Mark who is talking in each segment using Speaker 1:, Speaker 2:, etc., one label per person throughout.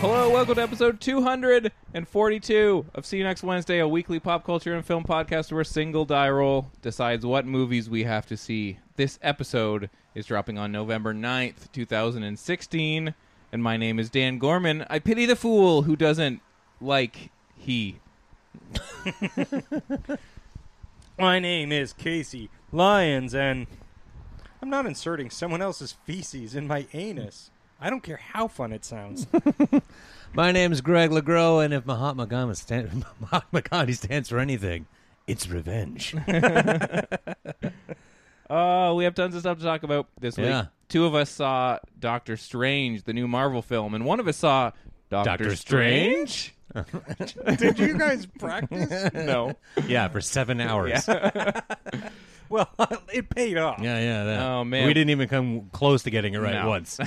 Speaker 1: Hello, welcome to episode 242 of See You Next Wednesday, a weekly pop culture and film podcast where a single die roll decides what movies we have to see. This episode is dropping on November 9th, 2016, and my name is Dan Gorman. I pity the fool who doesn't like he.
Speaker 2: My name is Casey Lyons, and I'm not inserting someone else's feces in my anus. I don't care how fun it sounds.
Speaker 3: My name's Greg LeGros, and if Mahatma Gandhi, stand, Mahatma Gandhi stands for anything, it's revenge.
Speaker 1: Oh, we have tons of stuff to talk about this
Speaker 3: Yeah.
Speaker 1: week. Two of us saw Doctor Strange, the new Marvel film, and one of us saw Doctor,
Speaker 3: Doctor
Speaker 1: Strange?
Speaker 2: Did you guys practice?
Speaker 1: no.
Speaker 3: yeah, for seven hours. Yeah,
Speaker 2: Well, it paid off.
Speaker 3: yeah. that-
Speaker 1: Oh, man.
Speaker 3: we didn't even come close to getting it right
Speaker 1: No.
Speaker 3: once.
Speaker 2: Oh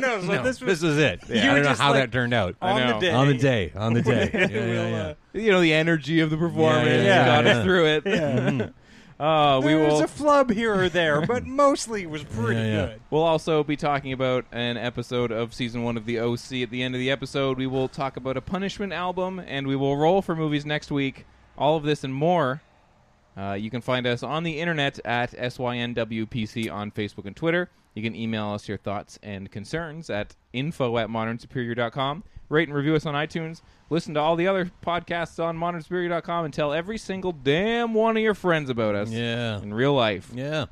Speaker 2: no! So this was
Speaker 3: this was it.
Speaker 2: You
Speaker 3: I
Speaker 2: were
Speaker 3: don't know
Speaker 2: just
Speaker 3: how
Speaker 2: like-
Speaker 3: that turned out.
Speaker 2: on
Speaker 1: know.
Speaker 2: the day.
Speaker 3: on the day, on the day. Yeah, yeah,
Speaker 2: We'll,
Speaker 3: yeah.
Speaker 2: uh,
Speaker 1: you know the energy of the performance
Speaker 3: Yeah,
Speaker 2: yeah,
Speaker 1: got
Speaker 3: yeah.
Speaker 1: us through it. uh, we
Speaker 2: there
Speaker 1: will.
Speaker 2: was a flub here or there, but mostly it was pretty
Speaker 3: Yeah, yeah.
Speaker 2: good.
Speaker 1: we'll also be talking about an episode of season one of the OC. At the end of the episode, we will talk about a punishment album, and we will roll for movies next week. All of this and more. Uh, you can find us on the internet at synwpc on Facebook and Twitter. You can email us your thoughts and concerns at info at modernsuperior.com. Rate and review us on iTunes. Listen to all the other podcasts on modernsuperior.com and tell every single damn one of your friends about us.
Speaker 3: Yeah.
Speaker 1: In real life.
Speaker 3: Yeah.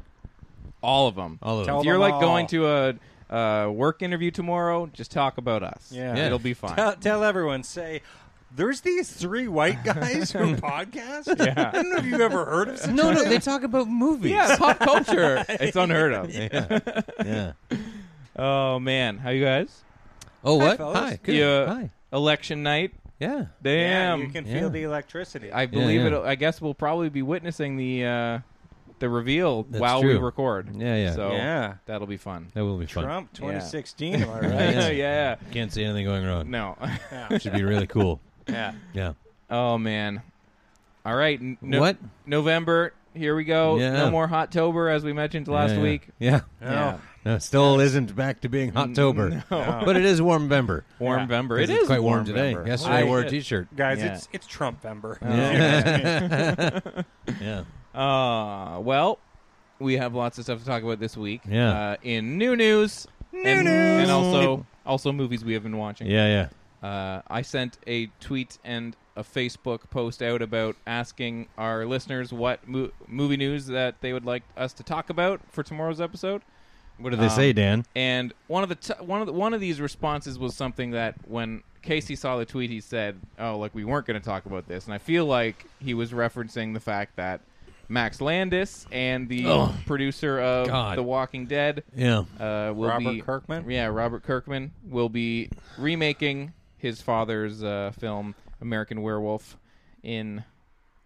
Speaker 1: All of them.
Speaker 3: All of
Speaker 2: Tell
Speaker 1: If
Speaker 3: them.
Speaker 1: you're like
Speaker 2: all.
Speaker 1: going to a uh, work interview tomorrow, just talk about us.
Speaker 2: Yeah.
Speaker 3: Yeah.
Speaker 1: it'll be fine.
Speaker 2: Tell, tell everyone, say, there's these three white guys who podcast. I don't know if you've ever heard of. Such
Speaker 3: No, no, they talk about movies.
Speaker 1: yeah, pop culture. It's unheard of.
Speaker 3: yeah. yeah.
Speaker 1: Oh man, how you guys?
Speaker 3: Oh, what?
Speaker 2: fellas.
Speaker 3: Hi. Good.
Speaker 1: Yeah.
Speaker 3: Hi.
Speaker 1: Election night.
Speaker 3: Yeah.
Speaker 2: Yeah,
Speaker 1: Damn.
Speaker 2: you can
Speaker 3: Yeah.
Speaker 2: feel the electricity.
Speaker 1: I believe
Speaker 3: yeah.
Speaker 1: it. I guess we'll probably be witnessing the uh, the reveal
Speaker 3: That's
Speaker 1: while we
Speaker 3: true.
Speaker 1: record.
Speaker 3: Yeah, yeah.
Speaker 1: So
Speaker 2: Yeah.
Speaker 1: that'll be fun.
Speaker 3: That will be fun.
Speaker 2: Trump
Speaker 1: Yeah.
Speaker 2: 2016, am I right?
Speaker 1: Yeah.
Speaker 3: Yeah.
Speaker 1: yeah.
Speaker 3: Can't see anything going wrong.
Speaker 1: No.
Speaker 3: Should be really cool.
Speaker 1: yeah.
Speaker 3: Yeah.
Speaker 1: Oh man. All right. n- no-
Speaker 3: What?
Speaker 1: November. Here we go.
Speaker 3: Yeah.
Speaker 1: No more Hottober, as we mentioned last
Speaker 3: Yeah, yeah.
Speaker 1: week.
Speaker 3: Yeah.
Speaker 1: Yeah.
Speaker 3: No, it still isn't back to being October, but it is warm November.
Speaker 1: Warm November. It
Speaker 3: It's
Speaker 1: is
Speaker 3: quite warm,
Speaker 1: warm
Speaker 3: today.
Speaker 1: November.
Speaker 3: Yesterday I
Speaker 1: Holy
Speaker 3: wore a
Speaker 1: shit.
Speaker 3: t-shirt.
Speaker 2: Guys,
Speaker 1: Yeah.
Speaker 2: it's it's Trumpember.
Speaker 3: Yeah,
Speaker 1: Uh, well, we have lots of stuff to talk about this week.
Speaker 3: Yeah.
Speaker 1: Uh, in new news, new and, news, and also also movies we have been watching.
Speaker 3: yeah, yeah.
Speaker 1: Uh, I sent a tweet and a Facebook post out about asking our listeners what mo- movie news that they would like us to talk about for tomorrow's episode.
Speaker 3: What did they say, Dan?
Speaker 1: And one of the t- one of the, one of these responses was something that when Casey saw the tweet, he said, "Oh, like we weren't going to talk about this." And I feel like he was referencing the fact that Max Landis and the
Speaker 3: Ugh.
Speaker 1: producer of
Speaker 3: Oh. God.
Speaker 1: The Walking Dead,
Speaker 3: Yeah,
Speaker 1: uh, will
Speaker 2: Robert
Speaker 1: be
Speaker 2: Kirkman?
Speaker 1: Yeah, Robert Kirkman will be remaking his father's uh, film American Werewolf in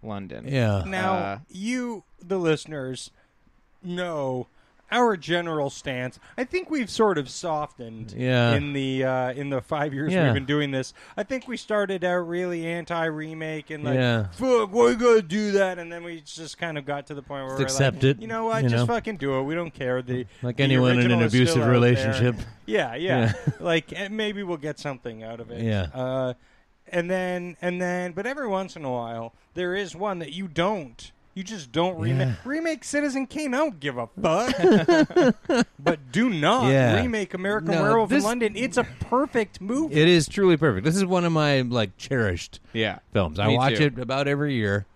Speaker 1: London.
Speaker 3: yeah.
Speaker 2: Now,
Speaker 1: Uh,
Speaker 2: you, the listeners, know our general stance. I think we've sort of softened
Speaker 3: Yeah.
Speaker 2: in the uh, in the five years
Speaker 3: Yeah.
Speaker 2: we've been doing this. I think we started out really anti remake and like,
Speaker 3: Yeah.
Speaker 2: fuck, why you gotta do that? And then we just kind of got to the point where
Speaker 3: Just
Speaker 2: we're
Speaker 3: accept
Speaker 2: like,
Speaker 3: it,
Speaker 2: you know what,
Speaker 3: you
Speaker 2: just
Speaker 3: know?
Speaker 2: fucking do it. We don't care. The
Speaker 3: Like
Speaker 2: the
Speaker 3: anyone in
Speaker 2: original
Speaker 3: an
Speaker 2: is still
Speaker 3: abusive
Speaker 2: out there.
Speaker 3: relationship.
Speaker 2: Yeah, yeah.
Speaker 3: Yeah.
Speaker 2: like and maybe we'll get something out of it.
Speaker 3: Yeah.
Speaker 2: Uh, and then and then, but every once in a while, there is one that you don't You just don't remake.
Speaker 3: Yeah.
Speaker 2: Remake Citizen Kane. I don't give a fuck. but do not
Speaker 3: Yeah.
Speaker 2: remake American
Speaker 3: No,
Speaker 2: Werewolf
Speaker 3: this-
Speaker 2: in London. It's a perfect movie.
Speaker 3: It is truly perfect. This is one of my like cherished
Speaker 1: Yeah.
Speaker 3: films. I
Speaker 1: Me
Speaker 3: watch
Speaker 1: too.
Speaker 3: it about every year.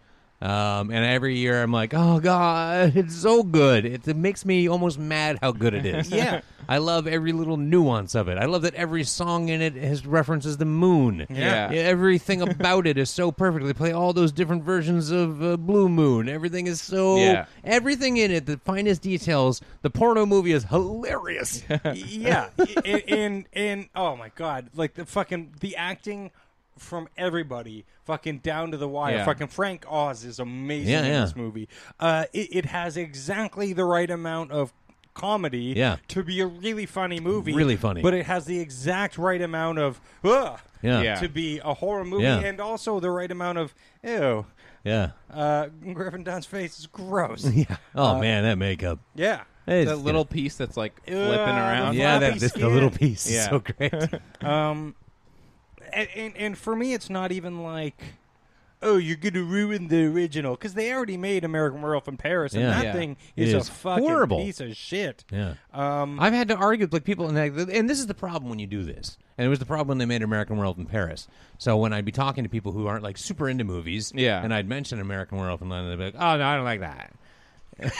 Speaker 3: Um, and every year I'm like, oh god, it's so good. It, it makes me almost mad how good it is.
Speaker 2: Yeah.
Speaker 3: I love every little nuance of it. I love that every song in it has references the moon.
Speaker 1: Yeah.
Speaker 3: everything about it is so perfect. They play all those different versions of uh, Blue Moon. Everything is so
Speaker 1: Yeah.
Speaker 3: everything in it, the finest details. The porno movie is hilarious.
Speaker 2: yeah, and, and and oh my god, like the fucking the acting from everybody, fucking down to the wire.
Speaker 1: Yeah.
Speaker 2: Fucking Frank Oz is amazing
Speaker 3: Yeah,
Speaker 2: in
Speaker 3: yeah.
Speaker 2: this movie. Uh, it, it has exactly the right amount of comedy
Speaker 3: Yeah.
Speaker 2: to be a really funny movie
Speaker 3: Really funny.
Speaker 2: but it has the exact right amount of ugh,
Speaker 3: Yeah.
Speaker 1: Yeah.
Speaker 2: to be a horror movie
Speaker 3: Yeah.
Speaker 2: and also the right amount of ew
Speaker 3: yeah.
Speaker 2: uh griffin Dunn's face is gross
Speaker 3: Yeah.
Speaker 1: Uh,
Speaker 3: Oh man, that makeup.
Speaker 2: yeah
Speaker 3: It's-
Speaker 1: that little piece that's like flipping
Speaker 2: the
Speaker 1: around.
Speaker 3: Yeah,
Speaker 2: Floppy
Speaker 3: that this, the
Speaker 2: skin.
Speaker 3: little piece is
Speaker 1: Yeah.
Speaker 3: so great.
Speaker 2: and, and and for me, it's not even like, oh, you're gonna ruin the original because they already made American Werewolf in Paris, and
Speaker 3: Yeah.
Speaker 2: that
Speaker 1: Yeah.
Speaker 2: thing
Speaker 3: It
Speaker 2: is,
Speaker 3: is
Speaker 2: a fucking
Speaker 3: horrible.
Speaker 2: piece of shit.
Speaker 3: yeah.
Speaker 2: Um,
Speaker 3: I've had to argue with like people, and, I- and this is the problem when you do this. And it was the problem when they made American Werewolf in Paris. So when I'd be talking to people who aren't like super into movies,
Speaker 1: Yeah.
Speaker 3: and I'd mention American Werewolf in London, they'd be like, "Oh no, I don't like that."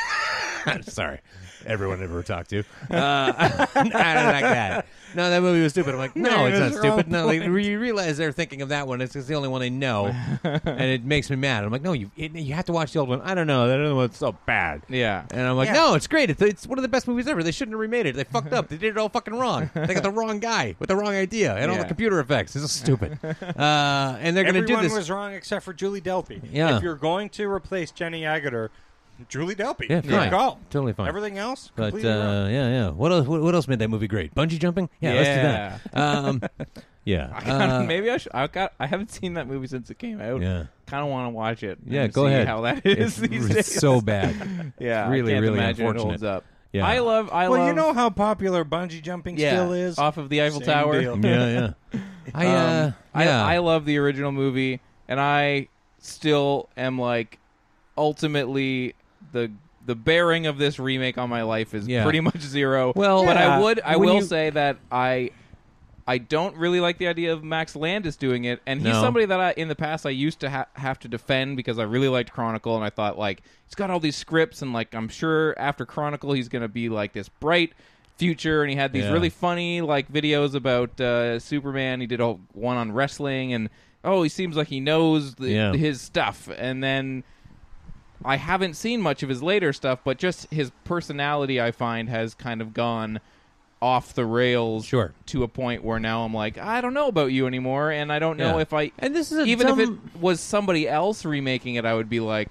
Speaker 3: I'm sorry, everyone I've ever talked to. Uh, I don't like that. No, that movie was stupid. I'm like, no,
Speaker 2: Man,
Speaker 3: it's not
Speaker 2: that's the wrong
Speaker 3: stupid. No, like, you realize they're thinking of that one. It's, it's the only one they know, and it makes me mad. I'm like, no, you it, you have to watch the old one. I don't know, that other one's so bad.
Speaker 1: Yeah.
Speaker 3: And I'm like,
Speaker 2: Yeah.
Speaker 3: no, it's great. It's, it's one of the best movies ever. They shouldn't have remade it. They fucked up. They did it all fucking wrong. They got the wrong guy with the wrong idea and all the
Speaker 1: Yeah.
Speaker 3: computer effects. This is stupid. Uh, and they're going to do
Speaker 2: everyone
Speaker 3: this.
Speaker 2: was wrong except for Julie Delpy.
Speaker 3: Yeah.
Speaker 2: if you're going to replace Jenny Agutter, Julie Delpy,
Speaker 3: Yeah,
Speaker 2: good
Speaker 3: fine.
Speaker 2: call,
Speaker 3: Totally fine.
Speaker 2: Everything else,
Speaker 3: but uh,
Speaker 2: completely wrong.
Speaker 3: yeah, yeah. What else? What, what else made that movie great? Bungee jumping? Yeah, let's do that. Um, yeah,
Speaker 1: I kinda,
Speaker 3: Uh,
Speaker 1: maybe I should. I got. I haven't seen that movie since it came out.
Speaker 3: Yeah.
Speaker 1: Kind of want to watch it.
Speaker 3: yeah.
Speaker 1: and
Speaker 3: Go
Speaker 1: see
Speaker 3: ahead.
Speaker 1: How that is
Speaker 3: It's-
Speaker 1: these
Speaker 3: it's
Speaker 1: days.
Speaker 3: so bad.
Speaker 1: yeah.
Speaker 3: really,
Speaker 1: I can't
Speaker 3: really
Speaker 1: imagine
Speaker 3: unfortunate.
Speaker 1: It holds up.
Speaker 3: Yeah.
Speaker 1: I love. I
Speaker 2: well,
Speaker 1: love.
Speaker 2: you know how popular bungee jumping
Speaker 1: yeah,
Speaker 2: still is.
Speaker 1: off of the Eiffel
Speaker 2: Same
Speaker 1: Tower.
Speaker 2: deal.
Speaker 3: yeah, yeah. I, uh,
Speaker 1: Um, I,
Speaker 3: yeah.
Speaker 1: I love the original movie, and I still am like, ultimately the the bearing of this remake on my life is
Speaker 3: Yeah.
Speaker 1: pretty much zero.
Speaker 3: Well,
Speaker 1: but
Speaker 3: yeah,
Speaker 1: I would I
Speaker 3: when
Speaker 1: will
Speaker 3: you-
Speaker 1: say that I I don't really like the idea of Max Landis doing it, and he's
Speaker 3: No.
Speaker 1: somebody that I in the past I used to ha- have to defend because I really liked Chronicle, and I thought like he's got all these scripts, and like I'm sure after Chronicle he's gonna be like this bright future, and he had these
Speaker 3: Yeah.
Speaker 1: really funny like videos about uh, Superman. He did a, one on wrestling, and oh, he seems like he knows the,
Speaker 3: Yeah.
Speaker 1: his stuff, and then. I haven't seen much of his later stuff, but just his personality, I find, has kind of gone off the rails
Speaker 3: Sure.
Speaker 1: to a point where now I'm like, I don't know about you anymore, and I don't know
Speaker 3: Yeah.
Speaker 1: if I.
Speaker 3: And this is a
Speaker 1: even if
Speaker 3: dumb-
Speaker 1: it was somebody else remaking it, I would be like,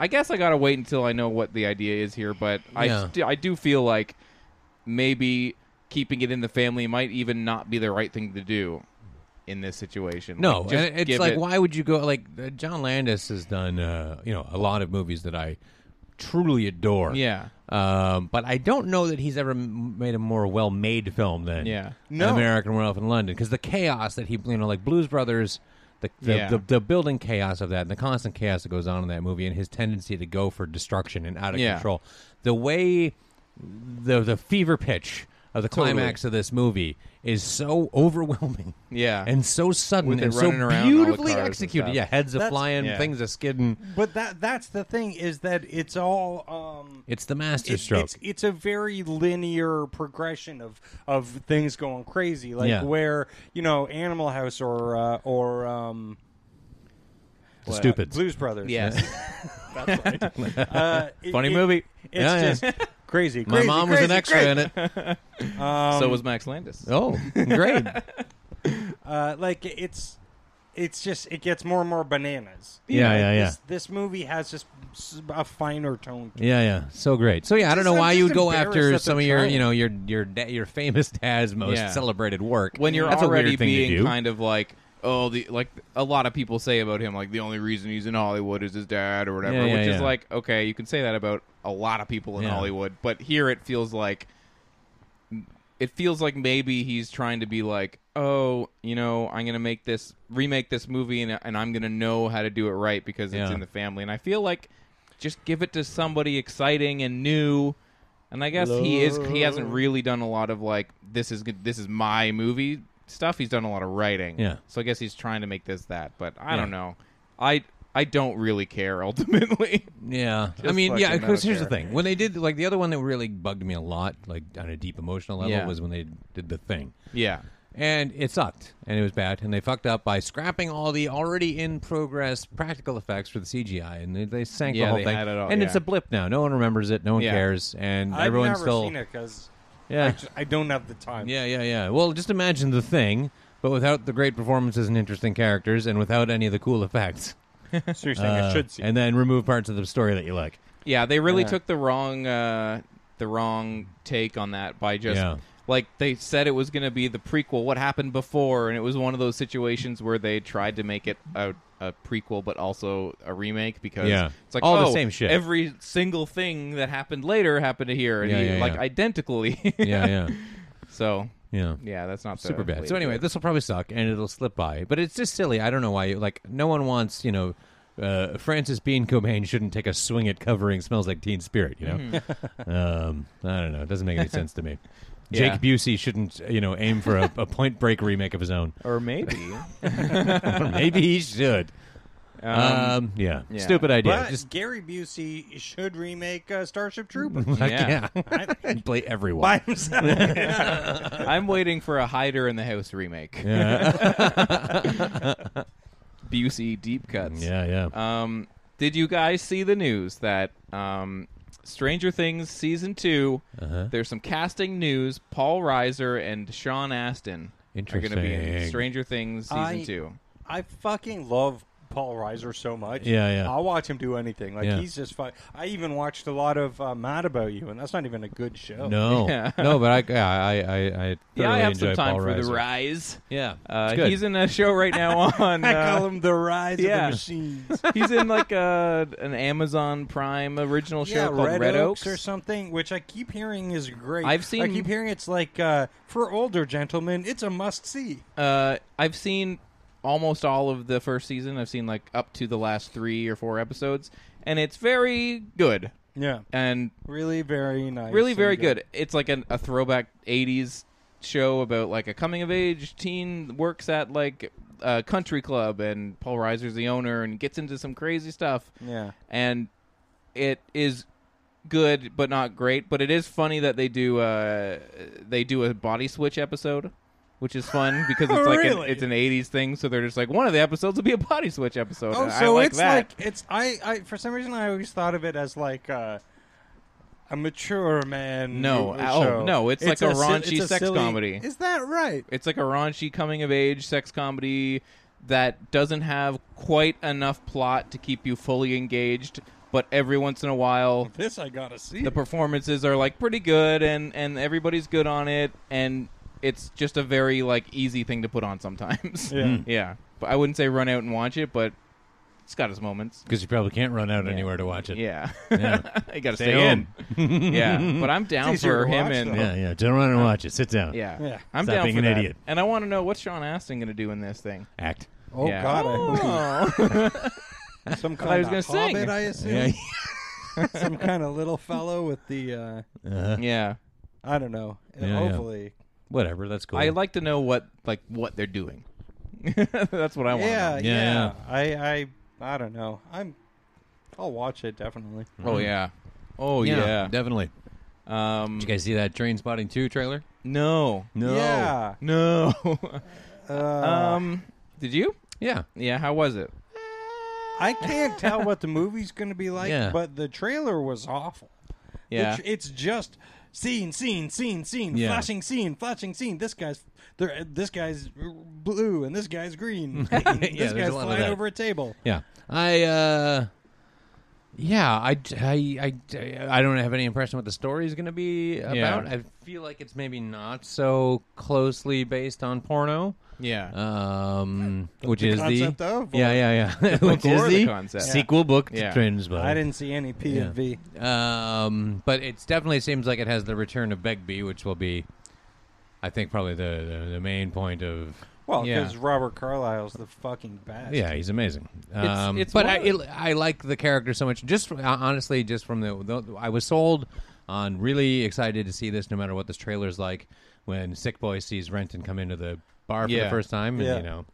Speaker 1: I guess I gotta wait until I know what the idea is here. But
Speaker 3: Yeah.
Speaker 1: I, st- I do feel like maybe keeping it in the family might even not be the right thing to do in this situation.
Speaker 3: No,
Speaker 1: Like, just
Speaker 3: and it's
Speaker 1: give
Speaker 3: like
Speaker 1: it-
Speaker 3: why would you go? Like uh, John Landis has done, uh, you know, a lot of movies that I truly adore.
Speaker 1: Yeah.
Speaker 3: um, but I don't know that he's ever m- made a more well-made film than
Speaker 1: Yeah.
Speaker 2: No.
Speaker 3: American Werewolf in London because the chaos that he, you know, like Blues Brothers. The, the,
Speaker 1: Yeah.
Speaker 3: the, the building chaos of that and the constant chaos that goes on in that movie and his tendency to go for destruction and out of
Speaker 1: Yeah.
Speaker 3: control the way the the fever pitch of the climax of this movie is so overwhelming
Speaker 1: Yeah.
Speaker 3: and so sudden
Speaker 1: With it
Speaker 3: Mm, and so
Speaker 1: running around all the
Speaker 3: beautifully
Speaker 1: cars and
Speaker 3: executed.
Speaker 1: stuff.
Speaker 3: Yeah, heads are
Speaker 2: That's-
Speaker 3: flying,
Speaker 1: yeah.
Speaker 3: things are skidding.
Speaker 2: but that that's the thing is that it's all. Um,
Speaker 3: It's the master
Speaker 2: it-
Speaker 3: stroke.
Speaker 2: It's, it's a very linear progression of of things going crazy, like
Speaker 3: Yeah.
Speaker 2: where you know Animal House or uh, or um,
Speaker 3: The Stupids.
Speaker 2: Blues Brothers.
Speaker 1: Yes.
Speaker 2: uh, it-
Speaker 1: Funny
Speaker 2: it-
Speaker 1: movie.
Speaker 2: It's
Speaker 3: Yeah,
Speaker 2: just crazy.
Speaker 3: My
Speaker 2: crazy,
Speaker 3: mom was an
Speaker 2: crazy,
Speaker 3: extra
Speaker 2: crazy.
Speaker 3: in it.
Speaker 1: so was Max Landis.
Speaker 3: Um, Oh, great.
Speaker 2: Uh, like it's it's just it gets more and more bananas.
Speaker 3: Yeah,
Speaker 2: Like,
Speaker 3: yeah, yeah.
Speaker 2: This, this movie has just s- a finer tone. to it.
Speaker 3: Yeah, yeah, so great. So yeah, I don't
Speaker 2: Just-
Speaker 3: know
Speaker 2: I'm
Speaker 3: why
Speaker 2: just
Speaker 3: you'd go
Speaker 2: embarrassed
Speaker 3: after
Speaker 2: that
Speaker 3: some of
Speaker 2: they're
Speaker 3: your,
Speaker 2: trying.
Speaker 3: you know, your your da- your famous dad's most
Speaker 1: Yeah.
Speaker 3: celebrated work.
Speaker 1: when you're
Speaker 3: That's a
Speaker 1: already
Speaker 3: weird thing to
Speaker 1: being
Speaker 3: do.
Speaker 1: kind of like oh the like a lot of people say about him like the only reason he's in hollywood is his dad or whatever
Speaker 3: Yeah, yeah,
Speaker 1: which
Speaker 3: yeah.
Speaker 1: is like okay you can say that about a lot of people in
Speaker 3: Yeah.
Speaker 1: hollywood but here it feels like it feels like maybe he's trying to be like oh, you know, I'm gonna make this remake this movie, and, and I'm gonna know how to do it right because it's
Speaker 3: Yeah.
Speaker 1: in the family. And I feel like just give it to somebody exciting and new. And I guess he is he hasn't really done a lot of like this is good- this is my movie stuff. He's done a lot of writing.
Speaker 3: Yeah.
Speaker 1: So I guess he's trying to make this that, but I don't know. I I don't really care ultimately.
Speaker 3: Yeah, I
Speaker 1: Just
Speaker 3: mean, yeah.
Speaker 1: fucking
Speaker 3: Because
Speaker 1: don't
Speaker 3: here's the
Speaker 1: care.
Speaker 3: thing: when they did, like, the other one that really bugged me a lot, like on a deep emotional level,
Speaker 1: Yeah.
Speaker 3: was when they did the thing,
Speaker 1: yeah.
Speaker 3: and it sucked, and it was bad, and they fucked up by scrapping all the already in progress practical effects for the CGI, and they, they sank
Speaker 1: Yeah,
Speaker 3: the whole
Speaker 1: they
Speaker 3: thing.
Speaker 1: had it all,
Speaker 3: and it's
Speaker 1: yeah.
Speaker 3: a blip now; no one remembers it, no one
Speaker 1: Yeah.
Speaker 3: cares, and
Speaker 2: I've
Speaker 3: everyone's
Speaker 2: never
Speaker 3: still
Speaker 2: seen it because
Speaker 3: yeah,
Speaker 2: I don't have the time.
Speaker 3: yeah, yeah, yeah. Well, just imagine the thing, but without the great performances and interesting characters, and without any of the cool effects.
Speaker 2: Seriously, I
Speaker 3: Uh,
Speaker 2: should see.
Speaker 3: and then remove parts of the story that you like.
Speaker 1: Yeah, they really
Speaker 2: Yeah.
Speaker 1: took the wrong uh, the wrong take on that by just
Speaker 3: Yeah.
Speaker 1: like they said it was going to be the prequel. What happened before? And it was one of those situations where they tried to make it a, a prequel, but also a remake because
Speaker 3: Yeah.
Speaker 1: it's like
Speaker 3: All the
Speaker 1: oh,
Speaker 3: same shit.
Speaker 1: Every single thing that happened later happened to here, and
Speaker 3: Yeah,
Speaker 1: he-
Speaker 3: yeah,
Speaker 1: like
Speaker 3: yeah.
Speaker 1: identically.
Speaker 3: Yeah, yeah,
Speaker 1: So
Speaker 3: yeah.
Speaker 1: yeah, that's not the
Speaker 3: super
Speaker 1: way
Speaker 3: bad. So
Speaker 1: to do
Speaker 3: anyway,
Speaker 1: it.
Speaker 3: this will probably suck and it'll slip by. But it's just silly. I don't know why. Like no one wants you know. Uh, Francis Bean Cobain shouldn't take a swing at covering "Smells Like Teen Spirit," you know. um, I don't know; it doesn't make any sense to me.
Speaker 1: Mm-hmm. Yeah.
Speaker 3: Jake Busey shouldn't, you know, aim for a, a Point Break remake of his own.
Speaker 1: or maybe
Speaker 3: Maybe he should. Um, yeah.
Speaker 1: yeah.
Speaker 3: stupid idea.
Speaker 2: but
Speaker 3: Just
Speaker 2: Gary Busey should remake uh, Starship Troopers
Speaker 3: like,
Speaker 1: Yeah.
Speaker 3: yeah, and play everyone.
Speaker 2: by himself.
Speaker 1: I'm waiting for a hider in the house remake. Busey deep E cuts.
Speaker 3: Yeah, yeah.
Speaker 1: Um, did you guys see the news that um, Stranger Things season 2
Speaker 3: Uh-huh.
Speaker 1: There's some casting news. Paul Reiser and Sean Astin are going to be in
Speaker 3: Interesting.
Speaker 1: Stranger Things season
Speaker 2: I-
Speaker 1: two.
Speaker 2: I fucking love Paul Reiser so much.
Speaker 3: Yeah, yeah.
Speaker 2: I'll watch him do anything. Like
Speaker 3: Yeah.
Speaker 2: he's just fun. I even watched a lot of uh, Mad About You, and that's not even a good show.
Speaker 3: no, no, but I, yeah, I, I, I thoroughly
Speaker 1: Yeah, I have some
Speaker 3: enjoy
Speaker 1: time
Speaker 3: Paul
Speaker 1: for the
Speaker 3: Reiser.
Speaker 1: rise.
Speaker 3: Yeah,
Speaker 1: Uh,
Speaker 3: it's good.
Speaker 1: he's in a show right now on.
Speaker 2: I call
Speaker 1: Uh,
Speaker 2: him the Rise
Speaker 1: yeah.
Speaker 2: of the Machines.
Speaker 1: he's in like a, an Amazon Prime original show
Speaker 2: yeah,
Speaker 1: called
Speaker 2: Red,
Speaker 1: Oaks.
Speaker 2: or something, which I keep hearing is great.
Speaker 1: I've seen-
Speaker 2: I keep hearing it's like uh, for older gentlemen, it's a must see.
Speaker 1: Uh, I've seen almost all of the first season. I've seen like up to the last three or four episodes, and it's very good.
Speaker 2: Yeah,
Speaker 1: And
Speaker 2: really very nice.
Speaker 1: really
Speaker 2: and
Speaker 1: very good. It's like an, a throwback '80s show about like a coming of age teen works at like a country club, and Paul Reiser's the owner, and gets into some crazy stuff.
Speaker 2: Yeah.
Speaker 1: and it is good, but not great. But it is funny that they do uh, they do a body switch episode. Which is fun because it's like
Speaker 2: Really?
Speaker 1: an, it's an '80s thing, so they're just like one of the episodes will be a body switch episode.
Speaker 2: Oh,
Speaker 1: and I
Speaker 2: so
Speaker 1: like
Speaker 2: it's
Speaker 1: that.
Speaker 2: like it's I, I for some reason I always thought of it as like uh, a mature man.
Speaker 1: No,
Speaker 2: who-
Speaker 1: oh,
Speaker 2: show.
Speaker 1: no, it's like a
Speaker 2: sil-
Speaker 1: raunchy
Speaker 2: it's a
Speaker 1: sex
Speaker 2: silly-
Speaker 1: comedy.
Speaker 2: Is that right?
Speaker 1: It's like a raunchy coming of age sex comedy that doesn't have quite enough plot to keep you fully engaged, but every once in a while
Speaker 2: This I gotta see.
Speaker 1: the performances are like pretty good and and everybody's good on it and it's just a very like easy thing to put on sometimes.
Speaker 2: Yeah.
Speaker 3: Hmm.
Speaker 2: Mm.
Speaker 1: Yeah. But I wouldn't say run out and watch it, but it's got its moments.
Speaker 3: because you probably can't run out anywhere to watch it.
Speaker 1: Yeah.
Speaker 3: yeah,
Speaker 1: you got to
Speaker 3: Stay
Speaker 1: stay, in. yeah. But I'm down
Speaker 2: easier
Speaker 1: for
Speaker 2: to
Speaker 1: him
Speaker 2: watch,
Speaker 1: and
Speaker 2: though.
Speaker 3: yeah, yeah. Don't run and watch it. Sit down.
Speaker 1: Uh, yeah.
Speaker 2: Yeah.
Speaker 1: I'm
Speaker 3: Stop
Speaker 1: down
Speaker 3: being
Speaker 1: for
Speaker 3: an
Speaker 1: that.
Speaker 3: idiot.
Speaker 1: And I want to know what's Sean Astin going to do in this thing.
Speaker 3: act.
Speaker 2: oh
Speaker 1: yeah. Ah.
Speaker 2: God, I- some kind
Speaker 1: I was
Speaker 2: of
Speaker 1: gonna
Speaker 2: hobbit,
Speaker 1: sing.
Speaker 2: I assume.
Speaker 3: Yeah,
Speaker 2: some kind of little fellow with the uh,
Speaker 1: yeah.
Speaker 2: I don't know.
Speaker 3: Yeah, yeah.
Speaker 2: hopefully,
Speaker 3: whatever. That's cool.
Speaker 1: I like to know what like what they're doing. That's what I want.
Speaker 2: yeah, yeah,
Speaker 3: Yeah,
Speaker 2: I, I, I don't know. I'm. I'll watch it definitely.
Speaker 1: Oh yeah. Oh yeah.
Speaker 3: definitely.
Speaker 1: Um.
Speaker 3: Did you guys see that Train Spotting Two trailer?
Speaker 1: No.
Speaker 3: No.
Speaker 2: Yeah. Uh,
Speaker 1: No. um. Did you?
Speaker 3: Yeah.
Speaker 1: Yeah. How was it?
Speaker 2: I can't tell what the movie's going to be like,
Speaker 3: Yeah.
Speaker 2: but the trailer was awful. The
Speaker 1: Yeah.
Speaker 2: tr- it's just scene, scene, scene, scene,
Speaker 3: Yeah.
Speaker 2: flashing scene, flashing scene. This guy's there. uh, This guy's blue, and this guy's green. and this
Speaker 3: Yeah, there's
Speaker 2: guy's
Speaker 3: a lot of
Speaker 2: flying
Speaker 3: that.
Speaker 2: over a table.
Speaker 3: Yeah. I. uh yeah, I, I, I, I don't have any impression what the story is going to be about. I feel like it's maybe not so closely based on porno.
Speaker 1: Yeah.
Speaker 3: um, which is
Speaker 2: concept
Speaker 3: the
Speaker 2: of,
Speaker 3: yeah
Speaker 2: or-
Speaker 3: yeah yeah which
Speaker 1: or
Speaker 3: is
Speaker 1: uh, the
Speaker 3: the,
Speaker 1: concept.
Speaker 3: sequel book to
Speaker 1: Yeah.
Speaker 3: Train Spotting.
Speaker 2: I didn't see any P and V.
Speaker 3: Um, but it definitely seems like it has the return of Begbie, which will be I think probably the, the, the main point of
Speaker 2: Well,
Speaker 1: Yeah.
Speaker 2: because Robert Carlyle's the fucking best.
Speaker 3: yeah, he's amazing. Um,
Speaker 1: it's
Speaker 3: but
Speaker 1: one
Speaker 3: I,
Speaker 1: of
Speaker 3: it, I like the character so much. Just uh, honestly, just from the, the I was sold on. Really excited to see this, no matter what this trailer's like. When Sick Boy sees Renton come into the bar for
Speaker 1: Yeah.
Speaker 3: the first time, and,
Speaker 2: Yeah.
Speaker 3: you know,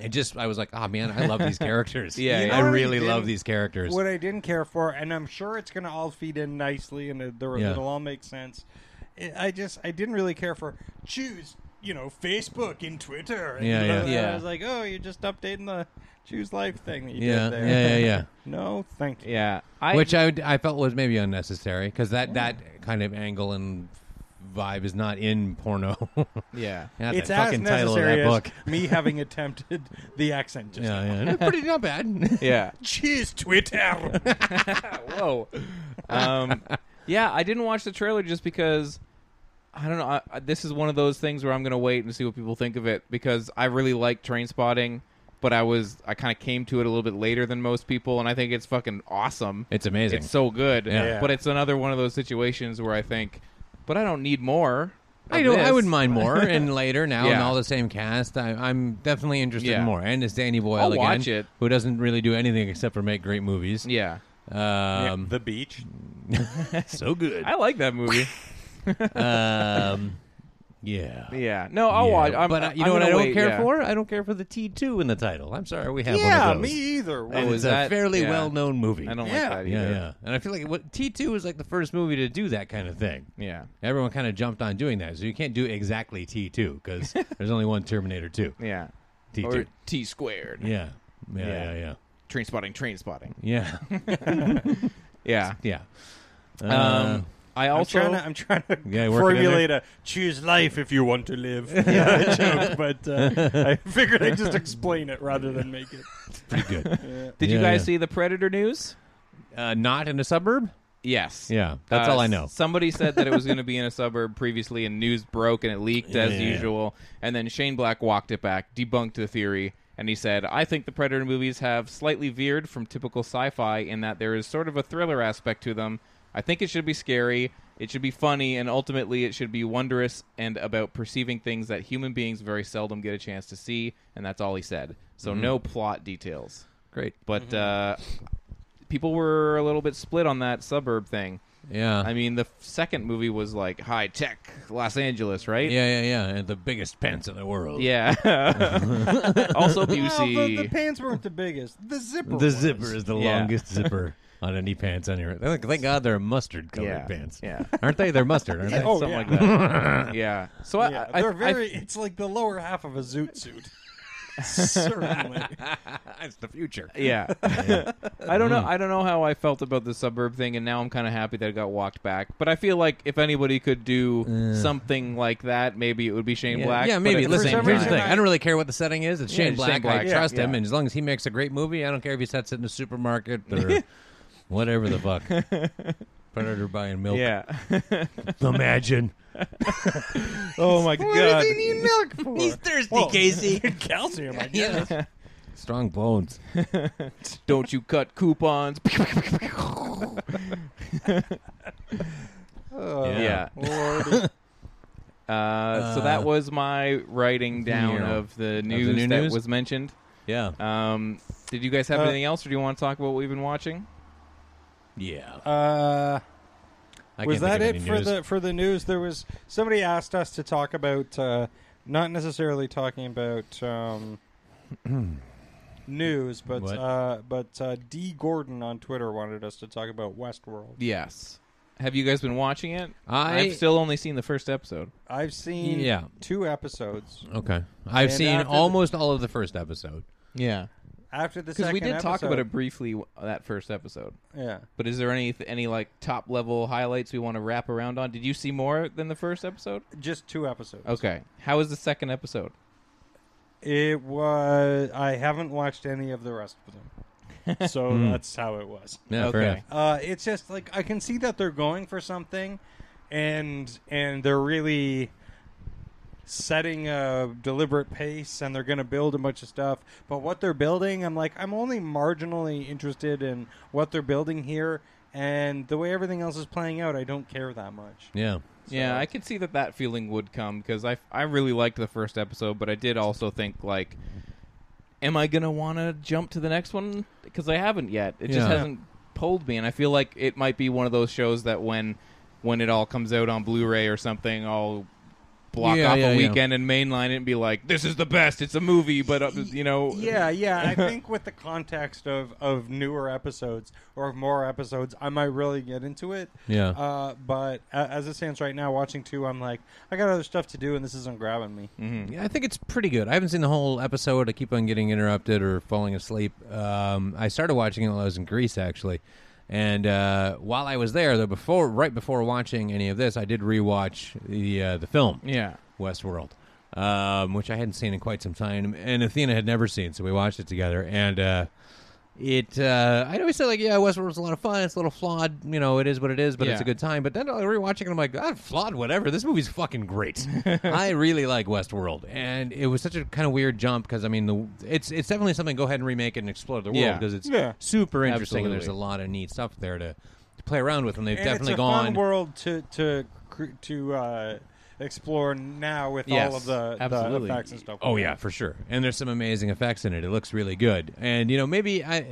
Speaker 3: it just I was like, oh man, I love these characters.
Speaker 1: Yeah, You yeah. know
Speaker 3: I
Speaker 2: what I
Speaker 3: really love
Speaker 2: didn't-
Speaker 3: these characters.
Speaker 2: What I didn't care for, and I'm sure it's going to all feed in nicely, and it- there-
Speaker 3: Yeah.
Speaker 2: it'll all make sense. I I just I didn't really care for choose, you know, Facebook and Twitter. And
Speaker 3: Yeah, yeah.
Speaker 2: blah, blah.
Speaker 1: Yeah.
Speaker 2: I was like, oh, you're just updating the choose life thing that you
Speaker 3: yeah,
Speaker 2: did there.
Speaker 3: yeah, yeah, yeah.
Speaker 2: No, thank you.
Speaker 1: Yeah, I,
Speaker 3: Which I would- I felt was maybe unnecessary because that that kind of angle and vibe is not in porno.
Speaker 1: yeah.
Speaker 3: Yeah,
Speaker 2: It's
Speaker 3: the
Speaker 2: as
Speaker 3: fucking title of
Speaker 2: necessary
Speaker 3: that book.
Speaker 2: as me having attempted the accent. Just
Speaker 3: Yeah, yeah, No, pretty not bad.
Speaker 1: Yeah.
Speaker 2: Cheers, Twitter.
Speaker 1: Whoa. Um, yeah, I didn't watch the trailer just because I don't know. I, I- this is one of those things where I'm going to wait and see what people think of it because I really like Train Spotting, but I was I kind of came to it a little bit later than most people, and I think it's fucking awesome.
Speaker 3: It's amazing.
Speaker 1: It's so good.
Speaker 3: Yeah.
Speaker 1: But it's another one of those situations where I think, but I don't need more.
Speaker 3: I
Speaker 1: of
Speaker 3: don't. I
Speaker 1: this.
Speaker 3: wouldn't mind more and later now and
Speaker 1: Yeah.
Speaker 3: all the same cast. I, I'm definitely interested
Speaker 1: Yeah.
Speaker 3: in more. And it's Danny Boyle
Speaker 1: I'll
Speaker 3: again,
Speaker 1: watch it.
Speaker 3: who doesn't really do anything except for make great movies.
Speaker 1: Yeah,
Speaker 3: Um,
Speaker 2: the beach.
Speaker 3: so good.
Speaker 1: I like that movie.
Speaker 3: um, yeah.
Speaker 1: yeah. No, I'll
Speaker 3: Yeah.
Speaker 1: watch. I'm,
Speaker 3: but uh, you
Speaker 1: I'm
Speaker 3: know what?
Speaker 1: gonna
Speaker 3: I don't
Speaker 1: wait,
Speaker 3: care
Speaker 1: yeah.
Speaker 3: for. I don't care for the T two in the title. I'm sorry, we have
Speaker 2: Yeah,
Speaker 3: one of
Speaker 2: me
Speaker 3: those.
Speaker 2: either.
Speaker 3: And
Speaker 1: Oh,
Speaker 3: it's
Speaker 1: is
Speaker 3: a
Speaker 1: that-
Speaker 3: fairly
Speaker 1: yeah.
Speaker 3: well known movie.
Speaker 1: I don't
Speaker 2: Yeah.
Speaker 1: like that
Speaker 3: yeah,
Speaker 1: either.
Speaker 3: yeah. And I feel like what T two is like the first movie to do that kind of thing.
Speaker 1: Yeah.
Speaker 3: Everyone kind of jumped on doing that, so you can't do exactly T two because there's only one Terminator two.
Speaker 1: Yeah.
Speaker 3: T
Speaker 1: Or
Speaker 3: two.
Speaker 1: T squared.
Speaker 3: Yeah.
Speaker 1: Yeah.
Speaker 3: Yeah, yeah, yeah.
Speaker 1: Train spotting, train spotting.
Speaker 3: Yeah.
Speaker 1: Yeah.
Speaker 3: Yeah. Uh,
Speaker 1: Um, I
Speaker 2: I'm
Speaker 1: also
Speaker 2: trying to, I'm trying to
Speaker 3: Yeah, work it in
Speaker 2: formulate a choose life if you want to live joke, but uh, I figured I'd just explain it rather than make it.
Speaker 3: pretty good.
Speaker 1: did you
Speaker 3: Yeah,
Speaker 1: guys
Speaker 3: yeah.
Speaker 1: see the Predator news?
Speaker 3: Uh, not in a suburb?
Speaker 1: Yes.
Speaker 3: Yeah, that's
Speaker 1: Uh,
Speaker 3: all I know.
Speaker 1: Somebody said that it was going to be in a suburb previously, and news broke and it leaked as
Speaker 3: Yeah.
Speaker 1: usual. And then Shane Black walked it back, debunked the theory, and he said, "I think the Predator movies have slightly veered from typical sci-fi in that there is sort of a thriller aspect to them. I think it should be scary." It should be funny, and ultimately, it should be wondrous and about perceiving things that human beings very seldom get a chance to see. And that's all he said. So,
Speaker 3: Mm-hmm.
Speaker 1: no plot details.
Speaker 3: Great.
Speaker 1: But
Speaker 2: Mm-hmm.
Speaker 1: uh, people were a little bit split on that suburb thing.
Speaker 3: Yeah.
Speaker 1: I mean, the f- second movie was like high tech Los Angeles, right?
Speaker 3: yeah, yeah, yeah. And the biggest pants in the world.
Speaker 1: Yeah. also
Speaker 2: Well, the, the
Speaker 1: Busey.
Speaker 2: pants weren't the biggest. The zipper.
Speaker 3: The zipper is the
Speaker 1: Yeah.
Speaker 3: longest zipper on any pants on your. Thank, thank God they're mustard colored
Speaker 1: Yeah.
Speaker 3: pants.
Speaker 1: Yeah.
Speaker 3: Aren't they? They're mustard, aren't they?
Speaker 2: Oh,
Speaker 1: Something
Speaker 2: yeah.
Speaker 1: like that. yeah. So I,
Speaker 2: Yeah,
Speaker 1: I,
Speaker 2: they're
Speaker 1: I-
Speaker 2: very. it's like the lower half of a zoot suit. Certainly.
Speaker 3: it's the future.
Speaker 1: yeah. I don't know. I don't know how I felt about the suburb thing, and now I'm kind of happy that it got walked back. But I feel like if anybody could do something like that, maybe it would be Shane
Speaker 3: Yeah,
Speaker 1: Black.
Speaker 3: yeah,
Speaker 1: but
Speaker 3: maybe.
Speaker 1: at
Speaker 3: Listen,
Speaker 1: same
Speaker 3: here's the
Speaker 1: time-
Speaker 3: thing. I don't really care what the setting is. It's Shane
Speaker 1: it's
Speaker 3: Black.
Speaker 1: Shane Black.
Speaker 3: I trust
Speaker 2: Yeah,
Speaker 3: him,
Speaker 2: yeah.
Speaker 3: and as long as he makes a great movie, I don't care if he sets it in a supermarket or whatever the fuck. Predator buying milk.
Speaker 1: Yeah.
Speaker 3: Imagine.
Speaker 1: oh my god.
Speaker 2: need milk for? He's thirsty,
Speaker 3: Casey.
Speaker 2: Calcium, I guess.
Speaker 3: Strong bones.
Speaker 1: Don't you cut coupons?
Speaker 2: Uh,
Speaker 1: yeah.
Speaker 2: Lordy.
Speaker 1: Uh, so that was my writing down
Speaker 3: yeah.
Speaker 1: of the news
Speaker 3: new
Speaker 1: that
Speaker 3: news?
Speaker 1: was mentioned.
Speaker 3: Yeah.
Speaker 1: Um, did you guys have
Speaker 2: Uh,
Speaker 1: anything else, or do you want to talk about what we've been watching?
Speaker 3: Yeah.
Speaker 2: Uh,
Speaker 3: I
Speaker 2: was
Speaker 3: can't
Speaker 2: that it
Speaker 3: think of any
Speaker 2: for
Speaker 3: news.
Speaker 2: the for the news? There was somebody asked us to talk about, uh, not necessarily talking about um, news, but
Speaker 3: What?
Speaker 2: uh, but uh, D Gordon on Twitter wanted us to talk about Westworld.
Speaker 1: Yes. Have you guys been watching it?
Speaker 3: I-
Speaker 1: have still only seen the first episode.
Speaker 2: I've seen
Speaker 3: Yeah.
Speaker 2: two episodes.
Speaker 3: Okay. I've
Speaker 2: And
Speaker 3: seen
Speaker 2: after the-
Speaker 3: almost all of the first episode.
Speaker 1: Yeah,
Speaker 2: After the
Speaker 1: because
Speaker 2: second,
Speaker 1: we did talk
Speaker 2: episode-
Speaker 1: about it briefly w- uh, that first episode.
Speaker 2: Yeah,
Speaker 1: But is there any any like top level highlights we want to wrap around on? Did you see more than the first episode?
Speaker 2: just two episodes.
Speaker 1: Okay. How is the second episode?
Speaker 2: It was. I haven't watched any of the rest of them, so that's how it was.
Speaker 3: Hmm. Yeah, fair
Speaker 1: Okay.
Speaker 3: enough.
Speaker 2: Uh, it's just like I can see that they're going for something, and and they're really setting a deliberate pace, and they're going to build a bunch of stuff. But what they're building, I'm like, I'm only marginally interested in what they're building here, and the way everything else is playing out, I don't care that much.
Speaker 3: Yeah.
Speaker 1: Yeah, I could see that that feeling would come because I, I really liked the first episode, but I did also think like, am I gonna want to jump to the next one? Because I haven't yet. It just
Speaker 3: Yeah.
Speaker 1: hasn't pulled me, and I feel like it might be one of those shows that when when it all comes out on Blu-ray or something, I'll block
Speaker 3: Yeah,
Speaker 1: off
Speaker 3: yeah,
Speaker 1: a
Speaker 3: yeah.
Speaker 1: weekend and mainline it and be like, this is the best. It's a movie, but uh, you know,
Speaker 2: Yeah, yeah. I think with the context of, of newer episodes or of more episodes, I might really get into it.
Speaker 3: Yeah.
Speaker 2: Uh, but a- as it stands right now, watching two, I'm like, I got other stuff to do, and this isn't grabbing me.
Speaker 3: Mm, Yeah, I think it's pretty good. I haven't seen the whole episode. I keep on getting interrupted or falling asleep. Um, I started watching it while I was in Greece, actually. And uh, while I was there, though, before right before watching any of this, I did rewatch the uh, the film.
Speaker 1: yeah.
Speaker 3: Westworld, um, which I hadn't seen in quite some time, and Athena had never seen, so we watched it together. And uh, it, uh, I always said like, yeah, Westworld's a lot of fun. It's a little flawed, you know, it is what it is, but it's
Speaker 1: Yeah.
Speaker 3: a good time. But then I rewatching, it, I'm like, ah, flawed, whatever. This movie's fucking great. I really like Westworld, and it was such a kind of weird jump because I mean, the, it's it's definitely something. Go ahead and remake it and explore the world
Speaker 1: Yeah.
Speaker 3: because it's
Speaker 2: Yeah.
Speaker 3: super interesting. and There's a
Speaker 1: Absolutely.
Speaker 3: lot of neat stuff there to. to Play around with, and they've
Speaker 2: And
Speaker 3: definitely
Speaker 2: it's a
Speaker 3: gone.
Speaker 2: fun world to to cr- to uh, explore now with
Speaker 1: Yes,
Speaker 2: all of the, the
Speaker 1: absolutely.
Speaker 2: effects and stuff.
Speaker 3: Oh yeah, for sure. And there's some amazing effects in it. It looks really good. And you know, maybe I,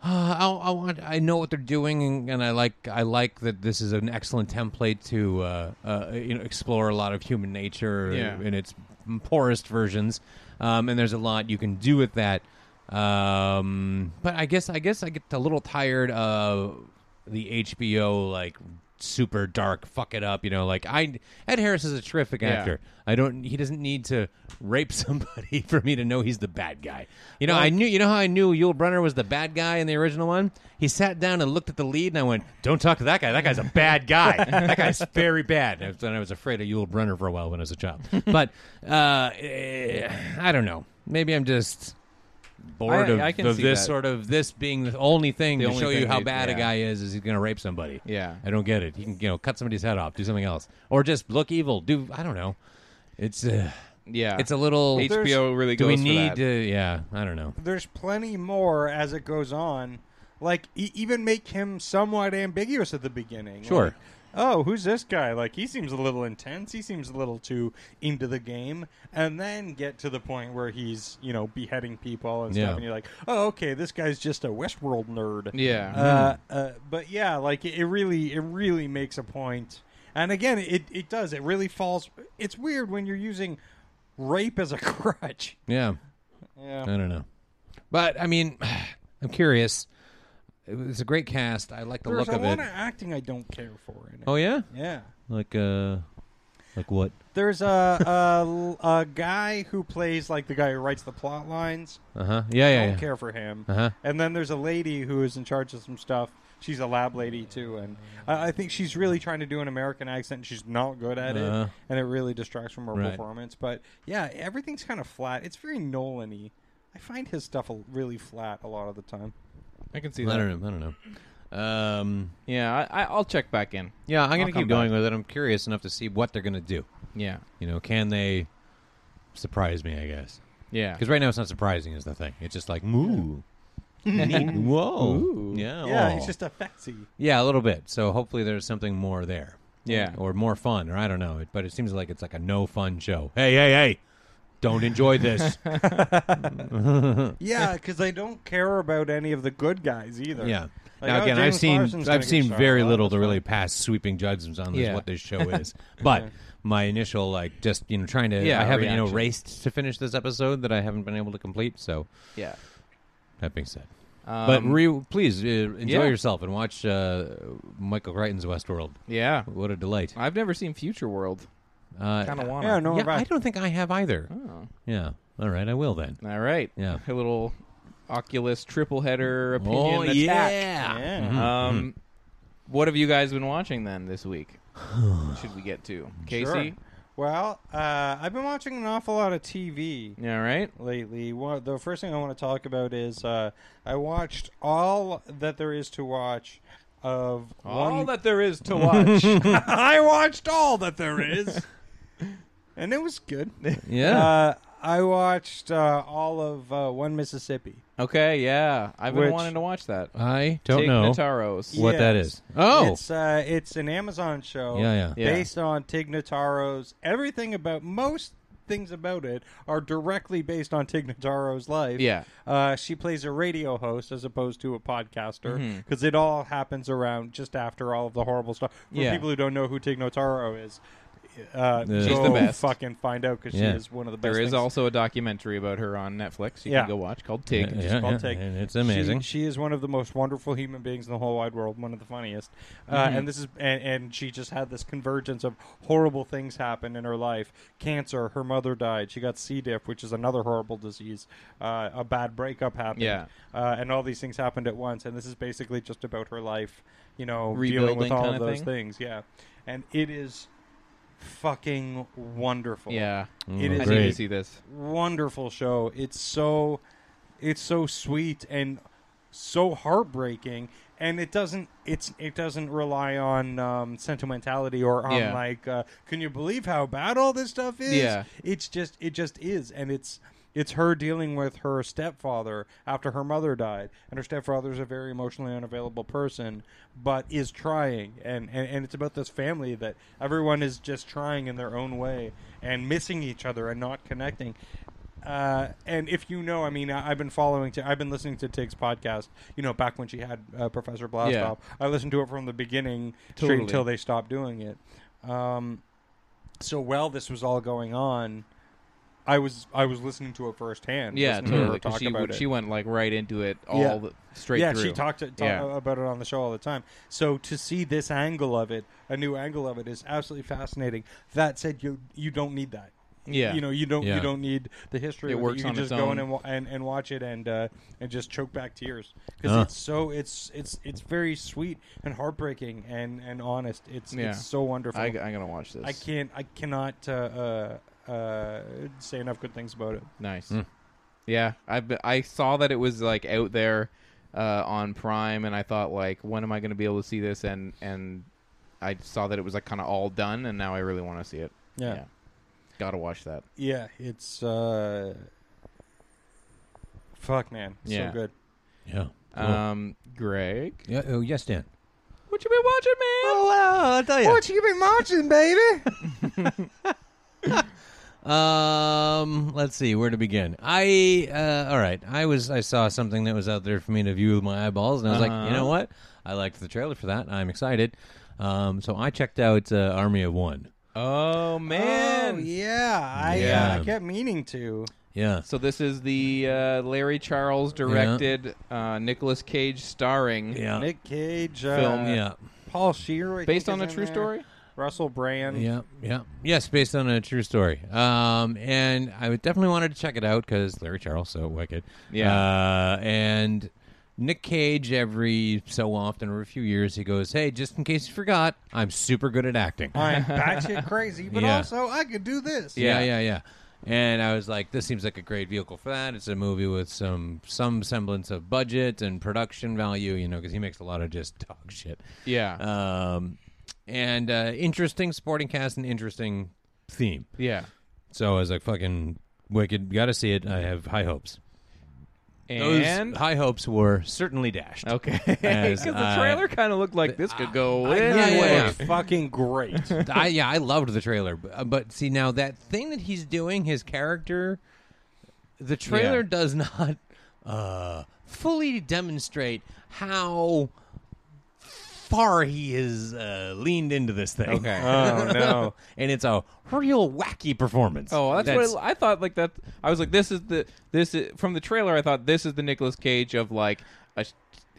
Speaker 3: uh, I, I want, I know what they're doing, and I like, I like that this is an excellent template to, uh, uh, you know, explore a lot of human nature
Speaker 1: Yeah.
Speaker 3: in its poorest versions. Um, and there's a lot you can do with that. Um, but I guess, I guess I get a little tired of the HBO like super dark fuck it up you know like i ed harris is a terrific
Speaker 1: Yeah.
Speaker 3: actor I don't. He doesn't need to rape somebody for me to know he's the bad guy. You know, I knew. You know how I knew Yul Brynner was the bad guy in the original one. He sat down and looked at the lead, and I went, "Don't talk to that guy. That guy's a bad guy. that guy's very bad." And I was- and I was afraid of Yul Brynner for a while when I was a child. But uh, eh, I don't know. Maybe I'm just bored
Speaker 1: I-
Speaker 3: of,
Speaker 1: I can
Speaker 3: of
Speaker 1: see
Speaker 3: this
Speaker 1: that.
Speaker 3: sort of this being the only thing
Speaker 1: The
Speaker 3: to
Speaker 1: only
Speaker 3: show you
Speaker 1: thing
Speaker 3: how
Speaker 1: we-
Speaker 3: bad a
Speaker 1: yeah.
Speaker 3: guy is is he's going to rape somebody.
Speaker 1: Yeah.
Speaker 3: I don't get it. He can, you know, cut somebody's head off, do something else, or just look evil. Do I don't know. It's uh,
Speaker 1: Yeah.
Speaker 3: it's a little.
Speaker 1: HBO really
Speaker 3: do
Speaker 1: goes
Speaker 3: we
Speaker 1: for
Speaker 3: need
Speaker 1: that.
Speaker 3: to? Yeah, I don't know.
Speaker 2: there's plenty more as it goes on. Like e- even make him somewhat ambiguous at the beginning.
Speaker 3: Sure.
Speaker 2: Like, oh, who's this guy? Like he seems a little intense. He seems a little too into the game, and then get to the point where he's you know beheading people and
Speaker 3: Yeah.
Speaker 2: stuff, and you're like, oh, okay, this guy's just a Westworld nerd.
Speaker 1: Yeah.
Speaker 3: Hmm.
Speaker 2: Uh, uh, but yeah, like it, it really, it really makes a point. And again, it it does. It really falls. It's weird when you're using rape as a crutch.
Speaker 3: Yeah,
Speaker 2: Yeah.
Speaker 3: I don't know. But I mean, I'm curious. It was a great cast. I like the
Speaker 2: There's
Speaker 3: look
Speaker 2: a
Speaker 3: of
Speaker 2: lot
Speaker 3: it.
Speaker 2: of acting I don't care for in it.
Speaker 3: oh yeah,
Speaker 2: Yeah.
Speaker 3: like uh, like what?
Speaker 2: There's a, a a guy who plays like the guy who writes the plot lines.
Speaker 3: Uh huh. Yeah, yeah.
Speaker 2: I
Speaker 3: yeah.
Speaker 2: don't care for him.
Speaker 3: Uh-huh.
Speaker 2: And then there's a lady who is in charge of some stuff. She's a lab lady too, and I, I think she's really trying to do an American accent. and She's not good at
Speaker 3: Uh-huh.
Speaker 2: it, and it really distracts from her
Speaker 3: Right.
Speaker 2: performance. But yeah, everything's kind of flat. It's very Nolan-y. I find his stuff a- really flat a lot of the time.
Speaker 1: I can see
Speaker 3: I
Speaker 1: that.
Speaker 3: don't know. I don't know. Um,
Speaker 1: Yeah, I, I, I'll check back in.
Speaker 3: yeah, I'm
Speaker 1: I'll
Speaker 3: gonna
Speaker 1: come
Speaker 3: keep going with it. I'm curious enough to see what they're gonna do.
Speaker 1: Yeah,
Speaker 3: You know, can they surprise me? I guess.
Speaker 1: yeah.
Speaker 3: Because right now it's not surprising is the thing. It's just like moo. Neat. Whoa. Yeah.
Speaker 2: Yeah,
Speaker 3: aw.
Speaker 2: it's just a fetsy.
Speaker 3: yeah, a little bit. So hopefully there's something more there.
Speaker 1: Yeah.
Speaker 3: Or more fun, or I don't know. It- But it seems like it's like a no fun show. Hey, hey, hey. Don't enjoy this.
Speaker 2: Yeah, because they don't care about any of the good guys either.
Speaker 3: yeah.
Speaker 2: Like,
Speaker 3: now
Speaker 2: oh,
Speaker 3: again,
Speaker 2: James
Speaker 3: I've seen
Speaker 2: Marsden's gonna
Speaker 3: I've
Speaker 2: get
Speaker 3: seen
Speaker 2: shot.
Speaker 3: very
Speaker 2: Oh,
Speaker 3: little to
Speaker 2: that's
Speaker 3: really
Speaker 2: fine.
Speaker 3: pass sweeping judgments on this
Speaker 1: Yeah.
Speaker 3: what this show is. But my initial like just you know trying to
Speaker 1: Yeah,
Speaker 3: I haven't you know
Speaker 1: reaction.
Speaker 3: raced to finish this episode that I haven't been able to complete. So
Speaker 1: yeah.
Speaker 3: that being said,
Speaker 1: Um,
Speaker 3: But re- please uh, enjoy
Speaker 1: yeah.
Speaker 3: yourself and watch uh, Michael Crichton's Westworld.
Speaker 1: yeah,
Speaker 3: What a delight!
Speaker 1: I've never seen Future World.
Speaker 3: Uh,
Speaker 1: Kind of want
Speaker 2: Yeah,
Speaker 1: to.
Speaker 2: no,
Speaker 3: yeah,
Speaker 2: right.
Speaker 3: I don't think I have either.
Speaker 1: Oh.
Speaker 3: Yeah. All right, I will then.
Speaker 1: All right.
Speaker 3: Yeah.
Speaker 1: A little Oculus triple header opinion
Speaker 3: oh
Speaker 1: attack.
Speaker 3: yeah. Mm-hmm.
Speaker 2: Yeah.
Speaker 1: Um, what have you guys been watching then this week? Should we get to Casey?
Speaker 2: Sure. Well, uh, I've been watching an awful lot of TV
Speaker 1: Yeah. Right.
Speaker 2: lately. One, the first thing I want to talk about is uh, I watched all that there is to watch of
Speaker 1: All
Speaker 2: one.
Speaker 1: that there is to watch.
Speaker 2: I watched all that there is, and it was good.
Speaker 3: Yeah.
Speaker 2: Uh, I watched uh, all of uh, One Mississippi.
Speaker 1: Okay, yeah, I've been
Speaker 2: Which-
Speaker 1: wanting to watch that.
Speaker 3: I don't
Speaker 1: Uh, Take
Speaker 3: know
Speaker 1: Notaros.
Speaker 3: what that
Speaker 2: Yes.
Speaker 3: is. Oh,
Speaker 2: It's uh, it's an Amazon show.
Speaker 3: Yeah, yeah.
Speaker 1: Yeah.
Speaker 2: Based on Tignataro's everything about most things about it are directly based on Tignataro's life.
Speaker 1: Yeah.
Speaker 2: Uh, she plays a radio host as opposed to a podcaster because it all happens around just after all of the horrible stuff. For
Speaker 1: Yeah.
Speaker 2: people who don't know who Tignataro is, uh,
Speaker 3: She's
Speaker 2: go
Speaker 1: the best.
Speaker 2: Fucking find out because
Speaker 3: Yeah.
Speaker 2: she is one of the best.
Speaker 1: There is
Speaker 2: things.
Speaker 1: also a documentary about her on Netflix. You
Speaker 2: Yeah.
Speaker 1: can go watch called Tig.
Speaker 3: Yeah,
Speaker 2: Just
Speaker 3: yeah,
Speaker 2: called
Speaker 3: yeah.
Speaker 2: Tig.
Speaker 3: And it's amazing.
Speaker 2: She, she is one of the most wonderful human beings in the whole wide world, one of the funniest. Uh, And this is and, and she just had this convergence of horrible things happen in her life: cancer, her mother died, she got C. diff, which is another horrible disease, uh, a bad breakup happened,
Speaker 1: Yeah.
Speaker 2: uh, and all these things happened at once. And this is basically just about her life, you know, dealing with
Speaker 1: Rebuilding
Speaker 2: all
Speaker 1: kinda
Speaker 2: of those
Speaker 1: thing?
Speaker 2: things. Yeah, and it is fucking wonderful.
Speaker 1: Yeah,
Speaker 2: it
Speaker 3: Mm,
Speaker 2: is
Speaker 1: I
Speaker 3: great.
Speaker 1: need to see this.
Speaker 2: wonderful show. It's so it's so sweet and so heartbreaking and it doesn't it's it doesn't rely on um, sentimentality or on
Speaker 1: Yeah.
Speaker 2: like uh, can you believe how bad all this stuff is?
Speaker 1: Yeah.
Speaker 2: It's just it just is and it's it's her dealing with her stepfather after her mother died and her stepfather's a very emotionally unavailable person but is trying and, and and it's about this family that everyone is just trying in their own way and missing each other and not connecting uh, and if you know, I mean, I, I've been following, i I've been listening to Tig's podcast, you know, back when she had uh, Professor Blastoff.
Speaker 1: Yeah.
Speaker 2: I listened to it from the beginning straight
Speaker 1: Totally.
Speaker 2: until they stopped doing it. Um, so while this was all going on, I was I was listening to it firsthand.
Speaker 1: Yeah,
Speaker 2: listening to her
Speaker 1: totally. 'cause
Speaker 2: talk
Speaker 1: she
Speaker 2: about
Speaker 1: w-
Speaker 2: it.
Speaker 1: she went like right into it all
Speaker 2: Yeah.
Speaker 1: the, straight
Speaker 2: yeah,
Speaker 1: through.
Speaker 2: she talked, to, uh, talk
Speaker 1: Yeah.
Speaker 2: about it on the show all the time. So to see this angle of it, a new angle of it, is absolutely fascinating. That said, you you don't need that.
Speaker 1: Yeah.
Speaker 2: you know you don't
Speaker 3: Yeah.
Speaker 2: you don't need the history.
Speaker 1: It
Speaker 2: of
Speaker 1: works
Speaker 2: You can
Speaker 1: on
Speaker 2: just
Speaker 1: its
Speaker 2: go
Speaker 1: own.
Speaker 2: in and, wa- and and watch it and uh, and just choke back tears because
Speaker 3: Huh.
Speaker 2: it's so it's it's it's very sweet and heartbreaking and and honest. It's
Speaker 1: Yeah.
Speaker 2: it's so wonderful.
Speaker 1: I, I'm gonna watch this.
Speaker 2: I can't I cannot uh, uh, uh, say enough good things about it.
Speaker 1: Nice. Yeah, I I saw that it was like out there uh, on Prime, and I thought like, when am I going to be able to see this? And and I saw that it was like kind of all done, and now I really want to see it.
Speaker 2: Yeah.
Speaker 1: gotta watch that.
Speaker 2: Yeah, it's uh, fuck man,
Speaker 1: Yeah.
Speaker 2: so good.
Speaker 3: yeah. Cool.
Speaker 1: Um, Greg,
Speaker 3: yeah. Oh, yes, Dan.
Speaker 1: what you been watching, man?
Speaker 2: Oh, uh,
Speaker 3: well, I'll Oh, tell you.
Speaker 1: What
Speaker 3: you been watching, baby? um, let's see where to begin. I uh, all right. I was I saw something that was out there for me to view with my eyeballs, and I was like, you know what? I liked the trailer for that. I'm excited. Um, so I checked out uh, Army of One.
Speaker 1: Oh man.
Speaker 2: oh yeah, I
Speaker 3: Yeah.
Speaker 2: Uh, kept meaning to.
Speaker 3: Yeah.
Speaker 1: So this is the uh, Larry Charles directed, uh, Nicolas Cage starring,
Speaker 3: Yeah.
Speaker 2: Nick Cage uh,
Speaker 1: Film,
Speaker 3: yeah.
Speaker 2: Paul Shearer, I
Speaker 1: based
Speaker 2: think,
Speaker 1: on a
Speaker 2: is in
Speaker 1: true
Speaker 2: there.
Speaker 1: story.
Speaker 2: Russell Brand.
Speaker 3: Yeah, yeah, yes, based on a true story. Um, and I would definitely wanted to check it out because Larry Charles so wicked.
Speaker 1: Yeah.
Speaker 3: uh, and Nick Cage every so often, every few years, he goes, "Hey, just in case you forgot, I'm super good at acting."
Speaker 1: Oh,
Speaker 2: I'm batshit crazy, but
Speaker 3: Yeah.
Speaker 2: also I could do this.
Speaker 3: Yeah,
Speaker 1: Yeah.
Speaker 3: yeah, yeah. And I was like, this seems like a great vehicle for that. It's a movie with some some semblance of budget and production value, you know, because he makes a lot of just dog shit.
Speaker 1: Yeah.
Speaker 3: Um, and uh, interesting sporting cast and interesting theme.
Speaker 1: yeah.
Speaker 3: So I was like, fucking wicked. Got to see it. I have high hopes.
Speaker 1: And
Speaker 3: Those high hopes were certainly dashed.
Speaker 1: Okay, because
Speaker 3: As
Speaker 1: the
Speaker 3: I-
Speaker 1: trailer kind of looked like this could go
Speaker 3: I-
Speaker 1: anyway.
Speaker 3: Yeah, yeah, yeah.
Speaker 2: Looks fucking great.
Speaker 3: I, yeah, I loved the trailer, but, but see now that thing that he's doing, his character, the trailer
Speaker 1: Yeah.
Speaker 3: does not uh, fully demonstrate how far he is uh, leaned into this thing.
Speaker 1: Okay.
Speaker 2: oh no.
Speaker 3: and it's a real wacky performance.
Speaker 1: Oh, that's, what I, I thought. Like that, I was like, this is the this is, from the trailer. I thought this is the Nicolas Cage of like a,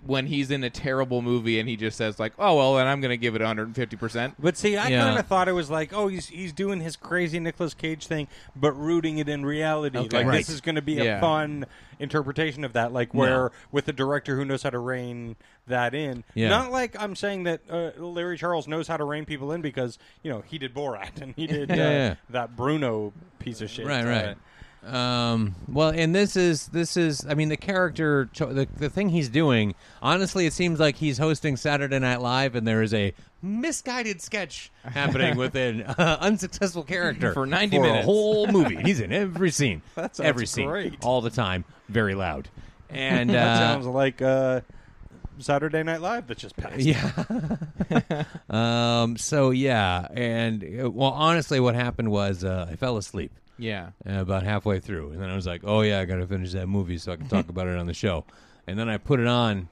Speaker 1: when he's in a terrible movie and he just says like, oh well, then I'm gonna give it 150 percent.
Speaker 2: But see, I
Speaker 3: Yeah.
Speaker 2: kind of thought it was like, oh, he's he's doing his crazy Nicolas Cage thing, but rooting it in reality.
Speaker 1: Okay.
Speaker 2: Like
Speaker 3: Right.
Speaker 2: this is going to be
Speaker 1: Yeah.
Speaker 2: a fun interpretation of that, like where with a director who knows how to rein that in.
Speaker 3: Yeah.
Speaker 2: Not like I'm saying that uh, Larry Charles knows how to rein people in because you know he did Borat and he did uh,
Speaker 3: Yeah, yeah.
Speaker 2: that Bruno piece of shit.
Speaker 3: right,
Speaker 2: Uh,
Speaker 3: right. Um, well, and this is this is I mean the character cho- the the thing he's doing. Honestly, it seems like he's hosting Saturday Night Live, and there is a misguided sketch happening with an uh, unsuccessful character
Speaker 1: For 90
Speaker 3: a
Speaker 1: minutes.
Speaker 3: whole movie. He's in every scene.
Speaker 2: That sounds
Speaker 3: every scene,
Speaker 2: great.
Speaker 3: all the time, very loud. And
Speaker 2: That
Speaker 3: uh,
Speaker 2: sounds like uh, Saturday Night Live that just passed.
Speaker 3: yeah. um. So yeah, and uh, well, honestly, what happened was uh, I fell asleep
Speaker 1: Yeah.
Speaker 3: uh, about halfway through, and then I was like, "Oh yeah, I got to finish that movie so I can talk about it on the show." And then I put it on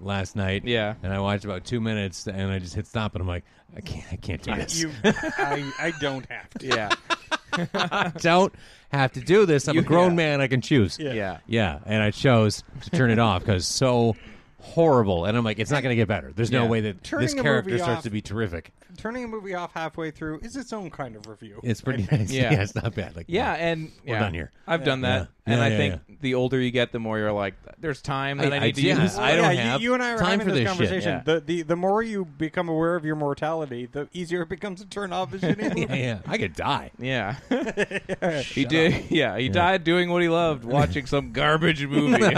Speaker 3: last night.
Speaker 1: Yeah.
Speaker 3: And I watched about two minutes, and I just hit stop, and I'm like, "I can't, I can't do this.
Speaker 2: You, I, I don't have to.
Speaker 1: Yeah.
Speaker 3: I don't have to do this. I'm a grown man. I can choose."
Speaker 1: yeah.
Speaker 3: Yeah, and I chose to turn it off because so horrible. And I'm like, it's not going to get better. There's no
Speaker 1: Yeah.
Speaker 3: way that
Speaker 2: Turning
Speaker 3: this
Speaker 2: a
Speaker 3: character
Speaker 2: movie
Speaker 3: starts
Speaker 2: off-
Speaker 3: to be terrific.
Speaker 2: Turning a movie off halfway through is its own kind of review.
Speaker 3: It's pretty. Nice.
Speaker 1: Yeah.
Speaker 3: Yeah. it's not bad. Like,
Speaker 1: Yeah, and
Speaker 3: We're
Speaker 1: yeah,
Speaker 3: done here.
Speaker 1: I've done that,
Speaker 3: Yeah.
Speaker 1: and
Speaker 3: Yeah,
Speaker 1: I
Speaker 3: yeah,
Speaker 1: think the older you get, the more you're like, "There's time that I,
Speaker 3: I-
Speaker 1: need
Speaker 3: I-
Speaker 1: to
Speaker 3: yeah,
Speaker 1: use."
Speaker 3: I- don't
Speaker 2: Oh, you-
Speaker 3: have
Speaker 2: you, and I are
Speaker 3: time
Speaker 2: having
Speaker 3: for
Speaker 2: this,
Speaker 3: this shit,
Speaker 2: conversation.
Speaker 1: yeah.
Speaker 2: The, the the more you become aware of your mortality, the easier it becomes to turn off a shitty
Speaker 3: yeah,
Speaker 2: movie.
Speaker 3: yeah. I could die.
Speaker 1: yeah, he did. Yeah, he died doing what he loved, watching some garbage movie.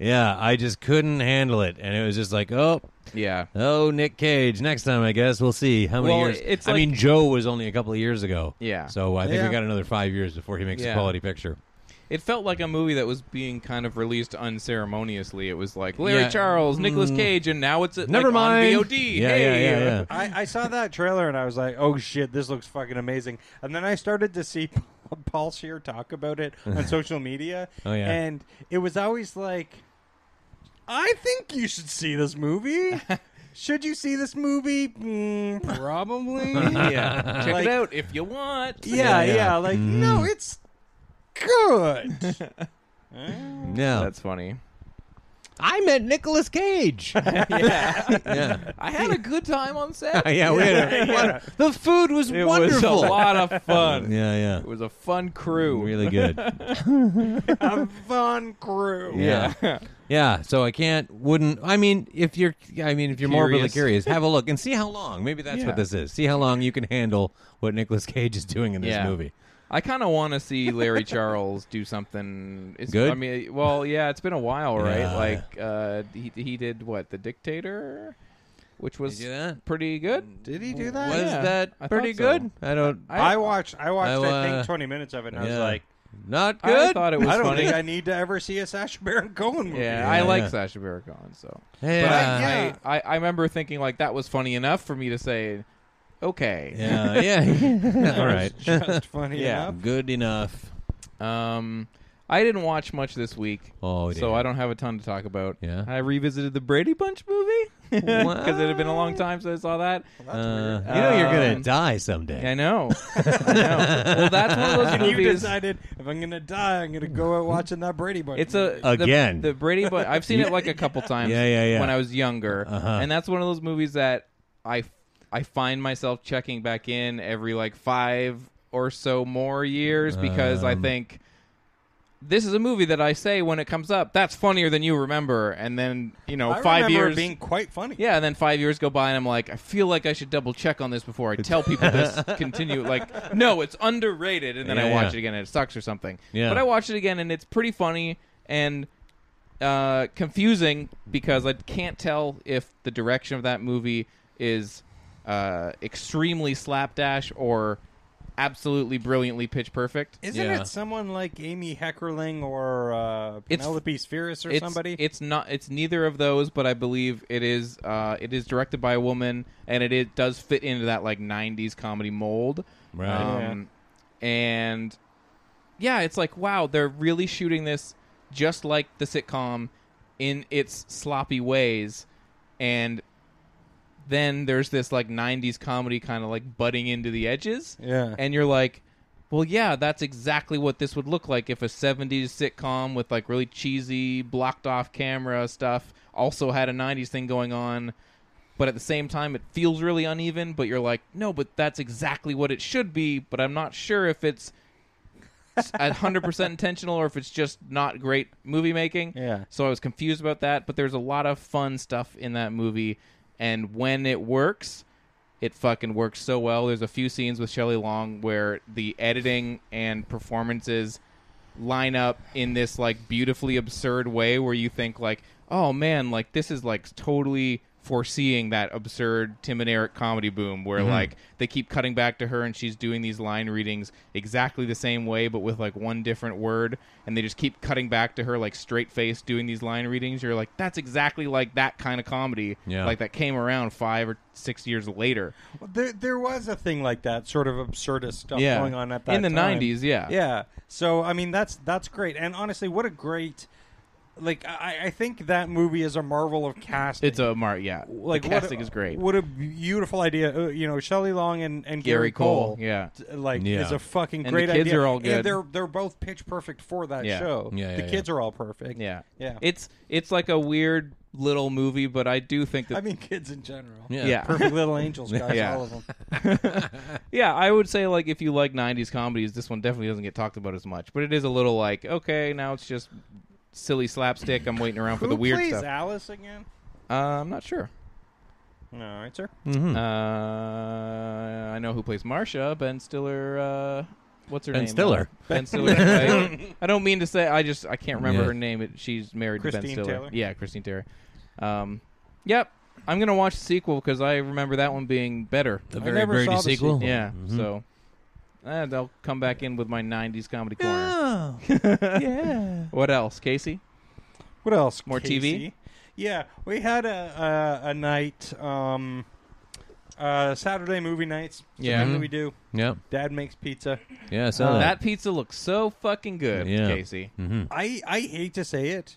Speaker 3: Yeah, I just couldn't handle it, and it was just like, oh,
Speaker 1: yeah,
Speaker 3: oh, Nick Cage. Next time, I guess we'll see how many
Speaker 1: Well,
Speaker 3: years.
Speaker 1: it's
Speaker 3: I
Speaker 1: like-
Speaker 3: mean, Joe was only a couple of years ago.
Speaker 1: Yeah.
Speaker 3: So I think
Speaker 2: Yeah.
Speaker 3: we got another five years before he makes
Speaker 1: Yeah.
Speaker 3: a quality picture.
Speaker 1: it felt like a movie that was being kind of released unceremoniously. It was like Larry
Speaker 3: Yeah. Mm.
Speaker 1: Charles, Nicolas Cage, and now it's uh,
Speaker 3: Never
Speaker 1: like,
Speaker 3: mind.
Speaker 1: on VOD.
Speaker 3: Yeah,
Speaker 1: hey.
Speaker 3: yeah, yeah, yeah.
Speaker 2: I, I saw that trailer and I was like, "Oh shit, this looks fucking amazing!" And then I started to see Paul Shear talk about it on social media,
Speaker 3: Oh, yeah.
Speaker 2: and it was always like, "I think you should see this movie. should you see this movie? Mm, probably. yeah,
Speaker 1: Yeah. check
Speaker 2: Like-
Speaker 1: it out if you want.
Speaker 2: yeah,
Speaker 3: yeah. Mm.
Speaker 2: Like, no, it's good.
Speaker 3: Yeah.
Speaker 1: That's funny.
Speaker 3: I met Nicolas Cage.
Speaker 1: Yeah,
Speaker 3: yeah.
Speaker 1: I had a good time on set.
Speaker 3: Yeah, we had a, what- the food was
Speaker 1: It
Speaker 3: wonderful.
Speaker 1: was a lot of fun.
Speaker 3: Yeah, yeah.
Speaker 1: It was a fun crew.
Speaker 3: Really good.
Speaker 2: A fun crew.
Speaker 3: Yeah. yeah. so I can't, wouldn't. I mean, if you're, I mean, if you're morbidly
Speaker 1: Curious.
Speaker 3: curious, have a look and see how long. Maybe that's
Speaker 1: Yeah.
Speaker 3: what this is. See how long you can handle what Nicolas Cage is doing in this
Speaker 1: Yeah.
Speaker 3: movie.
Speaker 1: I kind of want to see Larry Charles do something. It's,
Speaker 3: Good?
Speaker 1: I mean, well, yeah, it's been a while, right?
Speaker 3: Yeah.
Speaker 1: Like uh, he he did what the Dictator, which was
Speaker 3: Did you do that?
Speaker 1: pretty good.
Speaker 2: Did he do that?
Speaker 3: Was
Speaker 1: Yeah,
Speaker 3: that
Speaker 1: I thought
Speaker 3: pretty
Speaker 1: so.
Speaker 3: good? I don't.
Speaker 2: I watched. I watched. I,
Speaker 3: I, uh,
Speaker 2: think twenty minutes of it, and I was
Speaker 3: yeah.
Speaker 2: like.
Speaker 3: not
Speaker 1: I
Speaker 3: good.
Speaker 1: thought it was
Speaker 2: I don't
Speaker 1: funny.
Speaker 2: think I need to ever see a Sacha Baron Cohen movie.
Speaker 1: yeah,
Speaker 3: Yeah,
Speaker 1: I like
Speaker 3: yeah.
Speaker 1: Sasha Baron Cohen, so.
Speaker 3: Yeah.
Speaker 1: But
Speaker 2: I-
Speaker 1: I,
Speaker 2: yeah.
Speaker 1: I, I remember thinking like that was funny enough for me to say, okay,
Speaker 3: yeah, yeah. All right.
Speaker 2: just funny
Speaker 1: Yeah.
Speaker 2: enough.
Speaker 3: Good enough.
Speaker 1: Um, I didn't watch much this week,
Speaker 3: Oh,
Speaker 1: so
Speaker 3: dear.
Speaker 1: I don't have a ton to talk about.
Speaker 3: Yeah.
Speaker 1: I revisited the Brady Bunch movie because it had been a long time since I saw that.
Speaker 3: Uh, you know you're gonna
Speaker 1: Um,
Speaker 3: die someday.
Speaker 1: I know. I know. Well, that's one of those
Speaker 2: And
Speaker 1: movies.
Speaker 2: you decided if I'm gonna die, I'm gonna go out watching that Brady Bunch.
Speaker 1: It's a the-
Speaker 3: Again.
Speaker 1: the, Brady Bunch. I've seen it like a couple times.
Speaker 3: Yeah, yeah, Uh-huh. yeah.
Speaker 1: When I was younger, and that's one of those movies that I I find myself checking back in every like five or so more years because
Speaker 3: Um.
Speaker 1: I think this is a movie that I say when it comes up. That's funnier than you remember, and then you know
Speaker 2: I
Speaker 1: oh, five
Speaker 2: remember
Speaker 1: years
Speaker 2: it being quite funny.
Speaker 1: Yeah, and then five years go by, and I'm like, I feel like I should double check on this before I tell people this. Continue, like, no, it's underrated, and then I
Speaker 3: Yeah,
Speaker 1: watch
Speaker 3: yeah.
Speaker 1: it again, and it sucks or something.
Speaker 3: Yeah.
Speaker 1: But I watched it again, and it's pretty funny and uh, confusing because I can't tell if the direction of that movie is uh, extremely slapdash or absolutely brilliantly pitch perfect.
Speaker 2: Isn't
Speaker 3: Yeah.
Speaker 2: it someone like Amy Heckerling or uh,
Speaker 1: It's-
Speaker 2: Penelope Spheris or
Speaker 1: it's,
Speaker 2: somebody?
Speaker 1: It's not. It's neither of those, but I believe it is. Uh, it is directed by a woman, and it, it does fit into that like '90s comedy mold.
Speaker 3: Right.
Speaker 1: Um, And yeah, it's like wow, they're really shooting this just like the sitcom in its sloppy ways, and then there's this like '90s comedy kind of like butting into the edges.
Speaker 2: Yeah.
Speaker 1: and you're like. Well, yeah, that's exactly what this would look like if a 70s sitcom with like really cheesy, blocked off camera stuff also had a 90s thing going on. But at the same time, it feels really uneven, but you're like, no, but that's exactly what it should be, but I'm not sure if it's s- at 100% intentional or if it's just not great movie making.
Speaker 2: Yeah.
Speaker 1: So I was confused about that, but there's a lot of fun stuff in that movie, and when it works, it fucking works so well. There's a few scenes with Shelley Long where the editing and performances line up in this like beautifully absurd way where you think like, oh man, like this is like totally foreseeing that absurd Tim and Eric comedy boom where like they keep cutting back to her and she's doing these line readings exactly the same way but with like one different word and they just keep cutting back to her like straight face doing these line readings you're like that's exactly like that kind of comedy
Speaker 3: Yeah.
Speaker 1: like that came around 5 or 6 years later
Speaker 2: Well, There, there was a thing like that, sort of absurdist stuff
Speaker 1: Yeah.
Speaker 2: going on at that
Speaker 1: In the
Speaker 2: time.
Speaker 1: 90s, yeah.
Speaker 2: yeah. So I mean, that's that's great, and honestly, what a great, like I, I think that movie is a marvel of casting.
Speaker 1: It's a Mar yeah.
Speaker 2: like
Speaker 1: the
Speaker 2: what a-
Speaker 1: casting is great.
Speaker 2: What a beautiful idea, uh, you know, Shelley Long and, and
Speaker 1: Gary
Speaker 2: Gary,
Speaker 1: Cole, yeah.
Speaker 2: t- like
Speaker 3: Yeah.
Speaker 2: is a
Speaker 1: And
Speaker 2: fucking
Speaker 1: the
Speaker 2: great
Speaker 1: kids
Speaker 2: idea.
Speaker 1: are all good.
Speaker 2: And they're they're both pitch perfect for that
Speaker 1: Yeah.
Speaker 2: show.
Speaker 3: Yeah, yeah,
Speaker 2: the
Speaker 3: yeah.
Speaker 2: kids are all perfect.
Speaker 1: yeah.
Speaker 2: yeah.
Speaker 1: It's it's like a weird little movie, but I do think that
Speaker 2: I mean, kids in general.
Speaker 3: Yeah.
Speaker 1: yeah.
Speaker 2: Perfect little angels, guys,
Speaker 1: Yeah.
Speaker 2: all of them.
Speaker 1: yeah, I would say like if you like 90s comedies, this one definitely doesn't get talked about as much, but it is a little like, okay, now it's just silly slapstick. I'm waiting around for
Speaker 2: Who
Speaker 1: the weird
Speaker 2: plays
Speaker 1: stuff.
Speaker 2: Alice again?
Speaker 1: Uh, I'm not sure.
Speaker 2: All right, sir.
Speaker 3: Hmm.
Speaker 1: Uh, I know who plays Marsha, Ben Stiller uh What's her
Speaker 3: Ben
Speaker 1: name?
Speaker 3: Stiller.
Speaker 1: Ben Stiller. right? I don't mean to say. I just I can't remember
Speaker 3: Yeah.
Speaker 1: her name. It, she's married to Ben
Speaker 2: Christine
Speaker 1: Stiller.
Speaker 2: Taylor?
Speaker 1: Yeah, Christine Taylor. Um, yep. I'm gonna watch the sequel because I remember that one being better.
Speaker 3: The
Speaker 2: I
Speaker 3: very
Speaker 2: never
Speaker 3: Verdi
Speaker 2: saw the
Speaker 3: sequel. Mm-hmm.
Speaker 1: Yeah. So eh, they'll come back in with my '90s comedy corner.
Speaker 3: Oh. yeah.
Speaker 1: What else, Casey?
Speaker 2: What else?
Speaker 1: More TV?
Speaker 2: Casey? Yeah, we had a a, a night, um, uh, Saturday movie nights. It's a
Speaker 1: Yeah.
Speaker 2: thing that we do.
Speaker 3: Yep.
Speaker 2: Dad makes pizza.
Speaker 3: Yeah. I saw
Speaker 1: Uh, That pizza looks so fucking good,
Speaker 3: Uh, Yeah. Hmm.
Speaker 1: Casey.
Speaker 2: I I hate to say it,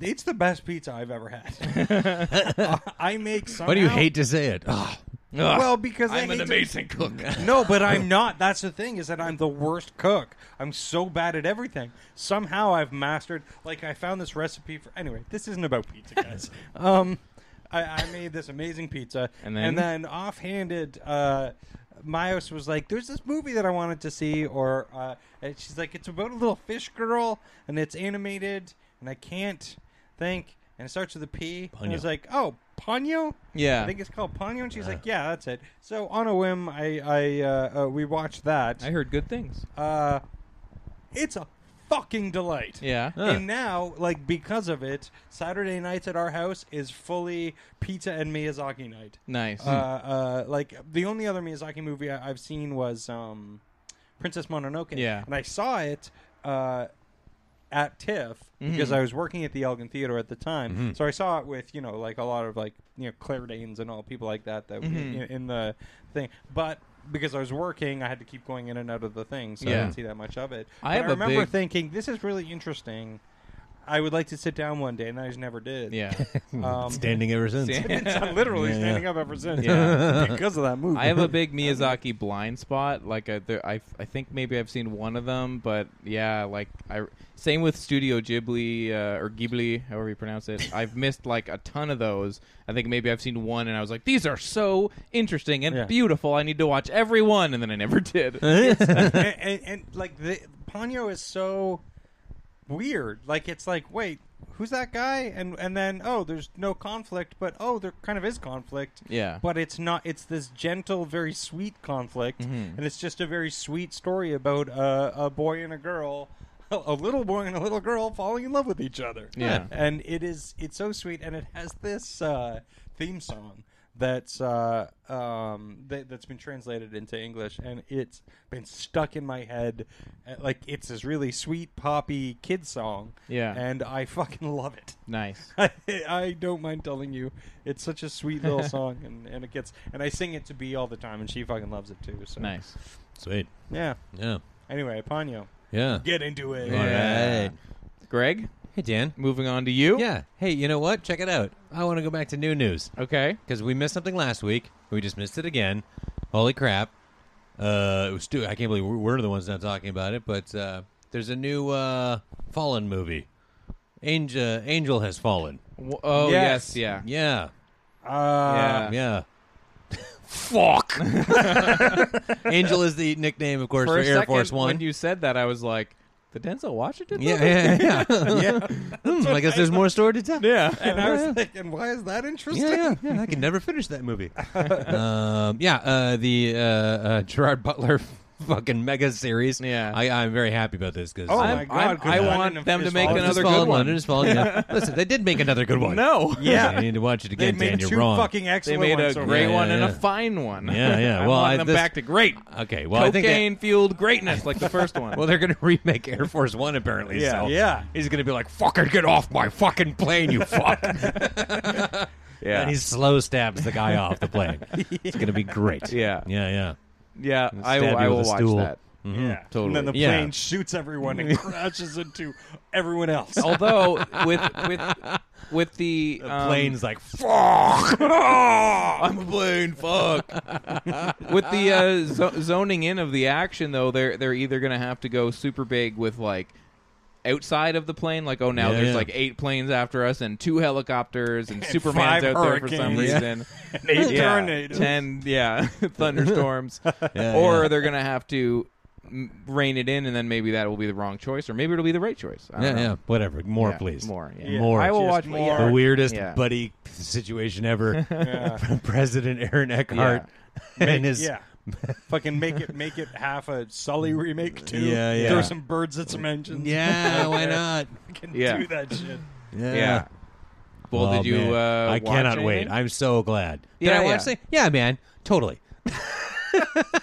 Speaker 2: it's the best pizza I've ever had. I make. Somehow,
Speaker 3: Why do you hate to say it? Ah.
Speaker 1: Ugh.
Speaker 2: Well, because I
Speaker 1: I'm
Speaker 2: hate
Speaker 1: an
Speaker 2: to-
Speaker 1: amazing cook.
Speaker 2: no, but I'm not. That's the thing is that I'm the worst cook. I'm so bad at everything. Somehow I've mastered. Like I found this recipe for. Anyway, this isn't about pizza, guys. um, I, I made this amazing pizza,
Speaker 1: And then?
Speaker 2: offhanded, uh, Myos was like, "There's this movie that I wanted to see," or uh, and she's like, "It's about a little fish girl, and it's animated, and I can't think." And it starts with a P. And I was
Speaker 3: Ponyo.
Speaker 2: like, "Oh, Ponyo."
Speaker 1: Yeah.
Speaker 2: I think it's called Ponyo, and she's like, "Yeah, that's it." So on a whim, I, I uh, uh, we watched that.
Speaker 1: I heard good things.
Speaker 2: uh, it's a fucking delight.
Speaker 1: Yeah.
Speaker 2: And now, like because of it, Saturday nights at our house is fully pizza and Miyazaki night.
Speaker 1: Nice.
Speaker 2: Uh, uh, like the only other Miyazaki movie I- I've seen was um, Princess Mononoke.
Speaker 1: Yeah.
Speaker 2: and I saw it. Uh, at TIFF
Speaker 1: Hmm.
Speaker 2: because I was working at the Elgin Theater at the time. So I saw it with you know like a lot of like you know Claire Danes and all people like that that
Speaker 1: Hmm.
Speaker 2: we- in, in the thing, but. Because I was working, I had to keep going in and out of the thing, so I
Speaker 1: Yeah.
Speaker 2: didn't see that much of it.
Speaker 1: I
Speaker 2: But
Speaker 1: have a
Speaker 2: remember
Speaker 1: big-
Speaker 2: thinking, "This is really interesting. I would like to sit down one day," and I just never did.
Speaker 1: yeah.
Speaker 2: um,
Speaker 3: Standing ever since.
Speaker 1: Stand-
Speaker 2: I've been literally standing up ever since.
Speaker 1: Yeah.
Speaker 2: because of that movie.
Speaker 1: I have a big Miyazaki blind spot. Like I, there, I, I think maybe I've seen one of them, but yeah, like I. Same with Studio Ghibli uh, or Ghibli, however you pronounce it. I've missed like a ton of those. I think maybe I've seen one, and I was like, these are so interesting and
Speaker 2: Yeah.
Speaker 1: beautiful. I need to watch every one, and then I never did.
Speaker 2: and, and, and like the Ponyo is so weird. Like it's like, wait, who's that guy? And and then oh, there's no conflict, but oh, there kind of is conflict.
Speaker 1: Yeah.
Speaker 2: But it's not. It's this gentle, very sweet conflict, and it's just a very sweet story about uh, a boy and a girl. A little boy and a little girl falling in love with each other.
Speaker 1: Yeah.
Speaker 2: and it is it's so sweet, and it has this uh, theme song that's uh, um, that, that's been translated into English, and it's been stuck in my head. Uh, Like it's this really sweet poppy kid song,
Speaker 1: Yeah.
Speaker 2: and I fucking love it.
Speaker 1: nice.
Speaker 2: I, I don't mind telling you, it's such a sweet little song, and, and it gets and I sing it to B all the time, and she fucking loves it too. So
Speaker 1: Nice.
Speaker 3: Sweet.
Speaker 2: yeah.
Speaker 3: Yeah.
Speaker 2: Anyway, Ponyo,
Speaker 3: Yeah.
Speaker 2: get into it.
Speaker 3: All right.
Speaker 1: Greg,
Speaker 3: Hey, Dan.
Speaker 1: moving on to you.
Speaker 3: Yeah. Hey, you know what? Check it out. I want to go back to new news.
Speaker 1: Okay.
Speaker 3: because we missed something last week. We just missed it again. Holy crap! Uh, it was stu- I can't believe we're- we're the ones not talking about it. But uh, there's a new uh, Fallen movie. Angel, Angel has fallen.
Speaker 1: W- oh yes.
Speaker 2: Yes.
Speaker 1: Yeah.
Speaker 3: Yeah,
Speaker 1: Yeah.
Speaker 2: Uh,
Speaker 3: yeah. Fuck. Angel is the nickname, of course,
Speaker 1: For
Speaker 3: for,
Speaker 1: a
Speaker 3: Air
Speaker 1: second,
Speaker 3: Force One.
Speaker 1: when you said that, I was like, the Denzel Washington.
Speaker 3: yeah,
Speaker 1: movie?
Speaker 3: yeah, yeah. Hmm, I guess there's more story to tell.
Speaker 1: Yeah.
Speaker 2: And I was thinking, why is that interesting?
Speaker 3: Yeah, yeah, yeah. I can never finish that movie. um, yeah, uh, the uh, uh, Gerard Butler fucking mega series.
Speaker 1: Yeah.
Speaker 3: I, I'm very happy about this because
Speaker 2: Oh
Speaker 1: I'm-
Speaker 2: my god! could
Speaker 1: I
Speaker 2: London
Speaker 1: want
Speaker 2: have
Speaker 1: them to
Speaker 2: just
Speaker 1: make
Speaker 2: fallen?
Speaker 1: another
Speaker 3: just fall
Speaker 1: good
Speaker 3: in
Speaker 1: one.
Speaker 3: London, just fall in love. Listen, they did make another good one.
Speaker 1: No.
Speaker 2: Yeah.
Speaker 3: you need to watch it
Speaker 2: They
Speaker 3: again, Dan.
Speaker 2: made
Speaker 3: You're
Speaker 2: two
Speaker 3: wrong.
Speaker 2: fucking
Speaker 1: They
Speaker 2: excellent
Speaker 1: made
Speaker 2: ones.
Speaker 1: a
Speaker 2: over
Speaker 1: great
Speaker 2: there.
Speaker 1: one and a
Speaker 3: yeah.
Speaker 1: fine one.
Speaker 3: Yeah, yeah.
Speaker 1: I
Speaker 3: Well,
Speaker 1: want
Speaker 3: I-
Speaker 1: them
Speaker 3: this-
Speaker 1: back to great.
Speaker 3: Okay, well, I think they-
Speaker 1: cocaine fueled greatness, like the first one.
Speaker 3: Well, they're going to remake Air Force One apparently.
Speaker 2: Yeah,
Speaker 3: so
Speaker 2: yeah.
Speaker 3: He's going to be like, "Fucking get off my fucking plane, you fuck!"
Speaker 1: yeah,
Speaker 3: And he slow stabs the guy off the plane. It's going to be great.
Speaker 1: Yeah.
Speaker 3: yeah, yeah.
Speaker 1: yeah. I,
Speaker 3: stab
Speaker 1: will-
Speaker 3: you
Speaker 1: I
Speaker 3: with
Speaker 1: will
Speaker 3: a
Speaker 1: watch
Speaker 3: stool.
Speaker 1: that.
Speaker 2: Yeah,
Speaker 1: Mm-hmm. Totally.
Speaker 2: And then the
Speaker 3: Yeah.
Speaker 2: plane shoots everyone and crashes into everyone else.
Speaker 1: Oh, Although with with with the,
Speaker 3: The
Speaker 1: um,
Speaker 3: plane's like, "Fuck!"
Speaker 1: I'm a plane. Fuck. with the uh, zo- zoning in of the action, though, they're they're either gonna have to go super big with like outside of the plane, like oh now
Speaker 3: Yeah,
Speaker 1: there's
Speaker 3: yeah.
Speaker 1: like eight planes after us and two helicopters and, Superman's
Speaker 2: five
Speaker 1: out there for some
Speaker 2: hurricanes.
Speaker 1: reason.
Speaker 2: Eight
Speaker 1: Yeah,
Speaker 2: tornadoes.
Speaker 1: ten, yeah, thunderstorms, or they're gonna have to m- rein it in, and then maybe that will be the wrong choice, or maybe it'll be the right choice. I don't
Speaker 3: Yeah,
Speaker 1: know.
Speaker 3: yeah. Whatever. More,
Speaker 1: Yeah,
Speaker 3: please.
Speaker 1: more, yeah.
Speaker 3: More.
Speaker 1: I will
Speaker 2: Just
Speaker 1: watch
Speaker 2: more.
Speaker 1: Yeah.
Speaker 3: the weirdest
Speaker 1: Yeah.
Speaker 3: buddy situation ever. From President Aaron Eckhart and his
Speaker 2: yeah. Fucking make it make it half a Sully remake too.
Speaker 3: Yeah, yeah.
Speaker 2: Throw some birds at some engines.
Speaker 3: Yeah, why not?
Speaker 2: Fucking
Speaker 1: Yeah.
Speaker 2: do that shit.
Speaker 3: Yeah.
Speaker 1: Yeah. Well,
Speaker 3: Oh,
Speaker 1: did you?
Speaker 3: man.
Speaker 1: Uh,
Speaker 3: I
Speaker 1: watch
Speaker 3: cannot wait.
Speaker 1: anything?
Speaker 3: I'm so glad.
Speaker 1: Yeah,
Speaker 3: Did I
Speaker 1: yeah.
Speaker 3: watch it? Yeah, man. Totally.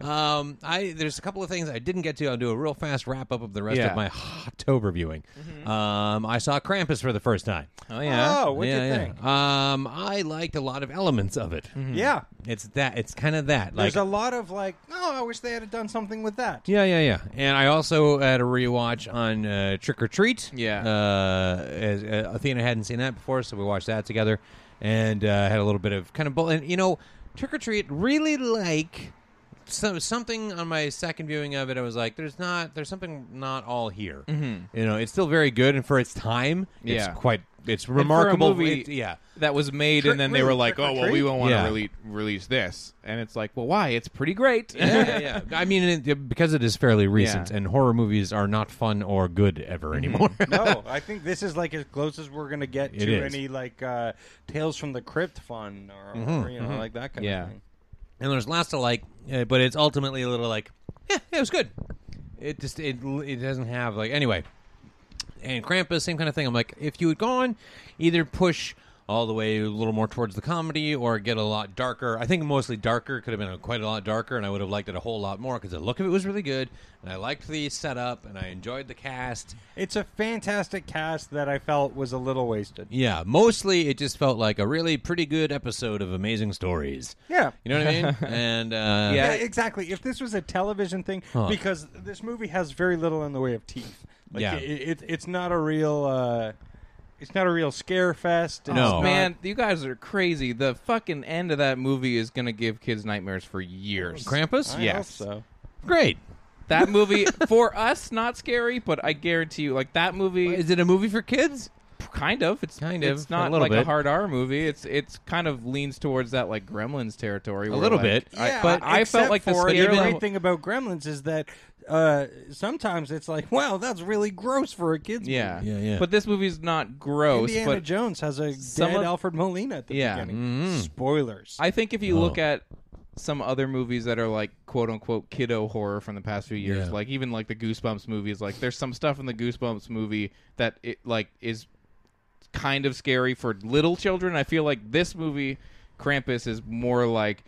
Speaker 3: um, I there's a couple of things I didn't get to. I'll do a real fast wrap up of the rest
Speaker 1: Yeah.
Speaker 3: of my October viewing. Um, I saw Krampus for the first time.
Speaker 1: Mm-hmm. oh yeah.
Speaker 2: Oh, what'd
Speaker 3: yeah,
Speaker 2: you
Speaker 3: yeah.
Speaker 2: think?
Speaker 3: Um, I liked a lot of elements of it.
Speaker 1: Hmm. Mm-hmm.
Speaker 2: Yeah.
Speaker 3: It's that. It's kind of that. Like
Speaker 2: There's a lot of like, oh, I wish they had done something with that.
Speaker 3: Yeah, yeah, yeah. And I also had a rewatch on uh, Trick or Treat.
Speaker 1: Yeah.
Speaker 3: Uh, as, uh, Athena hadn't seen that before, so we watched that together and uh, had a little bit of kind of. Bull- and, you know, Trick or Treat really like. So, something on my second viewing of it, I was like, "There's not, there's something not all here." Mm-hmm. You know, it's still very good, and for its time,
Speaker 1: Yeah.
Speaker 3: it's quite, it's
Speaker 1: And for a
Speaker 3: remarkable.
Speaker 1: movie
Speaker 3: it- yeah,
Speaker 1: that was made,
Speaker 2: Trick-
Speaker 1: and then they were
Speaker 2: really,
Speaker 1: like,
Speaker 2: Trick or
Speaker 1: "Oh well, we
Speaker 2: Treat?
Speaker 1: won't want to
Speaker 3: Yeah.
Speaker 1: release this," and it's like, "Well, why? It's pretty great."
Speaker 3: yeah, yeah. I mean, it, because it is fairly recent,
Speaker 1: Yeah. Mm-hmm.
Speaker 3: and horror movies are not fun or good ever anymore.
Speaker 2: no, I think this is like as close as we're gonna get
Speaker 3: It
Speaker 2: to
Speaker 3: is.
Speaker 2: any like uh, Tales from the Crypt fun or, or, you know like that
Speaker 1: Mm-hmm,
Speaker 2: kind
Speaker 1: Yeah.
Speaker 2: of thing.
Speaker 3: and there's lots to like, uh, but it's ultimately a little like, yeah, it was good. It just it it doesn't have like anyway. And Krampus, same kind of thing. I'm like, if you had gone, either push all the way a little more towards the comedy or get a lot darker. I think mostly darker could have been a, quite a lot darker, and I would have liked it a whole lot more because the look of it was really good, and I liked the setup, and I enjoyed the cast.
Speaker 2: It's a fantastic cast that I felt was a little wasted.
Speaker 3: Yeah, mostly it just felt like a really pretty good episode of Amazing Stories.
Speaker 2: Yeah.
Speaker 3: you know what I mean. and uh,
Speaker 1: Yeah.
Speaker 2: Yeah, exactly. If this was a television thing, because this movie has very little in the way of teeth. Like,
Speaker 3: Yeah.
Speaker 2: it, it, it's not a real, uh, it's not a real scare fest. It's
Speaker 3: No.
Speaker 2: not-
Speaker 1: Man, you guys are crazy. The fucking end of that movie is gonna give kids nightmares for years.
Speaker 3: Krampus,
Speaker 2: I
Speaker 3: yeah,
Speaker 2: hope
Speaker 1: yes.
Speaker 2: so.
Speaker 3: great.
Speaker 1: That movie for us not scary, but I guarantee you, like that movie
Speaker 3: Is it a movie for kids?
Speaker 1: kind of it's
Speaker 3: Kind of,
Speaker 1: it's not
Speaker 3: a little
Speaker 1: like a
Speaker 3: bit.
Speaker 1: hard R movie. It's it's kind of leans towards that like Gremlins territory
Speaker 3: A little bit.
Speaker 1: I,
Speaker 2: Yeah,
Speaker 1: but I
Speaker 2: except
Speaker 1: felt like the
Speaker 2: for
Speaker 1: scare
Speaker 2: the
Speaker 1: level-
Speaker 2: great thing about Gremlins is that uh, sometimes it's like, wow, that's really gross for a kids.
Speaker 1: yeah
Speaker 3: Yeah, yeah.
Speaker 1: But this movie's not gross.
Speaker 2: movie. Indiana
Speaker 1: but
Speaker 2: Jones has a
Speaker 1: some
Speaker 2: dead
Speaker 1: of-
Speaker 2: Alfred Molina at the
Speaker 1: Yeah. Mm-hmm.
Speaker 2: beginning. Spoilers.
Speaker 1: I think if you
Speaker 3: Oh.
Speaker 1: look at some other movies that are like quote unquote kiddo horror from the past few years,
Speaker 3: Yeah.
Speaker 1: like even like the Goosebumps movies, like there's some stuff in the Goosebumps movie that it like is kind of scary for little children. I feel like this movie, Krampus, is more like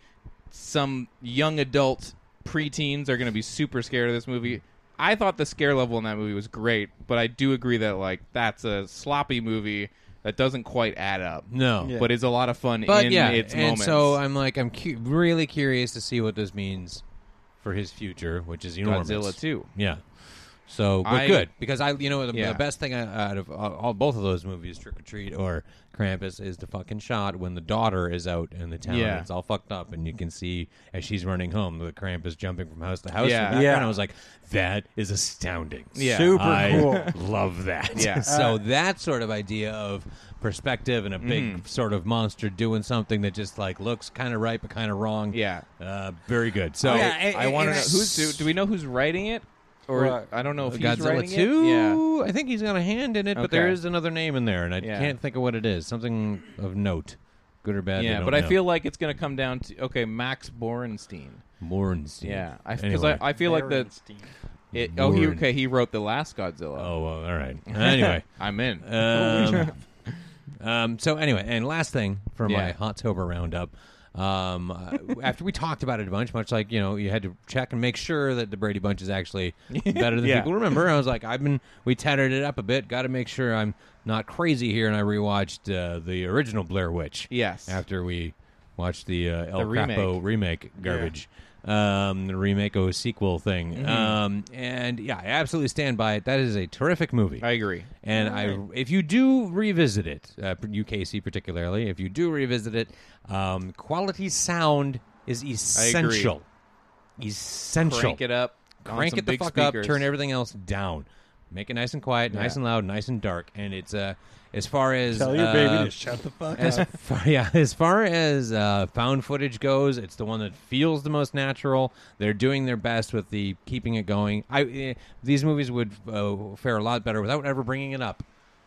Speaker 1: some young adult preteens are going to be super scared of this movie. I thought the scare level in that movie was great, but I do agree that like that's a sloppy movie that doesn't quite add up.
Speaker 3: No.
Speaker 2: Yeah.
Speaker 1: but is a lot of fun
Speaker 3: But
Speaker 1: in
Speaker 3: yeah,
Speaker 1: its
Speaker 3: and
Speaker 1: moments.
Speaker 3: so uh, I'm like, I'm cu- really curious to see what this means for his future, which is enormous.
Speaker 1: Godzilla too.
Speaker 3: Yeah. So, but
Speaker 1: I-
Speaker 3: good because I, you know, the,
Speaker 1: Yeah.
Speaker 3: the best thing I- out of all, all both of those movies, Trick or Treat or Krampus, is the fucking shot when the daughter is out in the town.
Speaker 1: Yeah.
Speaker 3: and it's all fucked up, and you can see as she's running home, the Krampus jumping from house to house.
Speaker 1: Yeah.
Speaker 3: in the background.
Speaker 2: Yeah.
Speaker 3: I was like, that is astounding.
Speaker 1: Yeah.
Speaker 2: Super
Speaker 3: I
Speaker 2: cool. Uh,
Speaker 3: Love that.
Speaker 1: Yeah.
Speaker 3: so that sort of idea of perspective and a big
Speaker 1: Mm.
Speaker 3: sort of monster doing something that just like looks kind of right but kind of wrong.
Speaker 1: Yeah.
Speaker 3: Uh, very good. So
Speaker 2: Yeah, and-
Speaker 1: I want to know
Speaker 2: and
Speaker 1: who's do, do we know who's writing it, or
Speaker 2: What?
Speaker 1: I don't know if he's
Speaker 3: Godzilla
Speaker 1: writing
Speaker 3: Two.
Speaker 1: it. Yeah,
Speaker 3: I think he's got a hand in it, but
Speaker 1: Okay.
Speaker 3: there is another name in there, and I
Speaker 1: Yeah.
Speaker 3: can't think of what it is. Something of note. good or bad. we
Speaker 1: yeah,
Speaker 3: don't
Speaker 1: but I
Speaker 3: know.
Speaker 1: feel like it's going to come down to okay, Max Borenstein.
Speaker 3: Morenstein.
Speaker 1: Yeah, I because
Speaker 3: anyway.
Speaker 1: I, I feel like the
Speaker 2: Berenstein.
Speaker 1: it, oh he
Speaker 3: Warren.
Speaker 1: okay he wrote the last Godzilla.
Speaker 3: oh, well, all right. Anyway,
Speaker 1: I'm in.
Speaker 3: Um, um, so anyway, and last thing for my
Speaker 1: Yeah.
Speaker 3: hot tober roundup. Um, uh, after we talked about it a bunch, much like you know, you had to check and make sure that the Brady Bunch is actually better than
Speaker 1: Yeah.
Speaker 3: people remember. I was like, I've been we tattered it up a bit. Got to make sure I'm not crazy here. And I rewatched uh, the original Blair Witch.
Speaker 1: Yes.
Speaker 3: after we watched the uh, El
Speaker 1: The remake.
Speaker 3: Capo remake garbage, um, the remake o sequel thing.
Speaker 1: Mm-hmm.
Speaker 3: Um, and yeah, I absolutely stand by it. That is a terrific movie.
Speaker 1: I agree.
Speaker 3: And I, if you do revisit it, uh, UKC particularly, if you do revisit it, um, quality sound is essential. Essential.
Speaker 1: Crank it up. on
Speaker 3: Crank
Speaker 1: some
Speaker 3: it the
Speaker 1: big
Speaker 3: fuck
Speaker 1: speakers.
Speaker 3: up. Turn everything else down. Make it nice and quiet, nice and loud, nice and dark. And it's uh, as far as
Speaker 2: Tell your
Speaker 3: uh,
Speaker 2: baby to shut the fuck
Speaker 3: as
Speaker 2: up.
Speaker 3: far, yeah, as far as uh, found footage goes, it's the one that feels the most natural. They're doing their best with the keeping it going. I eh, these movies would uh, fare a lot better without ever bringing it up.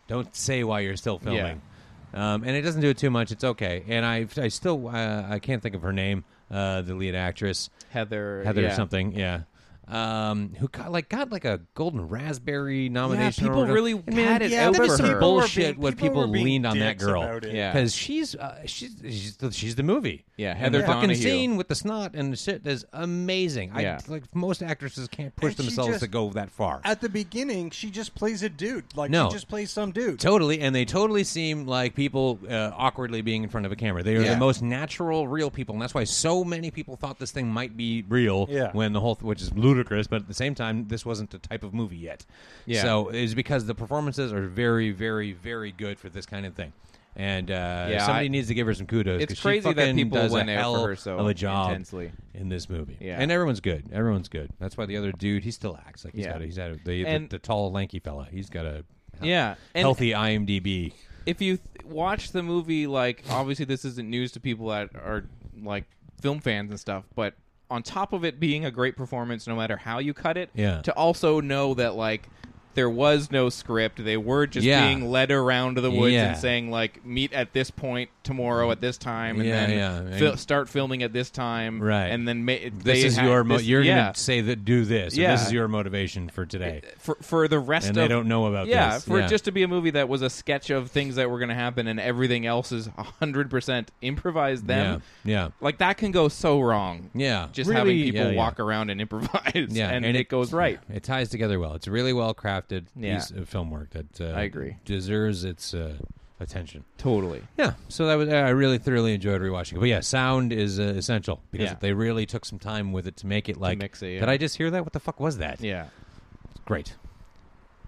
Speaker 3: Don't say why you're still filming. Um, and it doesn't do it too much. It's okay. And I, I still, uh, I can't think of her name, uh, the lead actress,
Speaker 1: Heather
Speaker 3: Heather
Speaker 1: yeah.
Speaker 3: or something. Yeah. Um, who got like got like a golden raspberry
Speaker 1: Yeah,
Speaker 3: nomination? or
Speaker 1: people
Speaker 3: whatever.
Speaker 1: really
Speaker 3: And man,
Speaker 1: had it
Speaker 2: yeah,
Speaker 1: out
Speaker 3: that
Speaker 2: over
Speaker 3: is some
Speaker 2: her.
Speaker 1: for
Speaker 2: bull-
Speaker 3: bullshit.
Speaker 2: being-
Speaker 3: what
Speaker 2: people
Speaker 3: people
Speaker 2: were being
Speaker 3: leaned on that
Speaker 2: dicks
Speaker 3: girl
Speaker 2: about it.
Speaker 1: Yeah.
Speaker 3: because she's uh, she's she's the, she's the movie.
Speaker 1: Yeah,
Speaker 3: and
Speaker 1: Heather
Speaker 3: the fucking
Speaker 1: Donahue.
Speaker 3: scene with the snot and the shit is amazing.
Speaker 1: Yeah.
Speaker 3: I like most actresses can't push
Speaker 2: And she
Speaker 3: themselves
Speaker 2: just-
Speaker 3: to go that far.
Speaker 2: At the beginning, she just plays a dude. Like
Speaker 3: No.
Speaker 2: she just plays some dude.
Speaker 3: Totally, and they totally seem like people uh, awkwardly being in front of a camera. They are
Speaker 2: Yeah.
Speaker 3: the most natural, real people, and that's why so many people thought this thing might be real.
Speaker 2: Yeah.
Speaker 3: When the whole, th- which is ludicrous, but at the same time, this wasn't the type of movie yet.
Speaker 1: Yeah.
Speaker 3: So it's because the performances are very, very, very good for this kind of thing, and uh,
Speaker 1: Yeah,
Speaker 3: somebody
Speaker 1: I-
Speaker 3: needs to give her some kudos.
Speaker 1: It's
Speaker 3: 'cause she
Speaker 1: crazy that
Speaker 3: fucking
Speaker 1: people
Speaker 3: does
Speaker 1: went
Speaker 3: a
Speaker 1: out for
Speaker 3: hell
Speaker 1: her so
Speaker 3: of a job
Speaker 1: intensely.
Speaker 3: in this movie.
Speaker 1: Yeah.
Speaker 3: And everyone's good. Everyone's good. That's why the other dude, he still acts like he's
Speaker 1: Yeah.
Speaker 3: got a, he's got a, the,
Speaker 1: And-
Speaker 3: the, the tall lanky fella. He's got a
Speaker 1: Yeah, and
Speaker 3: healthy IMDb.
Speaker 1: if you th- watch the movie, like obviously this isn't news to people that are like film fans and stuff, but on top of it being a great performance, no matter how you cut it,
Speaker 3: Yeah.
Speaker 1: to also know that like there was no script, they were just
Speaker 3: Yeah.
Speaker 1: being led around to the woods
Speaker 3: Yeah.
Speaker 1: and saying like meet at this point tomorrow at this time, and
Speaker 3: Yeah,
Speaker 1: then
Speaker 3: yeah,
Speaker 1: fil-
Speaker 3: and-
Speaker 1: start filming at this time,
Speaker 3: Right.
Speaker 1: And then ma- this
Speaker 3: This is your mo- you're
Speaker 1: yeah.
Speaker 3: gonna say that do this. or
Speaker 1: Yeah.
Speaker 3: this is your motivation for today.
Speaker 1: for for the rest
Speaker 3: And
Speaker 1: of
Speaker 3: they don't know about
Speaker 1: yeah,
Speaker 3: this.
Speaker 1: for
Speaker 3: Oh, Yeah.
Speaker 1: it just to be a movie that was a sketch of things that were going to happen and everything else is 100% improvised them
Speaker 3: Yeah, yeah.
Speaker 1: like that can go so wrong
Speaker 3: Yeah,
Speaker 1: just
Speaker 3: Really-
Speaker 1: having people
Speaker 3: yeah, yeah.
Speaker 1: walk around and improvise
Speaker 3: Yeah,
Speaker 1: and, it, goes right
Speaker 3: It ties together well. It's a really well crafted
Speaker 1: Yeah.
Speaker 3: piece of film work that uh,
Speaker 1: I agree.
Speaker 3: deserves its uh, attention.
Speaker 1: totally
Speaker 3: Yeah, so that was I really thoroughly enjoyed rewatching it. But yeah, sound is uh, essential because
Speaker 1: Yeah.
Speaker 3: they really took some time with it to make it like.
Speaker 1: mix it, yeah.
Speaker 3: Did I just hear that? What the fuck was that?
Speaker 1: yeah
Speaker 3: great.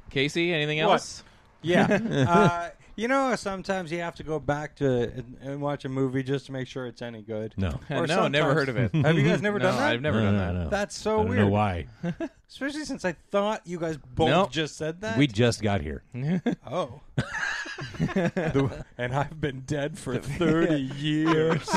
Speaker 1: casey anything
Speaker 2: What?
Speaker 1: else
Speaker 2: Yeah. uh, you know, sometimes you have to go back to and, and watch a movie just to make sure it's any good.
Speaker 3: No.
Speaker 1: Uh,
Speaker 2: Or
Speaker 1: no never
Speaker 2: sometimes-
Speaker 1: heard of it
Speaker 2: Have you guys never
Speaker 1: no,
Speaker 2: done that?
Speaker 1: i've never
Speaker 3: No,
Speaker 1: done
Speaker 3: no,
Speaker 1: that
Speaker 3: no, no.
Speaker 2: That's so
Speaker 3: I don't
Speaker 2: weird.
Speaker 3: know why.
Speaker 2: Especially since I thought you guys both
Speaker 1: Nope.
Speaker 2: just said that.
Speaker 3: we just got here.
Speaker 2: oh. The- and I've been dead for 30 years.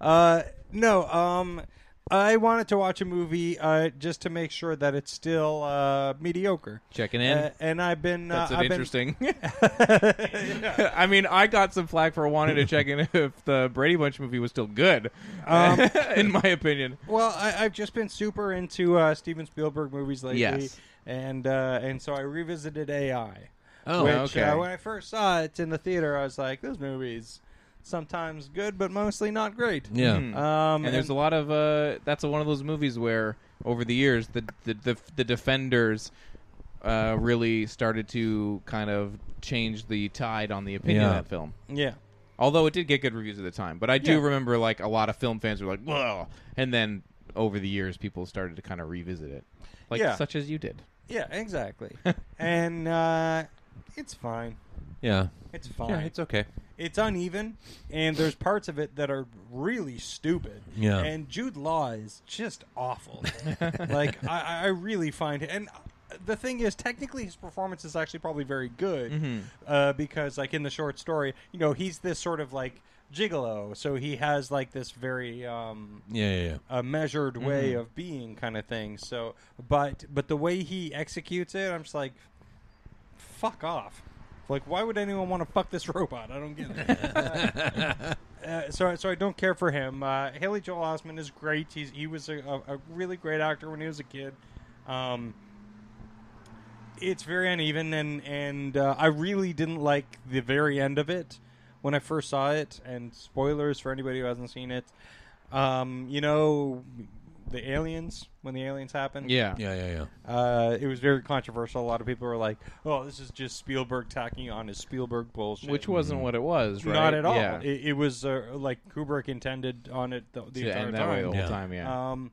Speaker 2: uh, no, um, I wanted to watch a movie uh, just to make sure that it's still uh, mediocre.
Speaker 1: Checking in.
Speaker 2: Uh, and I've been. Uh,
Speaker 1: that's an
Speaker 2: I've been-
Speaker 1: interesting. I mean, I got some flack for wanting to check in if the Brady Bunch movie was still good,
Speaker 2: Um,
Speaker 1: in my opinion.
Speaker 2: Well, I, I've just been super into uh, Steven Spielberg movies lately,
Speaker 1: Yes.
Speaker 2: and uh, and so I revisited AI.
Speaker 1: Oh,
Speaker 2: which,
Speaker 1: okay.
Speaker 2: Uh, when I first saw it in the theater, I was like, "This movie's sometimes good, but mostly not great."
Speaker 3: Yeah.
Speaker 1: Hmm.
Speaker 2: Um,
Speaker 1: and there's a lot of uh, that's one of those movies where over the years the the the, the defenders uh, really started to kind of change the tide on the opinion
Speaker 3: Yeah.
Speaker 1: of that film.
Speaker 2: yeah.
Speaker 1: Although it did get good reviews at the time, but I do
Speaker 2: Yeah.
Speaker 1: remember like a lot of film fans were like, "Whoa!" and then over the years people started to kind of revisit it, like
Speaker 2: Yeah.
Speaker 1: such as you did.
Speaker 2: Yeah, exactly. and uh, it's fine.
Speaker 3: yeah.
Speaker 2: It's fine.
Speaker 3: Yeah, it's okay.
Speaker 2: it's uneven, and there's parts of it that are really stupid.
Speaker 3: Yeah.
Speaker 2: And Jude Law is just awful. like I, I really find it. And uh, the thing is, technically, his performance is actually probably very good
Speaker 3: Mm-hmm.
Speaker 2: uh, because, like in the short story, you know, he's this sort of like gigolo, so he has like this very. Um,
Speaker 3: Yeah, yeah, yeah.
Speaker 2: a measured way
Speaker 3: Mm-hmm.
Speaker 2: of being kind of thing. So, but but the way he executes it, I'm just like, fuck off. Like, why would anyone want to fuck this robot? I don't get it. uh, so so I don't care for him. Uh, Haley Joel Osment is great. He's he was a, a, a really great actor when he was a kid. Um, it's very uneven, and and uh, I really didn't like the very end of it when I first saw it. And spoilers for anybody who hasn't seen it. Um, you know, the aliens when the aliens happen.
Speaker 1: Yeah.
Speaker 3: Yeah, yeah, yeah.
Speaker 2: Uh, it was very controversial. A lot of people were like, "Oh, this is just Spielberg tacking on his Spielberg bullshit."
Speaker 1: Which wasn't what it was, right?
Speaker 2: Mm. not at all.
Speaker 1: Yeah.
Speaker 2: It, it was uh, like Kubrick intended on it the, the
Speaker 1: Yeah,
Speaker 2: entire
Speaker 1: and that way the
Speaker 2: time.
Speaker 1: whole
Speaker 3: Yeah.
Speaker 1: time, yeah.
Speaker 2: Um,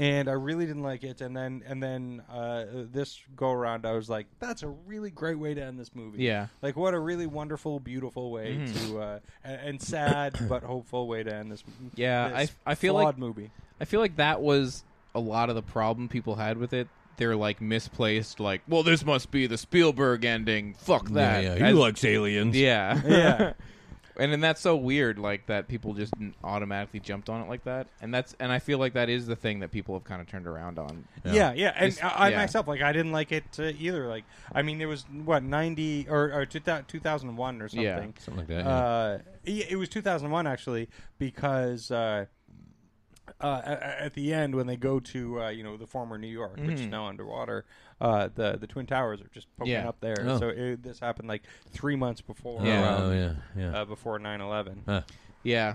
Speaker 2: and I really didn't like it. And then and then uh, this go around, I was like, "That's a really great way to end this movie."
Speaker 1: Yeah. Mm-hmm.
Speaker 2: like what a really wonderful, beautiful way to uh, and, and sad but hopeful way to end this.
Speaker 1: Yeah, I-
Speaker 2: this
Speaker 1: I feel
Speaker 2: flawed
Speaker 1: like-
Speaker 2: movie.
Speaker 1: I feel like that was a lot of the problem people had with it. They're like misplaced, like, well, this must be the Spielberg ending. Fuck that.
Speaker 3: yeah, yeah. He
Speaker 1: As-
Speaker 3: likes aliens.
Speaker 1: yeah.
Speaker 2: Yeah.
Speaker 1: and then that's so weird, like that people just n- automatically jumped on it like that. And that's and I feel like that is the thing that people have kind of turned around on.
Speaker 2: Yeah, yeah, and
Speaker 1: Just-
Speaker 2: I, I
Speaker 1: yeah.
Speaker 2: myself like I didn't like it uh, either. Like I mean, it was what ninety or, or two thousand one or something.
Speaker 1: Yeah,
Speaker 3: something like that, yeah.
Speaker 2: Uh, yeah, it was two thousand one actually because uh, uh, a- a- at the end when they go to uh, you know the former New York, which is now underwater, uh, the the twin towers are just poking
Speaker 1: Yeah.
Speaker 2: up there.
Speaker 3: Oh.
Speaker 2: So it, this happened like three months before.
Speaker 1: Yeah.
Speaker 2: um,
Speaker 3: Oh, yeah, yeah.
Speaker 2: Uh, before 9-11.
Speaker 3: Huh.
Speaker 1: Yeah,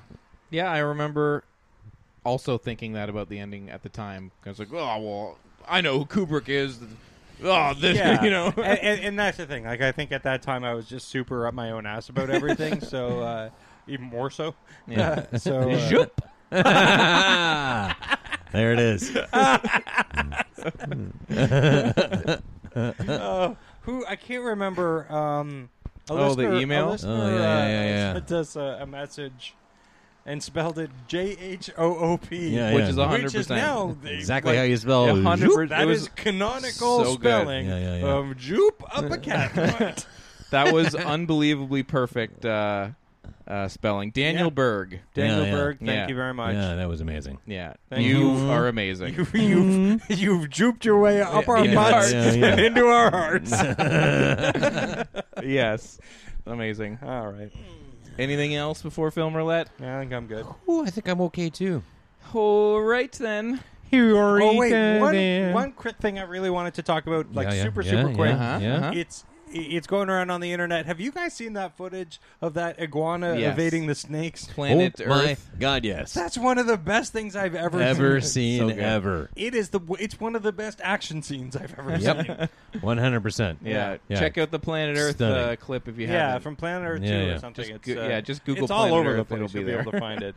Speaker 1: yeah. I remember also thinking that about the ending at the time. I was like, oh well, I know who Kubrick is. Oh, this,
Speaker 2: Yeah,
Speaker 1: you know.
Speaker 2: and, and, and that's the thing. Like, I think at that time I was just super up my own ass about everything, so uh, even more so.
Speaker 1: Yeah.
Speaker 2: so uh,
Speaker 3: there it is.
Speaker 2: uh, who I can't remember. Um, a
Speaker 1: Oh, the
Speaker 2: listener- a
Speaker 1: email?
Speaker 2: listener,
Speaker 3: Oh, yeah, yeah,
Speaker 2: uh,
Speaker 3: yeah, yeah.
Speaker 2: Sent us a, a message and spelled it J H O O P,
Speaker 3: Yeah,
Speaker 1: Which is
Speaker 3: yeah.
Speaker 2: which is
Speaker 1: 100%.
Speaker 2: now the-
Speaker 3: Exactly
Speaker 2: like,
Speaker 3: how you spell
Speaker 1: Yeah, hundred
Speaker 3: zoop.
Speaker 1: per-
Speaker 2: That
Speaker 1: It was
Speaker 2: is canonical
Speaker 1: so good.
Speaker 2: spelling
Speaker 3: Yeah, yeah, yeah.
Speaker 2: of Joop up a cat.
Speaker 1: that was unbelievably perfect uh, uh, spelling. Daniel
Speaker 2: Yeah.
Speaker 1: Berg.
Speaker 2: Daniel
Speaker 3: Yeah, yeah.
Speaker 2: Berg, thank
Speaker 1: Yeah.
Speaker 2: you very much.
Speaker 3: Yeah, that was amazing.
Speaker 1: Yeah,
Speaker 2: Thank
Speaker 1: you
Speaker 2: you.
Speaker 1: are amazing.
Speaker 2: You've, you've, you've jooped your way up our
Speaker 3: Yeah,
Speaker 2: butts
Speaker 3: yeah, yeah.
Speaker 2: and into our hearts.
Speaker 1: yes, amazing.
Speaker 2: All right.
Speaker 1: Anything else before film roulette?
Speaker 2: Yeah, I think I'm good.
Speaker 3: Ooh, I think I'm okay too.
Speaker 1: All right then.
Speaker 2: Oh, wait. One, one quick thing I really wanted to talk about, like
Speaker 3: Yeah, yeah,
Speaker 2: super,
Speaker 3: yeah,
Speaker 2: super
Speaker 3: yeah,
Speaker 2: quick.
Speaker 1: Uh-huh,
Speaker 3: yeah.
Speaker 1: uh-huh.
Speaker 2: It's it's going around on the internet. Have you guys seen that footage of that iguana
Speaker 1: Yes.
Speaker 2: evading the snakes?
Speaker 1: Planet
Speaker 3: oh my
Speaker 1: Earth.
Speaker 3: God, yes.
Speaker 2: That's one of the best things I've ever
Speaker 3: Ever seen,
Speaker 1: good.
Speaker 3: ever.
Speaker 2: It is the it's one of the best action scenes I've ever seen.
Speaker 3: Yep, one hundred percent.
Speaker 1: Yeah.
Speaker 3: yeah.
Speaker 1: check out the Planet Earth uh,
Speaker 3: Stunning.
Speaker 1: clip if you
Speaker 2: Yeah,
Speaker 1: haven't.
Speaker 2: from Planet Earth
Speaker 3: Yeah,
Speaker 2: Two
Speaker 3: yeah.
Speaker 2: or something.
Speaker 1: Just
Speaker 2: it's,
Speaker 1: go-
Speaker 2: uh,
Speaker 1: yeah, just Google
Speaker 2: It's all
Speaker 1: Planet
Speaker 2: over
Speaker 1: Earth,
Speaker 2: the place.
Speaker 1: it'll be
Speaker 2: You'll
Speaker 1: there.
Speaker 2: be able to find it.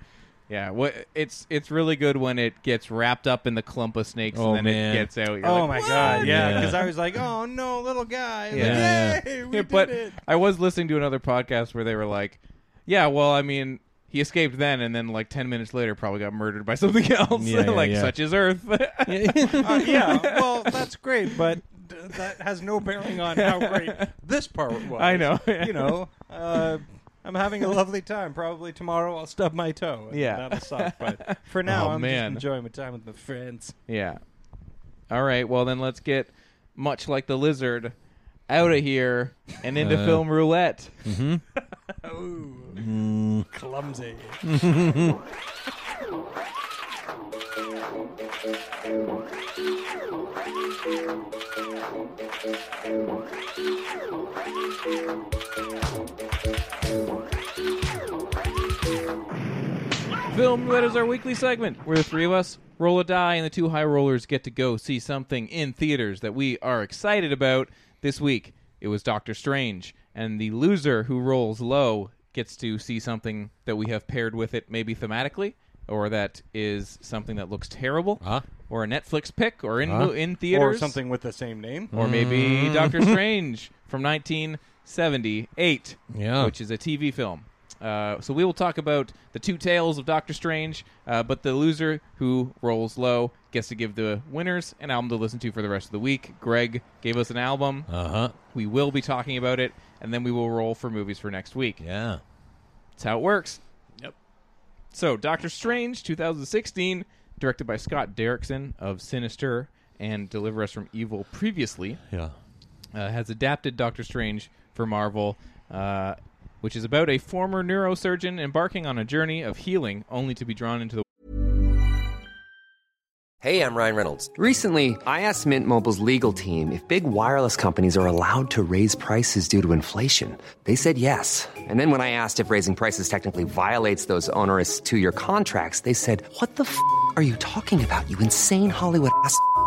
Speaker 1: yeah. What it's it's really good when it gets wrapped up in the clump of snakes
Speaker 3: Oh,
Speaker 1: and then
Speaker 3: man.
Speaker 1: it gets out. You're
Speaker 2: oh
Speaker 1: like,
Speaker 2: my
Speaker 1: "What?"
Speaker 2: god! Yeah,
Speaker 3: Yeah.
Speaker 2: because I was like, "Oh no, little guy!" Like,
Speaker 3: Yeah, yeah.
Speaker 2: Yay, we
Speaker 1: but
Speaker 2: did it.
Speaker 1: I was listening to another podcast where they were like, "Yeah, well, I mean, he escaped then, and then like ten minutes later, probably got murdered by something else.
Speaker 3: Yeah, yeah,
Speaker 1: like
Speaker 3: yeah.
Speaker 1: such is Earth."
Speaker 2: Uh, yeah, well, that's great, but d- that has no bearing on how great this part was.
Speaker 1: I know.
Speaker 2: You know, uh, I'm having a lovely time. Probably tomorrow I'll stub my toe. and
Speaker 1: Yeah.
Speaker 2: that'll suck. But for now,
Speaker 1: Oh,
Speaker 2: I'm
Speaker 1: man.
Speaker 2: just enjoying my time with my friends.
Speaker 1: yeah. All right. Well, then let's get much like the lizard out of here and into
Speaker 3: Uh.
Speaker 1: film roulette.
Speaker 2: Ooh, clumsy.
Speaker 1: Film Roulette is our weekly segment where the three of us roll a die and the two high rollers get to go see something in theaters that we are excited about. This week, it was Doctor Strange, and the loser who rolls low gets to see something that we have paired with it, maybe thematically, or that is something that looks terrible,
Speaker 3: Huh?
Speaker 1: or a Netflix pick, or in,
Speaker 3: Huh?
Speaker 1: in
Speaker 2: Or
Speaker 1: theaters.
Speaker 2: something with the same name.
Speaker 1: Or
Speaker 3: Mm-hmm.
Speaker 1: maybe Doctor Strange from 1978
Speaker 3: Yeah.
Speaker 1: which is a TV film. Uh, so we will talk about the two tales of Doctor Strange, uh, but the loser who rolls low gets to give the winners an album to listen to for the rest of the week. Greg gave us an album.
Speaker 3: Uh huh.
Speaker 1: We will be talking about it, and then we will roll for movies for next week.
Speaker 3: Yeah.
Speaker 1: That's how it works. Yep. So Doctor Strange, 2016, directed by Scott Derrickson of Sinister and Deliver Us from Evil previously
Speaker 3: Yeah.
Speaker 1: uh, has adapted Doctor Strange for Marvel. Uh, which is about a former neurosurgeon embarking on a journey of healing only to be drawn into the
Speaker 4: Hey, I'm Ryan Reynolds. Recently, I asked Mint Mobile's legal team if big wireless companies are allowed to raise prices due to inflation. They said yes. And then when I asked if raising prices technically violates those onerous two year contracts, they said, What the f are you talking about, you insane Hollywood ass? f-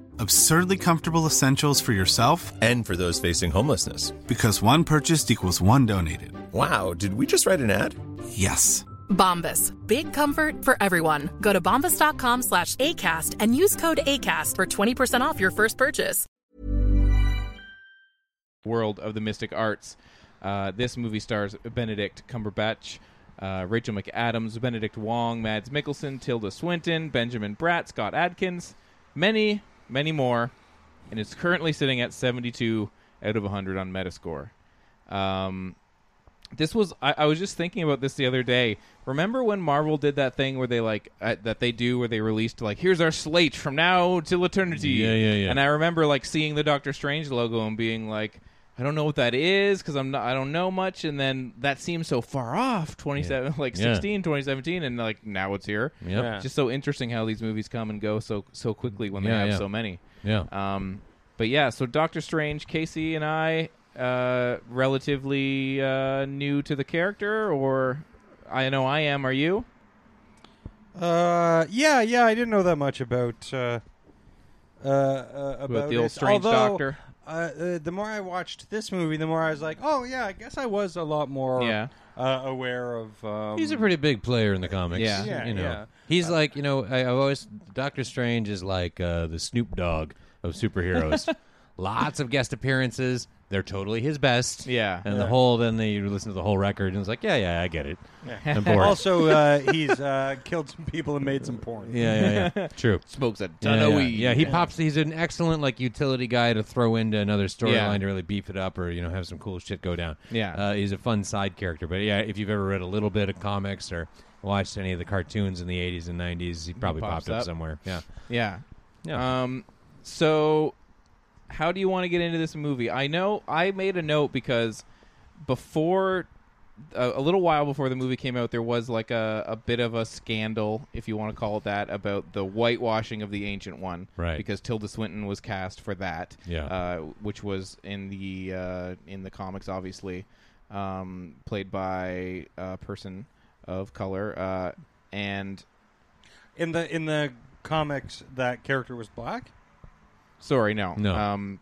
Speaker 5: Absurdly comfortable essentials for yourself
Speaker 6: And for those facing homelessness.
Speaker 5: because one purchased equals one donated.
Speaker 6: Wow, did we just write an ad?
Speaker 5: Yes.
Speaker 7: Bombas. Big comfort for everyone. Go to bombas.com slash ACAST and use code ACAST for 20% off your first purchase.
Speaker 1: world of the mystic arts. Uh, this movie stars Benedict Cumberbatch, uh, Rachel McAdams, Benedict Wong, Mads Mikkelsen, Tilda Swinton, Benjamin Bratt, Scott Adkins, many, many more, and it's currently sitting at 72 out of 100 on Metascore. Um, this was I, I was just thinking about this the other day. Remember when Marvel did that thing where they like uh, that they do where they released like here's our slate from now till eternity.
Speaker 3: Yeah, yeah, yeah.
Speaker 1: And I remember like seeing the Doctor Strange logo and being like, I don't know what that is because I'm not I don't know much. And then that seems so far off, 27 like
Speaker 3: Yeah.
Speaker 1: 16, 2017, and like now it's here.
Speaker 3: Yep.
Speaker 2: Yeah.
Speaker 1: It's just so interesting how these movies come and go so so quickly when they
Speaker 3: Yeah,
Speaker 1: have
Speaker 3: yeah.
Speaker 1: so many.
Speaker 3: Yeah.
Speaker 1: Um, but yeah, so Doctor Strange, Casey, and I, uh, relatively uh, new to the character, or I know I am. Are you?
Speaker 2: Uh, yeah, yeah. I didn't know that much about uh, uh, uh about,
Speaker 1: the old
Speaker 2: it.
Speaker 1: strange
Speaker 2: Although,
Speaker 1: doctor.
Speaker 2: Uh, uh, the more I watched this movie, the more I was like, oh yeah, I guess I was a lot more
Speaker 1: Yeah.
Speaker 2: uh, aware of. Um,
Speaker 3: He's a pretty big player in the comics.
Speaker 1: Yeah.
Speaker 2: Yeah,
Speaker 3: you know.
Speaker 2: yeah.
Speaker 3: He's like, you know, I, I've always Doctor Strange is like uh, the Snoop Dogg of superheroes. Lots of guest appearances. They're totally his best.
Speaker 1: Yeah.
Speaker 3: And the whole then they you listen to the whole record and it's like, yeah, yeah, I get it. I'm bored.
Speaker 2: also, uh, he's uh, killed some people and made some porn.
Speaker 3: yeah, yeah, yeah. True.
Speaker 1: Smokes a ton
Speaker 3: Yeah,
Speaker 1: of
Speaker 3: yeah.
Speaker 1: weed.
Speaker 3: Yeah, he pops. He's an excellent like utility guy to throw into another storyline
Speaker 1: Yeah.
Speaker 3: to really beef it up, or you know have some cool shit go down.
Speaker 1: Yeah.
Speaker 3: uh, he's a fun side character. But yeah, if you've ever read a little bit of comics or watched any of the cartoons in the '80s and '90s, he probably
Speaker 1: pops
Speaker 3: popped up,
Speaker 1: up.
Speaker 3: somewhere. Yeah,
Speaker 1: Yeah.
Speaker 3: Yeah.
Speaker 1: Um, so, how do you want to get into this movie? I know I made a note because before, a, a little while before the movie came out, there was like a, a bit of a scandal, if you want to call it that, about the whitewashing of the Ancient One.
Speaker 3: Right.
Speaker 1: Because Tilda Swinton was cast for that.
Speaker 3: Yeah.
Speaker 1: Uh, which was in the uh, in the comics, obviously, um, played by a person of color, uh, and
Speaker 2: In the in the comics, that character was black.
Speaker 1: sorry, no,
Speaker 3: No.
Speaker 1: Um,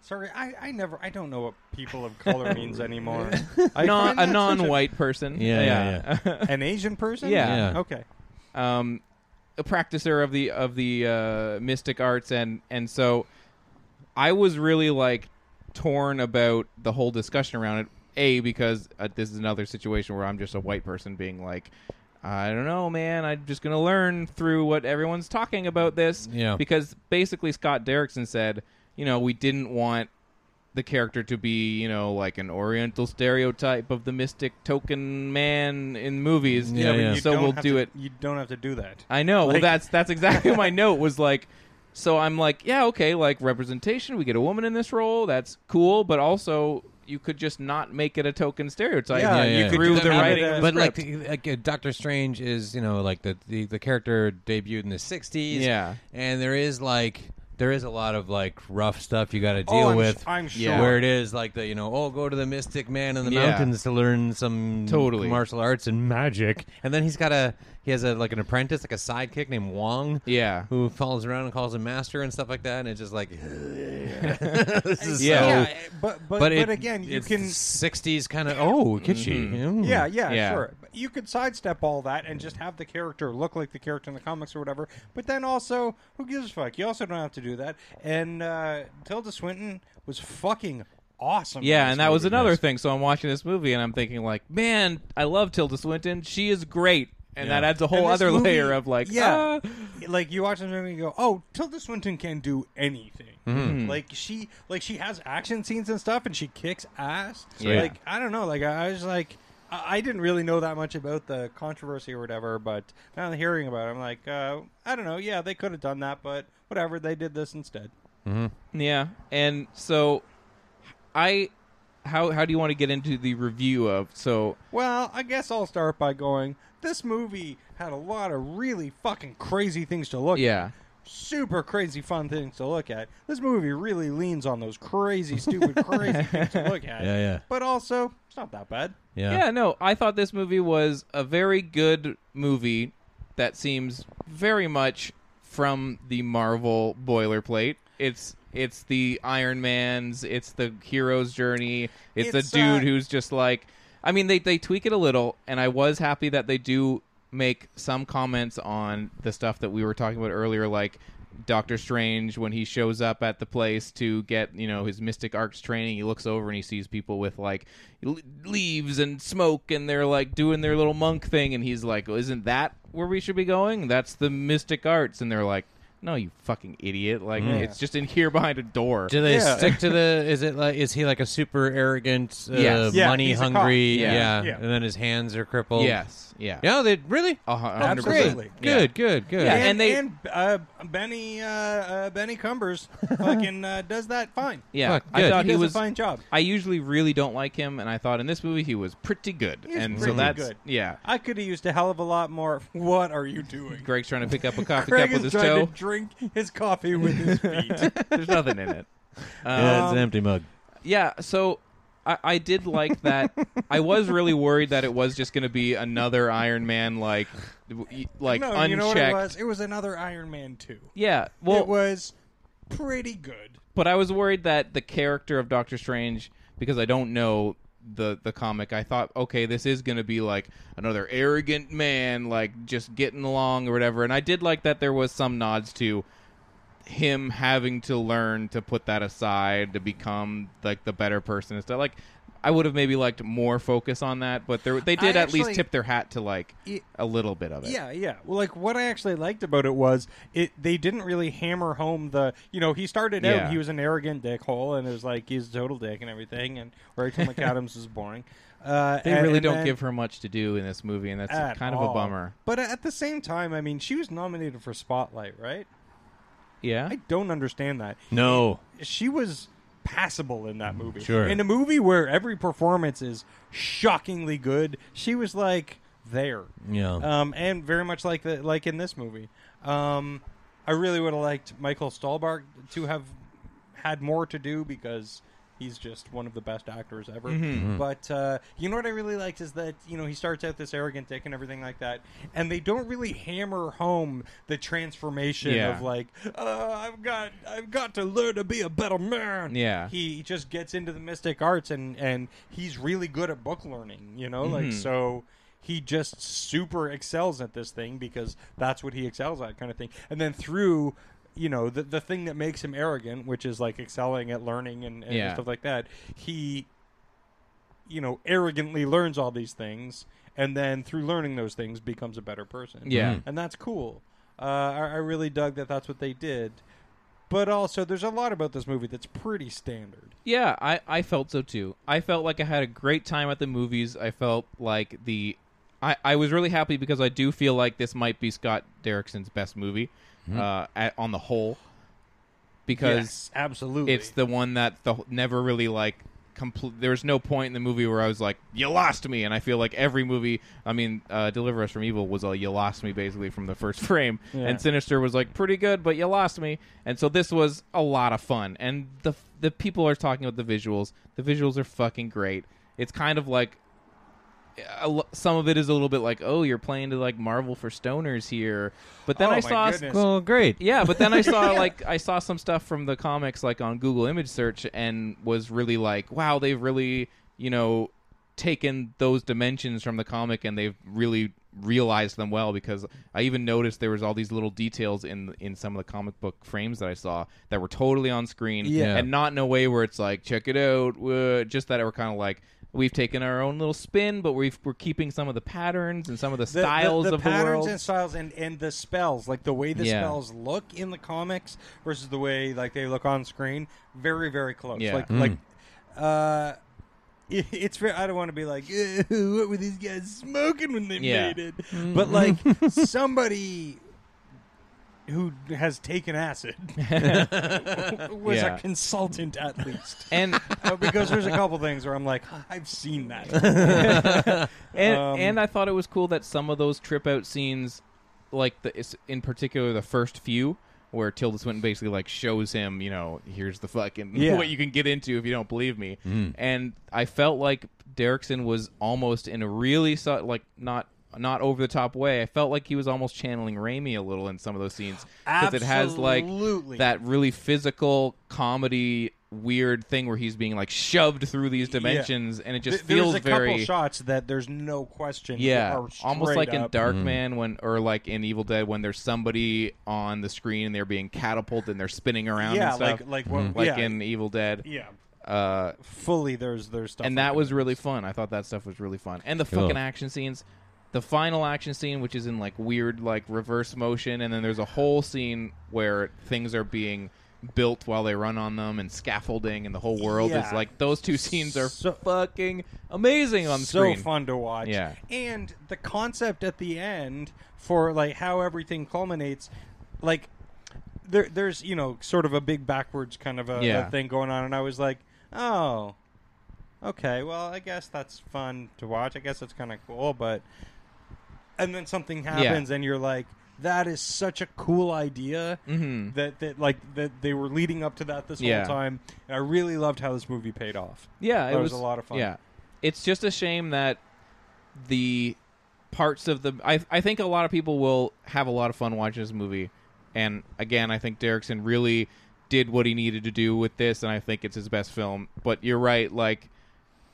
Speaker 2: Sorry, I, I never I don't know what people of color means anymore. I
Speaker 1: non,
Speaker 2: find
Speaker 1: a
Speaker 2: that such
Speaker 1: non-white person.
Speaker 3: Yeah, yeah,
Speaker 2: an Asian person.
Speaker 1: Yeah.
Speaker 3: Yeah.
Speaker 2: Okay.
Speaker 1: Um, a practicer of the of the uh, mystic arts, and and so I was really like torn about the whole discussion around it. A because uh, this is another situation where I'm just a white person being like. I don't know, man. I'm just going to learn through what everyone's talking about this.
Speaker 3: Yeah.
Speaker 1: Because basically, Scott Derrickson said, you know, we didn't want the character to be, you know, like an Oriental stereotype of the mystic token man in movies.
Speaker 3: Yeah, yeah.
Speaker 2: You
Speaker 1: So
Speaker 2: don't
Speaker 1: we'll
Speaker 2: have
Speaker 1: do
Speaker 2: to-
Speaker 1: it.
Speaker 2: You don't have to do that.
Speaker 1: I know. well,
Speaker 2: Like-
Speaker 1: that's that's exactly my note was like. So I'm like, yeah, okay, like representation. We get a woman in this role. That's cool, but also you could just not make it a token stereotype.
Speaker 2: Yeah,
Speaker 3: you could
Speaker 1: through
Speaker 2: do
Speaker 1: the
Speaker 2: that.
Speaker 1: writing, of the
Speaker 3: but like,
Speaker 1: script.
Speaker 3: the- like uh, Doctor Strange is you know like the, the the character debuted in the '60s.
Speaker 1: Yeah.
Speaker 3: and there is like. There is a lot of like rough stuff you got to deal
Speaker 2: Oh, I'm
Speaker 3: with.
Speaker 2: s- I'm
Speaker 1: Yeah.
Speaker 3: where it is like the you know oh go to the mystic man in the
Speaker 1: Yeah.
Speaker 3: mountains to learn some
Speaker 1: Totally.
Speaker 3: martial arts and magic and then he's got a he has a like an apprentice like a sidekick named wong
Speaker 1: Yeah.
Speaker 3: who follows around and calls him master and stuff like that and it's just like this is
Speaker 1: Yeah.
Speaker 3: so-
Speaker 2: Yeah, eh, but but, but,
Speaker 3: it-
Speaker 2: again, you
Speaker 3: it's
Speaker 2: can
Speaker 3: 60s kind of oh kitschy Mm.
Speaker 2: yeah, yeah,
Speaker 1: Yeah.
Speaker 2: sure. But you could sidestep all that and just have the character look like the character in the comics or whatever. But then also, who gives a fuck? You also don't have to do that. And uh, Tilda Swinton was fucking awesome. in
Speaker 1: Yeah,
Speaker 2: this
Speaker 1: and that was
Speaker 2: movie.
Speaker 1: another thing. So I'm watching this movie and I'm thinking like, man, I love Tilda Swinton. She is great, and that adds a whole
Speaker 2: And this
Speaker 1: other
Speaker 2: movie-
Speaker 1: layer of like,
Speaker 2: yeah,
Speaker 1: ah.
Speaker 2: like you watch this movie and you go, oh, Tilda Swinton can do anything.
Speaker 1: Mm-hmm.
Speaker 2: Like she, like she has action scenes and stuff, and she kicks ass.
Speaker 1: Yeah.
Speaker 2: Like I don't know, like I, I was like. I I didn't really know that much about the controversy or whatever, but now hearing about it, I'm like, uh, I don't know. Yeah, they could have done that, but whatever. They did this instead.
Speaker 1: yeah. And so, I, how how do you want to get into the review of so?
Speaker 2: Well, I guess I'll start by going. This movie had a lot of really fucking crazy things to look
Speaker 1: Yeah.
Speaker 2: at. Super crazy fun things to look at. This movie really leans on those crazy, stupid, crazy things to look at.
Speaker 3: Yeah, yeah.
Speaker 2: But also, it's not that bad.
Speaker 3: Yeah.
Speaker 1: Yeah, no, I thought this movie was a very good movie that seems very much from the Marvel boilerplate. It's it's the Iron Man's, it's the hero's journey, it's,
Speaker 2: It's,
Speaker 1: the dude
Speaker 2: uh,
Speaker 1: who's just like I mean they they tweak it a little and I was happy that they do make some comments on the stuff that we were talking about earlier like Doctor Strange when he shows up at the place to get, you know, his mystic arcs training, he looks over and he sees people with like l- leaves and smoke and they're like doing their little monk thing and he's like, well, "Isn't that where we should be going? That's the mystic arts." And they're like, "No, you fucking idiot. Like it's just in here behind a door."
Speaker 3: Do they stick to the? Is it like? Is he like a super arrogant, uh,
Speaker 1: Yes.
Speaker 2: Yeah,
Speaker 3: money
Speaker 2: he's a cop.
Speaker 3: hungry?
Speaker 1: Yeah.
Speaker 2: Yeah.
Speaker 3: and then his hands are crippled.
Speaker 1: yes. Yeah.
Speaker 3: Yeah, they really.
Speaker 1: A hu- a
Speaker 3: That's
Speaker 1: hundred
Speaker 3: great.
Speaker 2: Absolutely.
Speaker 1: Yeah.
Speaker 3: Good, good, good.
Speaker 1: Yeah,
Speaker 2: And,
Speaker 1: and they-
Speaker 2: and, uh, Benny uh, uh, Benny Cumbers fucking uh, does that fine.
Speaker 1: Yeah,
Speaker 3: Fuck,
Speaker 1: I
Speaker 3: good.
Speaker 1: thought
Speaker 2: He
Speaker 1: he,
Speaker 2: does a
Speaker 1: was
Speaker 2: fine job.
Speaker 1: I usually really don't like him, and I thought in this movie he was pretty good.
Speaker 2: He's
Speaker 1: and
Speaker 2: pretty
Speaker 1: so that's
Speaker 2: good.
Speaker 1: yeah.
Speaker 2: I could have used a hell of a lot more. What are you doing?
Speaker 1: Greg's trying to pick up a coffee
Speaker 2: Craig
Speaker 1: cup with
Speaker 2: is
Speaker 1: his
Speaker 2: trying
Speaker 1: toe.
Speaker 2: to drink his coffee with his feet.
Speaker 1: There's nothing in it.
Speaker 3: Yeah,
Speaker 2: um,
Speaker 3: it's an empty mug.
Speaker 1: Yeah, so I, I did like that. I was really worried that it was just going to be another Iron Man, like, w- like
Speaker 2: no,
Speaker 1: unchecked.
Speaker 2: you know what it was? It was another Iron Man 2.
Speaker 1: Yeah, well,
Speaker 2: it was pretty good.
Speaker 1: but I was worried that the character of Doctor Strange, because I don't know the the comic, I thought, okay, this is going to be like another arrogant man, like just getting along or whatever. And I did like that there was some nods to him having to learn to put that aside to become like the better person and stuff. Like, I would have maybe liked more focus on that, but there, they did
Speaker 2: I
Speaker 1: at least
Speaker 2: actually-
Speaker 1: tip their hat to like
Speaker 2: Ye-
Speaker 1: a little bit of it.
Speaker 2: Yeah, yeah. Well, like what I actually liked about it was it they didn't really hammer home the you know he started out
Speaker 1: Yeah.
Speaker 2: he was an arrogant dickhole and it was like he's a total dick and everything and Rachel McAdams was boring. Uh,
Speaker 1: They
Speaker 2: and-
Speaker 1: really
Speaker 2: and
Speaker 1: don't
Speaker 2: then-
Speaker 1: give her much to do in this movie, and that's
Speaker 2: at
Speaker 1: kind of a
Speaker 2: all.
Speaker 1: bummer.
Speaker 2: But at the same time, I mean, she was nominated for Spotlight, right?
Speaker 1: Yeah.
Speaker 2: I don't understand that.
Speaker 3: No,
Speaker 2: she was passable in that movie.
Speaker 3: Sure.
Speaker 2: In a movie where every performance is shockingly good, she was like there.
Speaker 3: Yeah.
Speaker 2: Um, and very much like the like in this movie. Um, I really would have liked Michael Stahlbarg to have had more to do because he's just one of the best actors ever.
Speaker 3: Mm-hmm.
Speaker 2: But uh, you know what I really liked is that you know he starts out this arrogant dick and everything like that, and they don't really hammer home the transformation
Speaker 1: Yeah.
Speaker 2: of like uh, I've got I've got to learn to be a better man.
Speaker 1: Yeah.
Speaker 2: he just gets into the mystic arts and and he's really good at book learning. You know,
Speaker 1: Mm-hmm.
Speaker 2: like so. He just super excels at this thing because that's what he excels at, kind of thing. And then through, you know, the the thing that makes him arrogant, which is like excelling at learning and, and
Speaker 1: Yeah.
Speaker 2: stuff like that, he you know, arrogantly learns all these things, and then through learning those things becomes a better person.
Speaker 1: Yeah. Mhm.
Speaker 2: and that's cool. Uh, I, I really dug that. That's what they did. But also, there's a lot about this movie that's pretty standard.
Speaker 1: Yeah, I, I felt so too. I felt like I had a great time at the movies. I felt like the I, I was really happy because I do feel like this might be Scott Derrickson's best movie uh, at, on the whole because
Speaker 2: absolutely.
Speaker 1: it's the one that the never really like complete there's no point in the movie where I was like you lost me and I feel like every movie I mean uh, Deliver Us from Evil was a you lost me basically from the first frame and Sinister was like pretty good but you lost me and so this was a lot of fun and the the people are talking about the visuals the visuals are fucking great it's kind of like a lo- some of it is a little bit like oh you're playing to like Marvel for stoners here but then
Speaker 2: Oh
Speaker 1: I
Speaker 2: my
Speaker 1: saw
Speaker 2: goodness.
Speaker 3: well, great.
Speaker 1: yeah, but then I saw like I saw some stuff from the comics like on Google Image Search and was really like, wow, they've really you know taken those dimensions from the comic and they've really realized them well because I even noticed there was all these little details in in some of the comic book frames that I saw that were totally on screen
Speaker 2: Yeah.
Speaker 1: and not in a way where it's like check it out uh, just that it were kind of like we've taken our own little spin but we've, we're keeping some of the patterns and some of the,
Speaker 2: The- the-
Speaker 1: styles
Speaker 2: the
Speaker 1: of the
Speaker 2: patterns
Speaker 1: world
Speaker 2: and styles and, and the spells like the way the
Speaker 1: Yeah.
Speaker 2: spells look in the comics versus the way like they look on screen very very close
Speaker 1: Yeah. Mm.
Speaker 2: like like uh it, it's very i don't want to be like "Ew, what were these guys smoking when they
Speaker 1: Yeah. Mm.
Speaker 2: made it but like somebody who has taken acid was
Speaker 1: Yeah.
Speaker 2: a consultant at least
Speaker 1: and
Speaker 2: Uh, because there's a couple things where i'm like i've seen that
Speaker 1: and
Speaker 2: Um,
Speaker 1: and I thought it was cool that some of those trip out scenes, like the it's- in particular the first few, where Tilda Swinton basically like shows him, you know, here's the fucking
Speaker 2: Yeah.
Speaker 1: what you can get into if you don't believe me. And I felt like Derrickson was almost in a really su- like not not over the top way. I felt like he was almost channeling Raimi a little in some of those scenes because it has like
Speaker 2: Absolutely.
Speaker 1: that really physical comedy weird thing where he's being like shoved through these dimensions and it just
Speaker 2: Th-
Speaker 1: feels
Speaker 2: there's a
Speaker 1: very
Speaker 2: couple shots that there's no question.
Speaker 1: yeah,
Speaker 2: are
Speaker 1: almost
Speaker 2: straight
Speaker 1: like in
Speaker 2: up-
Speaker 1: Dark Man when, or like in Evil Dead when there's somebody on the screen and they're being catapulted and they're spinning around.
Speaker 2: Yeah,
Speaker 1: and stuff,
Speaker 2: like like what,
Speaker 1: like
Speaker 2: yeah,
Speaker 1: in Evil Dead.
Speaker 2: yeah,
Speaker 1: Uh,
Speaker 2: fully. There's there's stuff,
Speaker 1: and
Speaker 2: like
Speaker 1: that was really fun. I thought that stuff was really fun. And the fucking action scenes, the final action scene, which is in like weird like reverse motion, and then there's a whole scene where things are being built while they run on them and scaffolding and the whole world is
Speaker 2: Yeah.
Speaker 1: like those two scenes are
Speaker 2: So-
Speaker 1: fucking amazing on
Speaker 2: so
Speaker 1: screen.
Speaker 2: fun to watch.
Speaker 1: Yeah.
Speaker 2: and the concept at the end for like how everything culminates, like there there's you know sort of a big backwards kind of a, a
Speaker 1: Yeah.
Speaker 2: thing going on, and I was like, oh, okay, well I guess that's fun to watch. I guess that's kind of cool, but and then something happens, and you're like. That is such a cool idea that, that like that they were leading up to that this
Speaker 1: Mm-hmm. Yeah.
Speaker 2: whole time, and I really loved how this movie paid off.
Speaker 1: Yeah,
Speaker 2: That
Speaker 1: it
Speaker 2: was a lot of fun.
Speaker 1: Yeah, it's just a shame that the parts of the I I think a lot of people will have a lot of fun watching this movie, and again, I think Derrickson really did what he needed to do with this, and I think it's his best film. But you're right, like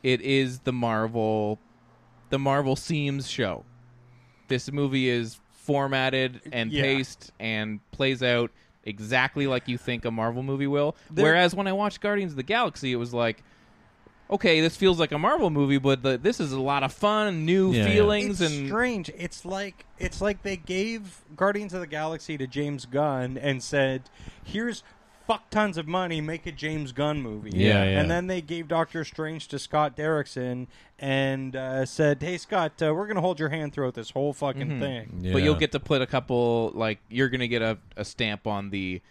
Speaker 1: it is the Marvel, the Marvel seams show. This movie is formatted and
Speaker 2: Yeah.
Speaker 1: paced and plays out exactly like you think a Marvel movie will. Whereas when I watched Guardians of the Galaxy, it was like okay, this feels like a Marvel movie, but the, this is a lot of fun, new
Speaker 3: Yeah, yeah.
Speaker 1: feelings,
Speaker 2: it's
Speaker 1: and
Speaker 2: strange. It's like it's like they gave Guardians of the Galaxy to James Gunn and said, "Here's fuck tons of money, make a James Gunn movie."
Speaker 3: Yeah, yeah.
Speaker 2: And then they gave Doctor Strange to Scott Derrickson and uh, said, "Hey, Scott, uh, we're gonna hold your hand throughout this whole fucking
Speaker 1: Mm-hmm.
Speaker 2: thing."
Speaker 1: but
Speaker 3: Yeah.
Speaker 1: you'll get to put a couple like you're gonna get a, a stamp on the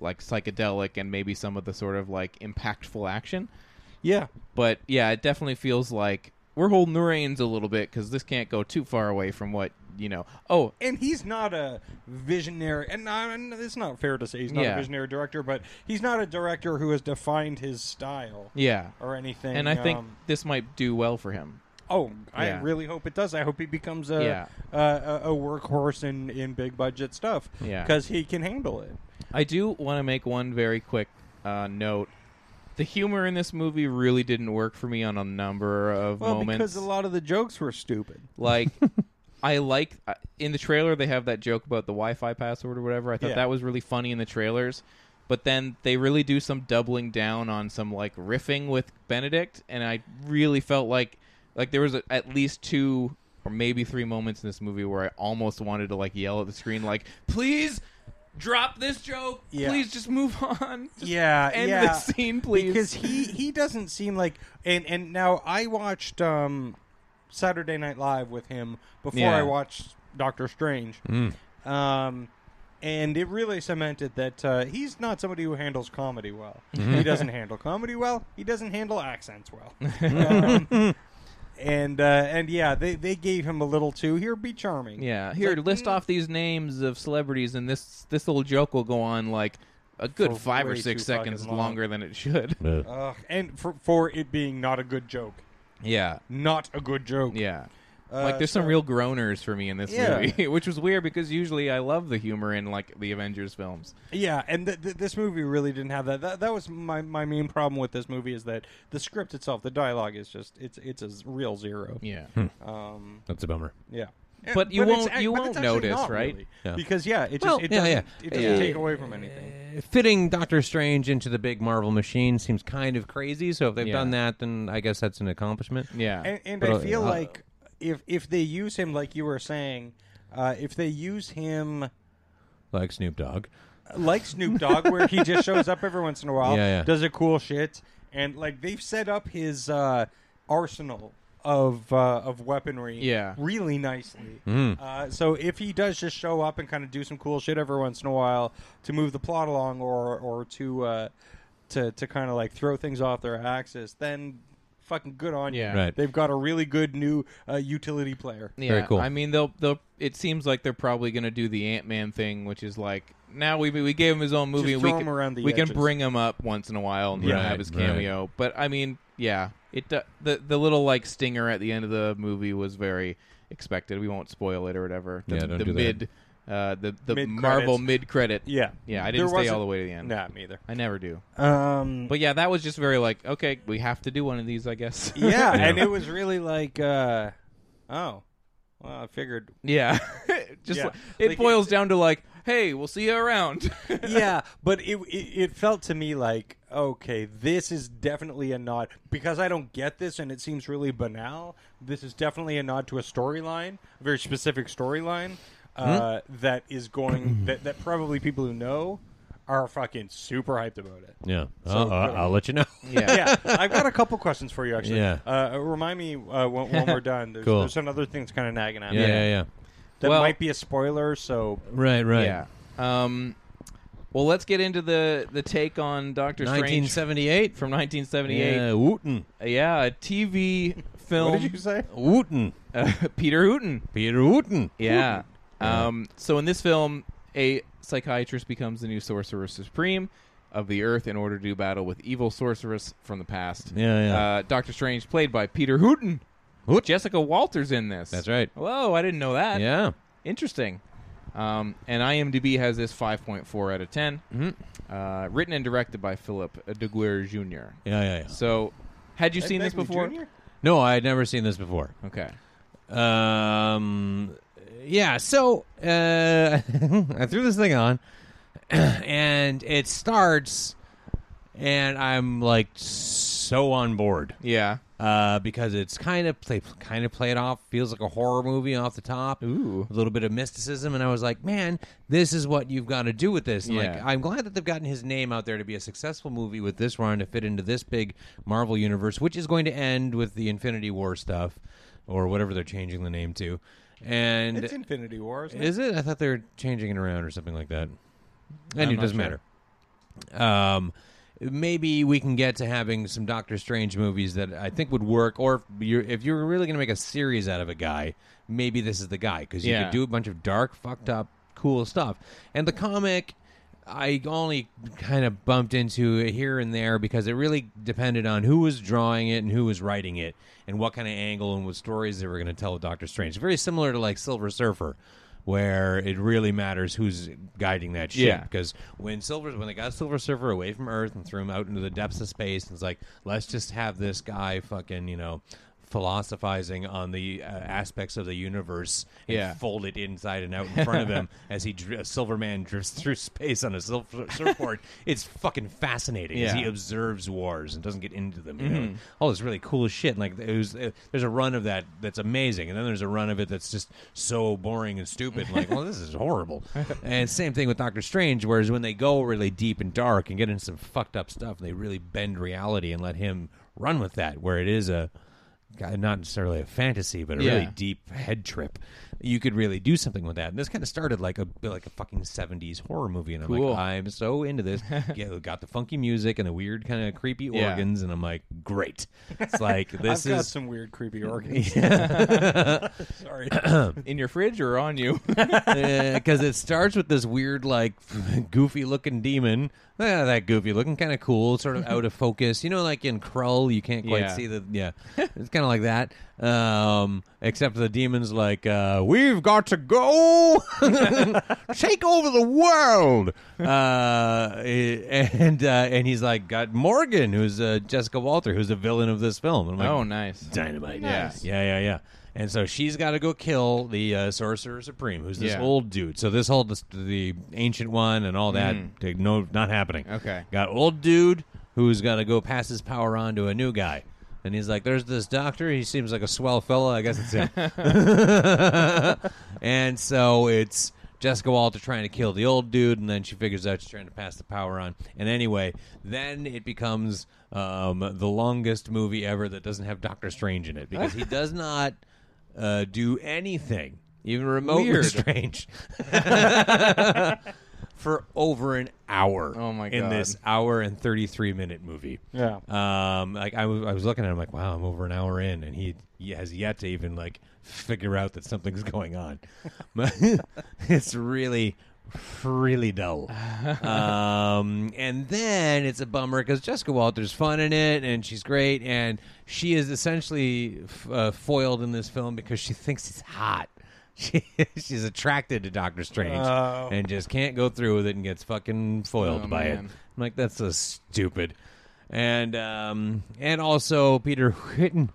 Speaker 1: like psychedelic and maybe some of the sort of like impactful action.
Speaker 2: Yeah.
Speaker 1: But yeah, it definitely feels like we're holding the reins a little bit because this can't go too far away from what you know. Oh,
Speaker 2: and he's not a visionary and I- and it's not fair to say he's not
Speaker 1: Yeah.
Speaker 2: a visionary director but he's not a director who has defined his style
Speaker 1: yeah,
Speaker 2: or anything
Speaker 1: and I think
Speaker 2: um,
Speaker 1: this might do well for him.
Speaker 2: oh i
Speaker 1: Yeah.
Speaker 2: really hope it does i hope he becomes a
Speaker 1: Yeah.
Speaker 2: uh, a, a workhorse in in big budget stuff
Speaker 1: Yeah.
Speaker 2: because he can handle it
Speaker 1: I do want to make one very quick uh, note. The humor in this movie really didn't work for me on a number of
Speaker 2: well
Speaker 1: moments.
Speaker 2: because a lot of the jokes were stupid
Speaker 1: Like, I like I- in the trailer they have that joke about the Wi-Fi password or whatever. I thought
Speaker 2: Yeah.
Speaker 1: that was really funny in the trailers, but then they really do some doubling down on some like riffing with Benedict, and I really felt like like there was a, at least two or maybe three moments in this movie where I almost wanted to like yell at the screen like, please. Drop this joke.
Speaker 2: Yeah.
Speaker 1: Please just move on. Just
Speaker 2: yeah,
Speaker 1: end
Speaker 2: yeah.
Speaker 1: this scene, please.
Speaker 2: Because he he doesn't seem like and and now I watched um Saturday Night Live with him before
Speaker 1: Yeah. Mm.
Speaker 2: I watched Doctor Strange. Um and it really cemented that uh, he's not somebody who handles comedy well.
Speaker 1: Mm-hmm.
Speaker 2: He doesn't handle comedy well. He doesn't handle accents well. Um, and uh, and yeah, they, they gave him a little too. Here, be charming.
Speaker 1: Yeah, here
Speaker 2: mm.
Speaker 1: list off these names of celebrities, and this this little joke will go on like a good
Speaker 2: For
Speaker 1: five or
Speaker 2: way
Speaker 1: six
Speaker 2: too fucking
Speaker 1: seconds
Speaker 2: long.
Speaker 1: longer than it should.
Speaker 2: Ugh, and for for it being not a good joke,
Speaker 1: yeah,
Speaker 2: not a good joke.
Speaker 1: yeah. like there's some real groaners for me in this
Speaker 2: Uh, Yeah.
Speaker 1: movie, which was weird because usually I love the humor in like the Avengers films.
Speaker 2: Yeah, and th- th- this movie really didn't have that. That, that was my, my main problem with this movie is that the script itself, the dialogue is just it's it's a z- real zero.
Speaker 1: Yeah.
Speaker 2: Um,
Speaker 3: That's a bummer.
Speaker 2: yeah.
Speaker 1: But you
Speaker 2: it's
Speaker 1: won't-
Speaker 2: ac-
Speaker 1: you
Speaker 2: but it's
Speaker 1: won't
Speaker 2: actually
Speaker 1: notice,
Speaker 2: not
Speaker 1: right?
Speaker 2: really,
Speaker 3: Yeah.
Speaker 2: Because yeah, it just
Speaker 3: Well,
Speaker 2: it
Speaker 3: yeah,
Speaker 2: doesn't,
Speaker 3: yeah.
Speaker 2: It doesn't
Speaker 3: Yeah.
Speaker 2: take away from anything.
Speaker 3: Uh, Fitting Doctor Strange into the big Marvel machine seems kind of crazy. So if they've
Speaker 1: Yeah.
Speaker 3: done that, then I guess that's an accomplishment.
Speaker 1: Yeah.
Speaker 2: And, and
Speaker 3: But,
Speaker 2: I
Speaker 3: uh,
Speaker 2: feel
Speaker 3: uh,
Speaker 2: like if if they use him like you were saying, uh, if they use him
Speaker 3: Like Snoop Dogg.
Speaker 2: like Snoop Dogg, where he just shows up every once in a while,
Speaker 3: Yeah, yeah.
Speaker 2: does a cool shit, and like they've set up his uh, arsenal of uh, of weaponry,
Speaker 1: Yeah. Mm-hmm.
Speaker 2: really nicely. Uh, so if he does just show up and kind of do some cool shit every once in a while to move the plot along, or or to uh, to to kind of like throw things off their axis, then fucking good on
Speaker 1: Yeah.
Speaker 2: you.
Speaker 3: Right.
Speaker 2: They've got a really good new uh, utility player.
Speaker 1: yeah,
Speaker 3: Very cool.
Speaker 1: I mean, they'll they'll. It seems like they're probably going to do the Ant Man thing, which is like now we we gave him his own movie.
Speaker 2: Just
Speaker 1: and we
Speaker 2: throw
Speaker 1: can,
Speaker 2: him around the
Speaker 1: we can
Speaker 2: edges.
Speaker 1: bring him up once in a while and let him
Speaker 3: Right,
Speaker 1: have his
Speaker 3: right.
Speaker 1: cameo. But I mean, yeah, it do- the the little like stinger at the end of the movie was very expected. We won't spoil it or whatever. The,
Speaker 3: Yeah, don't
Speaker 1: the
Speaker 3: do that.
Speaker 1: mid uh, the the
Speaker 2: Mid-credits.
Speaker 1: Marvel mid credit.
Speaker 2: Yeah,
Speaker 1: yeah, I
Speaker 2: There
Speaker 1: didn't stay all
Speaker 2: wasn't-
Speaker 1: the way to the end.
Speaker 2: Nah, me either.
Speaker 1: I never do.
Speaker 2: Um,
Speaker 1: But yeah, that was just very like okay, we have to do one of these, I guess.
Speaker 2: yeah, and it was really like, uh, oh, well, I figured.
Speaker 1: Yeah, just
Speaker 2: Yeah.
Speaker 1: like- it
Speaker 2: Like,
Speaker 1: boils down to like, hey, we'll see you around.
Speaker 2: yeah, but it, it it felt to me like, okay, this is definitely a nod because I don't get this, and it seems really banal. This is definitely a nod to a storyline, a very specific storyline uh, that is going that that probably people who know are fucking super hyped about it.
Speaker 3: Yeah.
Speaker 2: So,
Speaker 3: Uh, uh,
Speaker 2: uh,
Speaker 3: I'll let you know.
Speaker 2: yeah, I've got a couple questions for you actually.
Speaker 3: Yeah.
Speaker 2: Uh, remind me uh, when, when we're done. There's,
Speaker 3: Cool.
Speaker 2: there's another thing that's kind of nagging at
Speaker 3: yeah,
Speaker 2: me.
Speaker 3: yeah, yeah.
Speaker 2: That
Speaker 1: Well-
Speaker 2: might be a spoiler, so
Speaker 3: Right, right.
Speaker 1: yeah. Um, well, let's get into the the take on Doctor Strange
Speaker 3: 1978
Speaker 1: from 1978.
Speaker 3: Yeah,
Speaker 1: Yeah,
Speaker 3: Wooten.
Speaker 1: a TV film.
Speaker 2: what did you say?
Speaker 3: Wooten.
Speaker 1: Uh, Peter Hooton.
Speaker 3: Peter Wooten.
Speaker 1: Yeah. Um, so in this film, a psychiatrist becomes the new sorcerer supreme of the Earth in order to do battle with evil sorceress from the past.
Speaker 3: Yeah, yeah.
Speaker 1: Uh, Doctor Strange, played by Peter Hooton.
Speaker 3: Hoot.
Speaker 1: Jessica Walters in this.
Speaker 3: That's right.
Speaker 1: Whoa, I didn't know that.
Speaker 3: Yeah.
Speaker 1: Interesting. Um, and IMDb has this 5.4 out of 10.
Speaker 3: Mm-hmm.
Speaker 1: Uh, written and directed by Philip DeGuerre Jr.
Speaker 3: Yeah, yeah, yeah.
Speaker 1: So, had you seen this before?
Speaker 3: No, I had never seen this before.
Speaker 1: Okay.
Speaker 3: Um, yeah, so uh, I threw this thing on, and it starts, and I'm like so on board
Speaker 1: Yeah.
Speaker 3: uh, because it's kind of play, kind of played off. Feels like a horror movie off the top.
Speaker 1: Ooh.
Speaker 3: a little bit of mysticism, and I was like, man, this is what you've got to do with this. And, Like,
Speaker 1: Yeah.
Speaker 3: I'm glad that they've gotten his name out there to be a successful movie with this run to fit into this big Marvel universe, which is going to end with the Infinity War stuff, or whatever they're changing the name to. And
Speaker 2: It's Infinity War, isn't it?
Speaker 3: is it? I thought they were changing it around or something like that. And it
Speaker 1: not
Speaker 3: doesn't
Speaker 1: sure.
Speaker 3: matter. Um, maybe we can get to having some Doctor Strange movies that I think would work. Or if you're, if you're really going to make a series out of a guy, maybe this is the guy because you
Speaker 1: Yeah.
Speaker 3: could do a bunch of dark, fucked up, cool stuff. And the comic. I only kind of bumped into it here and there because it really depended on who was drawing it and who was writing it and what kind of angle and what stories they were going to tell with Doctor Strange. Very similar to like Silver Surfer, where it really matters who's guiding that ship.
Speaker 1: Yeah.
Speaker 3: Because when Silver, when they got Silver Surfer away from Earth and threw him out into the depths of space, and it's like, let's just have this guy fucking, you know, philosophizing on the uh, aspects of the universe and
Speaker 1: Yeah.
Speaker 3: fold it inside and out in front of him as he dr- a silver man drifts through space on a sil- surfboard it's fucking fascinating as
Speaker 1: Yeah.
Speaker 3: he observes wars and doesn't get into them you know? all this really cool shit like it was, uh, there's a run of that that's amazing and then there's a run of it that's just so boring and stupid like well this is horrible and same thing with Doctor Strange whereas when they go really deep and dark and get into some fucked up stuff they really bend reality and let him run with that where it is a uh, not necessarily a fantasy but a really
Speaker 1: Yeah.
Speaker 3: deep head trip, you could really do something with that. And this kind of started like a bit like a fucking seventies horror movie, and I'm
Speaker 1: Cool.
Speaker 3: like, I'm so into this. yeah, got the funky music and the weird kind of creepy
Speaker 1: Yeah.
Speaker 3: organs, and I'm like, great. It's like this
Speaker 2: I've got
Speaker 3: is
Speaker 2: some weird creepy organs. Sorry.
Speaker 1: In your fridge or on you?
Speaker 3: because Eh, it starts with this weird, like, goofy looking demon. Eh, that goofy looking, kind of cool, sort of out of focus. You know, like in Krull, you can't quite
Speaker 1: Yeah.
Speaker 3: see the. Yeah, it's kind of kind of like that. Um, except the demons like, uh, we've got to go take over the world. Uh, and uh, and he's like, got Morgan, who's uh, Jessica Walter, who's the villain of this film. And I'm like,
Speaker 1: Oh, nice.
Speaker 3: dynamite.
Speaker 1: Nice.
Speaker 3: Yeah, yeah, yeah, yeah. And so she's got to go kill the uh, sorcerer supreme, who's this
Speaker 1: Yeah.
Speaker 3: old dude. So this whole this, the ancient one and all that, eh, no, not happening.
Speaker 1: Mm. Okay.
Speaker 3: got old dude who's got to go pass his power on to a new guy. And he's like, "There's this doctor. He seems like a swell fella. I guess it's him." and so it's Jessica Walter trying to kill the old dude, and then she figures out she's trying to pass the power on. And anyway, then it becomes um, the longest movie ever that doesn't have Doctor Strange in it because he does not uh, do anything, even remotely
Speaker 1: Weird.
Speaker 3: strange, for over an hour.
Speaker 1: Oh, my
Speaker 3: In
Speaker 1: God.
Speaker 3: this hour and thirty three minute movie.
Speaker 2: Yeah.
Speaker 3: Um, like I was, I was looking at him like, wow, I'm over an hour in, and he, he has yet to even like figure out that something's going on. it's really, really dull. um, and then it's a bummer because Jessica Walter's fun in it, and she's great, and she is essentially f- uh, foiled in this film because she thinks he's hot. She, she's attracted to Doctor Strange
Speaker 2: Oh.
Speaker 3: and just can't go through with it and gets fucking foiled
Speaker 1: Oh,
Speaker 3: by it.
Speaker 1: man.
Speaker 3: I'm like, that's so stupid. And um, and also Peter Whitten,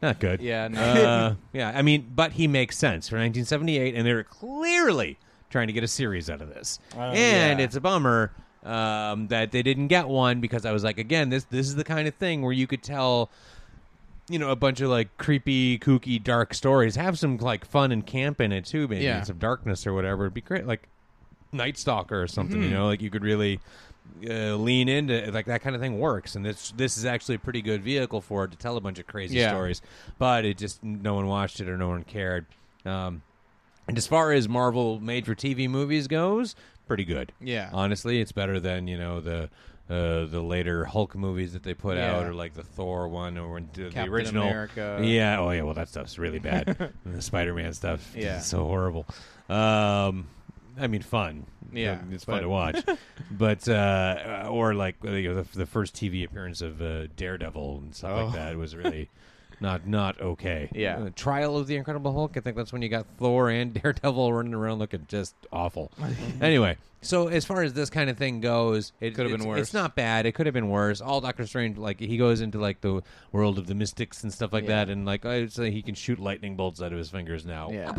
Speaker 3: not good.
Speaker 1: Yeah, no.
Speaker 3: Uh, yeah. I mean, but he makes sense for 1978, and they're clearly trying to get a series out of this. and
Speaker 1: Oh, yeah.
Speaker 3: it's a bummer um, that they didn't get one because I was like, again, this this is the kind of thing where you could tell you know, a bunch of like creepy, kooky, dark stories. Have some like fun and camp in it too, maybe
Speaker 1: Yeah.
Speaker 3: and some darkness or whatever. It'd be great, like Night Stalker or something.
Speaker 1: Mm-hmm.
Speaker 3: You know, like you could really uh, lean into like that kind of thing works. And this this is actually a pretty good vehicle for it to tell a bunch of crazy
Speaker 1: Yeah.
Speaker 3: stories. But it just no one watched it or no one cared. Um, and as far as Marvel made for TV movies goes, pretty good.
Speaker 1: Yeah.
Speaker 3: honestly, it's better than you know the. Uh, the later Hulk movies that they put
Speaker 1: Yeah.
Speaker 3: out, or like the Thor one, or when
Speaker 1: Captain
Speaker 3: the original
Speaker 1: America.
Speaker 3: Yeah. Oh yeah. Well, that stuff's really bad. And the Spider-Man stuff. is
Speaker 1: Yeah.
Speaker 3: So horrible. Um, I mean, fun.
Speaker 1: Yeah,
Speaker 3: It's fun
Speaker 1: but-
Speaker 3: to watch. but uh, or like you know, the, the first TV appearance of uh, Daredevil and stuff like that was really. Not not okay.
Speaker 1: Oh. Yeah.
Speaker 3: Uh, Trial of the Incredible Hulk. I think that's when you got Thor and Daredevil running around looking just awful. anyway, so as far as this kind of thing goes, it
Speaker 1: Could have
Speaker 3: it's-
Speaker 1: been worse.
Speaker 3: It's not bad. It could have been worse. All Doctor Strange, like he goes into like the world of the mystics and stuff like that, and like I would say he can shoot lightning bolts out of his fingers now.
Speaker 1: Yeah.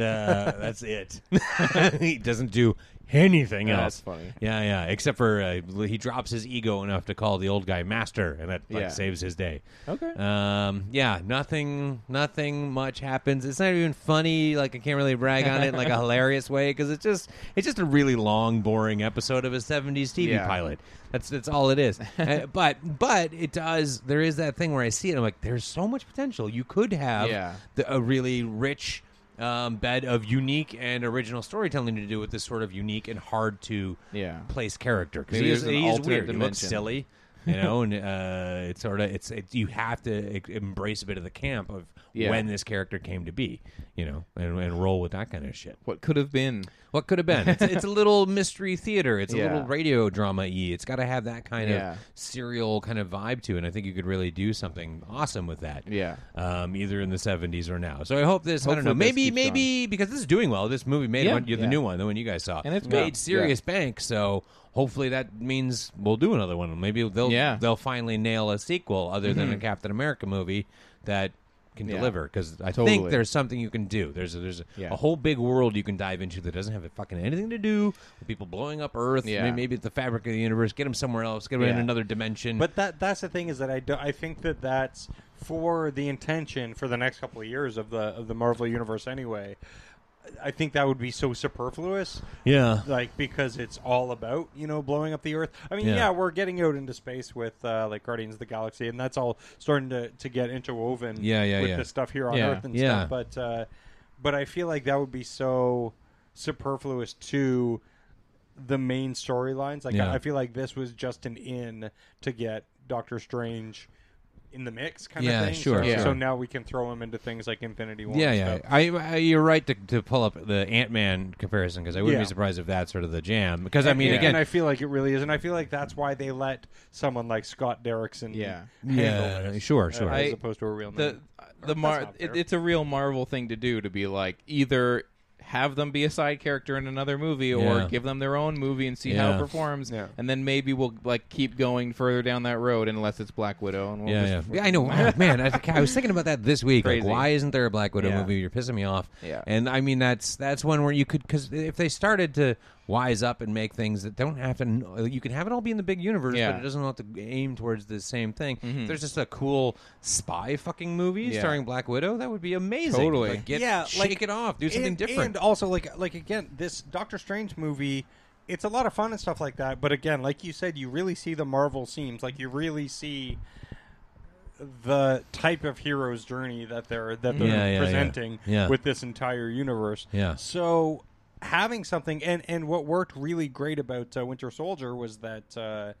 Speaker 3: uh, that's it. he doesn't do anything
Speaker 1: Yeah,
Speaker 3: else.
Speaker 1: that's funny.
Speaker 3: Yeah, yeah. Except for uh, he drops his ego enough to call the old guy master, and that like,
Speaker 1: Yeah.
Speaker 3: saves his day.
Speaker 1: Okay.
Speaker 3: Um, yeah, nothing, nothing much happens. It's not even funny. Like I can't really brag on it in like a hilarious way because it's just, it's just a really long, boring episode of a '70s TV
Speaker 1: Yeah.
Speaker 3: pilot. That's that's all it is. Uh, but but it does. There is that thing where I see it. I'm like, there's so much potential. You could have
Speaker 1: Yeah.
Speaker 3: the, a really rich. Um, bed of unique and original storytelling to do with this sort of unique and hard to
Speaker 1: Yeah.
Speaker 3: place character because
Speaker 1: Maybe
Speaker 3: he is,
Speaker 1: there's an
Speaker 3: he is
Speaker 1: alternate
Speaker 3: weird. He looks
Speaker 1: dimension.
Speaker 3: silly, you know, and uh, it's sort of it's it, you have to e- embrace a bit of the camp of
Speaker 1: Yeah.
Speaker 3: when this character came to be, you know, and, and roll with that kind of shit.
Speaker 1: What could have been?
Speaker 3: What could have been? It's, it's a little mystery theater. It's a
Speaker 1: Yeah.
Speaker 3: little radio drama y. It's got to have that kind
Speaker 1: Yeah.
Speaker 3: of serial kind of vibe to it. And I think you could really do something awesome with that.
Speaker 1: Yeah.
Speaker 3: Um, either in the 70s or now. So I hope this, I don't
Speaker 1: Hopefully
Speaker 3: know,
Speaker 1: this
Speaker 3: maybe,
Speaker 1: keeps
Speaker 3: maybe, because this is doing well. This movie made
Speaker 1: Yeah.
Speaker 3: one, the
Speaker 1: Yeah.
Speaker 3: new one, the one you guys saw.
Speaker 1: And it's
Speaker 3: made
Speaker 1: good.
Speaker 3: serious bank. So hopefully that means we'll do another one. Maybe they'll,
Speaker 1: Yeah. Mm-hmm.
Speaker 3: they'll finally nail a sequel other than a Captain America movie that can
Speaker 1: Yeah.
Speaker 3: deliver because I think
Speaker 1: Totally.
Speaker 3: there's something you can do. There's a, there's a,
Speaker 1: Yeah.
Speaker 3: a whole big world you can dive into that doesn't have fucking anything to do with people blowing up Earth.
Speaker 1: Yeah.
Speaker 3: Maybe, maybe it's the fabric of the universe. Get them somewhere else. Get them in
Speaker 1: Yeah.
Speaker 3: another dimension.
Speaker 2: But that that's the thing is that I do, I think that that's for the intention for the next couple of years of the of the Marvel universe anyway. I think that would be so superfluous.
Speaker 3: yeah,
Speaker 2: Like because it's all about you know blowing up the Earth. I mean,
Speaker 3: Yeah.
Speaker 2: yeah, we're getting out into space with uh, like Guardians of the Galaxy, and that's all starting to, to get interwoven.
Speaker 3: Yeah, yeah,
Speaker 2: with
Speaker 3: yeah.
Speaker 2: the stuff here on
Speaker 1: Yeah,
Speaker 2: Earth and
Speaker 3: yeah.
Speaker 2: stuff. But uh, but I feel like that would be so superfluous to the main storylines. Like
Speaker 3: Yeah.
Speaker 2: I, I feel like this was just an in to get Doctor Strange in the mix kind
Speaker 3: Yeah,
Speaker 2: of thing.
Speaker 3: sure,
Speaker 2: So,
Speaker 1: Yeah.
Speaker 2: so now we can throw him into things like Infinity War.
Speaker 3: Yeah,
Speaker 2: and
Speaker 3: yeah.
Speaker 2: stuff.
Speaker 3: I, I you're right to, to pull up the Ant Man comparison because I wouldn't
Speaker 2: Yeah.
Speaker 3: be surprised if that's sort of the jam. Because I
Speaker 2: And-
Speaker 3: mean,
Speaker 2: and-
Speaker 3: again,
Speaker 2: and I feel like it really is, and I feel like that's why they let someone like Scott Derrickson,
Speaker 1: Yeah.
Speaker 2: handle
Speaker 3: Yeah,
Speaker 2: this,
Speaker 3: sure,
Speaker 2: uh,
Speaker 3: sure.
Speaker 2: as
Speaker 1: I-
Speaker 2: opposed to a real
Speaker 1: the
Speaker 2: name.
Speaker 1: the mar-
Speaker 2: not
Speaker 1: it,
Speaker 2: fair.
Speaker 1: it's a real Marvel thing to do to be like either have them be a side character in another movie
Speaker 3: Yeah.
Speaker 1: or give them their own movie and see how
Speaker 3: Yeah.
Speaker 1: it performs
Speaker 2: Yeah.
Speaker 1: and then maybe we'll like keep going further down that road unless it's Black Widow and we'll
Speaker 3: yeah, yeah.
Speaker 1: just,
Speaker 3: yeah. I know, wow, man. I, think- I was thinking about that this week. Like,
Speaker 1: Crazy.
Speaker 3: why isn't there a Black Widow
Speaker 2: Yeah.
Speaker 3: movie? You're pissing me off.
Speaker 1: Yeah.
Speaker 3: And I mean, that's that's one where you could because if they started to wise up and make things that don't have to, you can have it all be in the big universe,
Speaker 1: Yeah.
Speaker 3: but it doesn't have to aim towards the same thing. If there's just a cool spy fucking movie
Speaker 1: Yeah.
Speaker 3: starring Black Widow. That would be amazing.
Speaker 1: Totally.
Speaker 3: Like, get,
Speaker 2: yeah,
Speaker 3: shake
Speaker 2: like,
Speaker 3: it off. Do something
Speaker 2: and-
Speaker 3: different.
Speaker 2: And also, like, like again, this Doctor Strange movie, it's a lot of fun and stuff like that. But again, like you said, you really see the Marvel seams. Like you really see the type of hero's journey that they're that they're
Speaker 3: Yeah, yeah, yeah.
Speaker 2: presenting
Speaker 3: Yeah.
Speaker 2: with this entire universe.
Speaker 3: Yeah.
Speaker 2: So having something and and what worked really great about uh, Winter Soldier was that. Uh,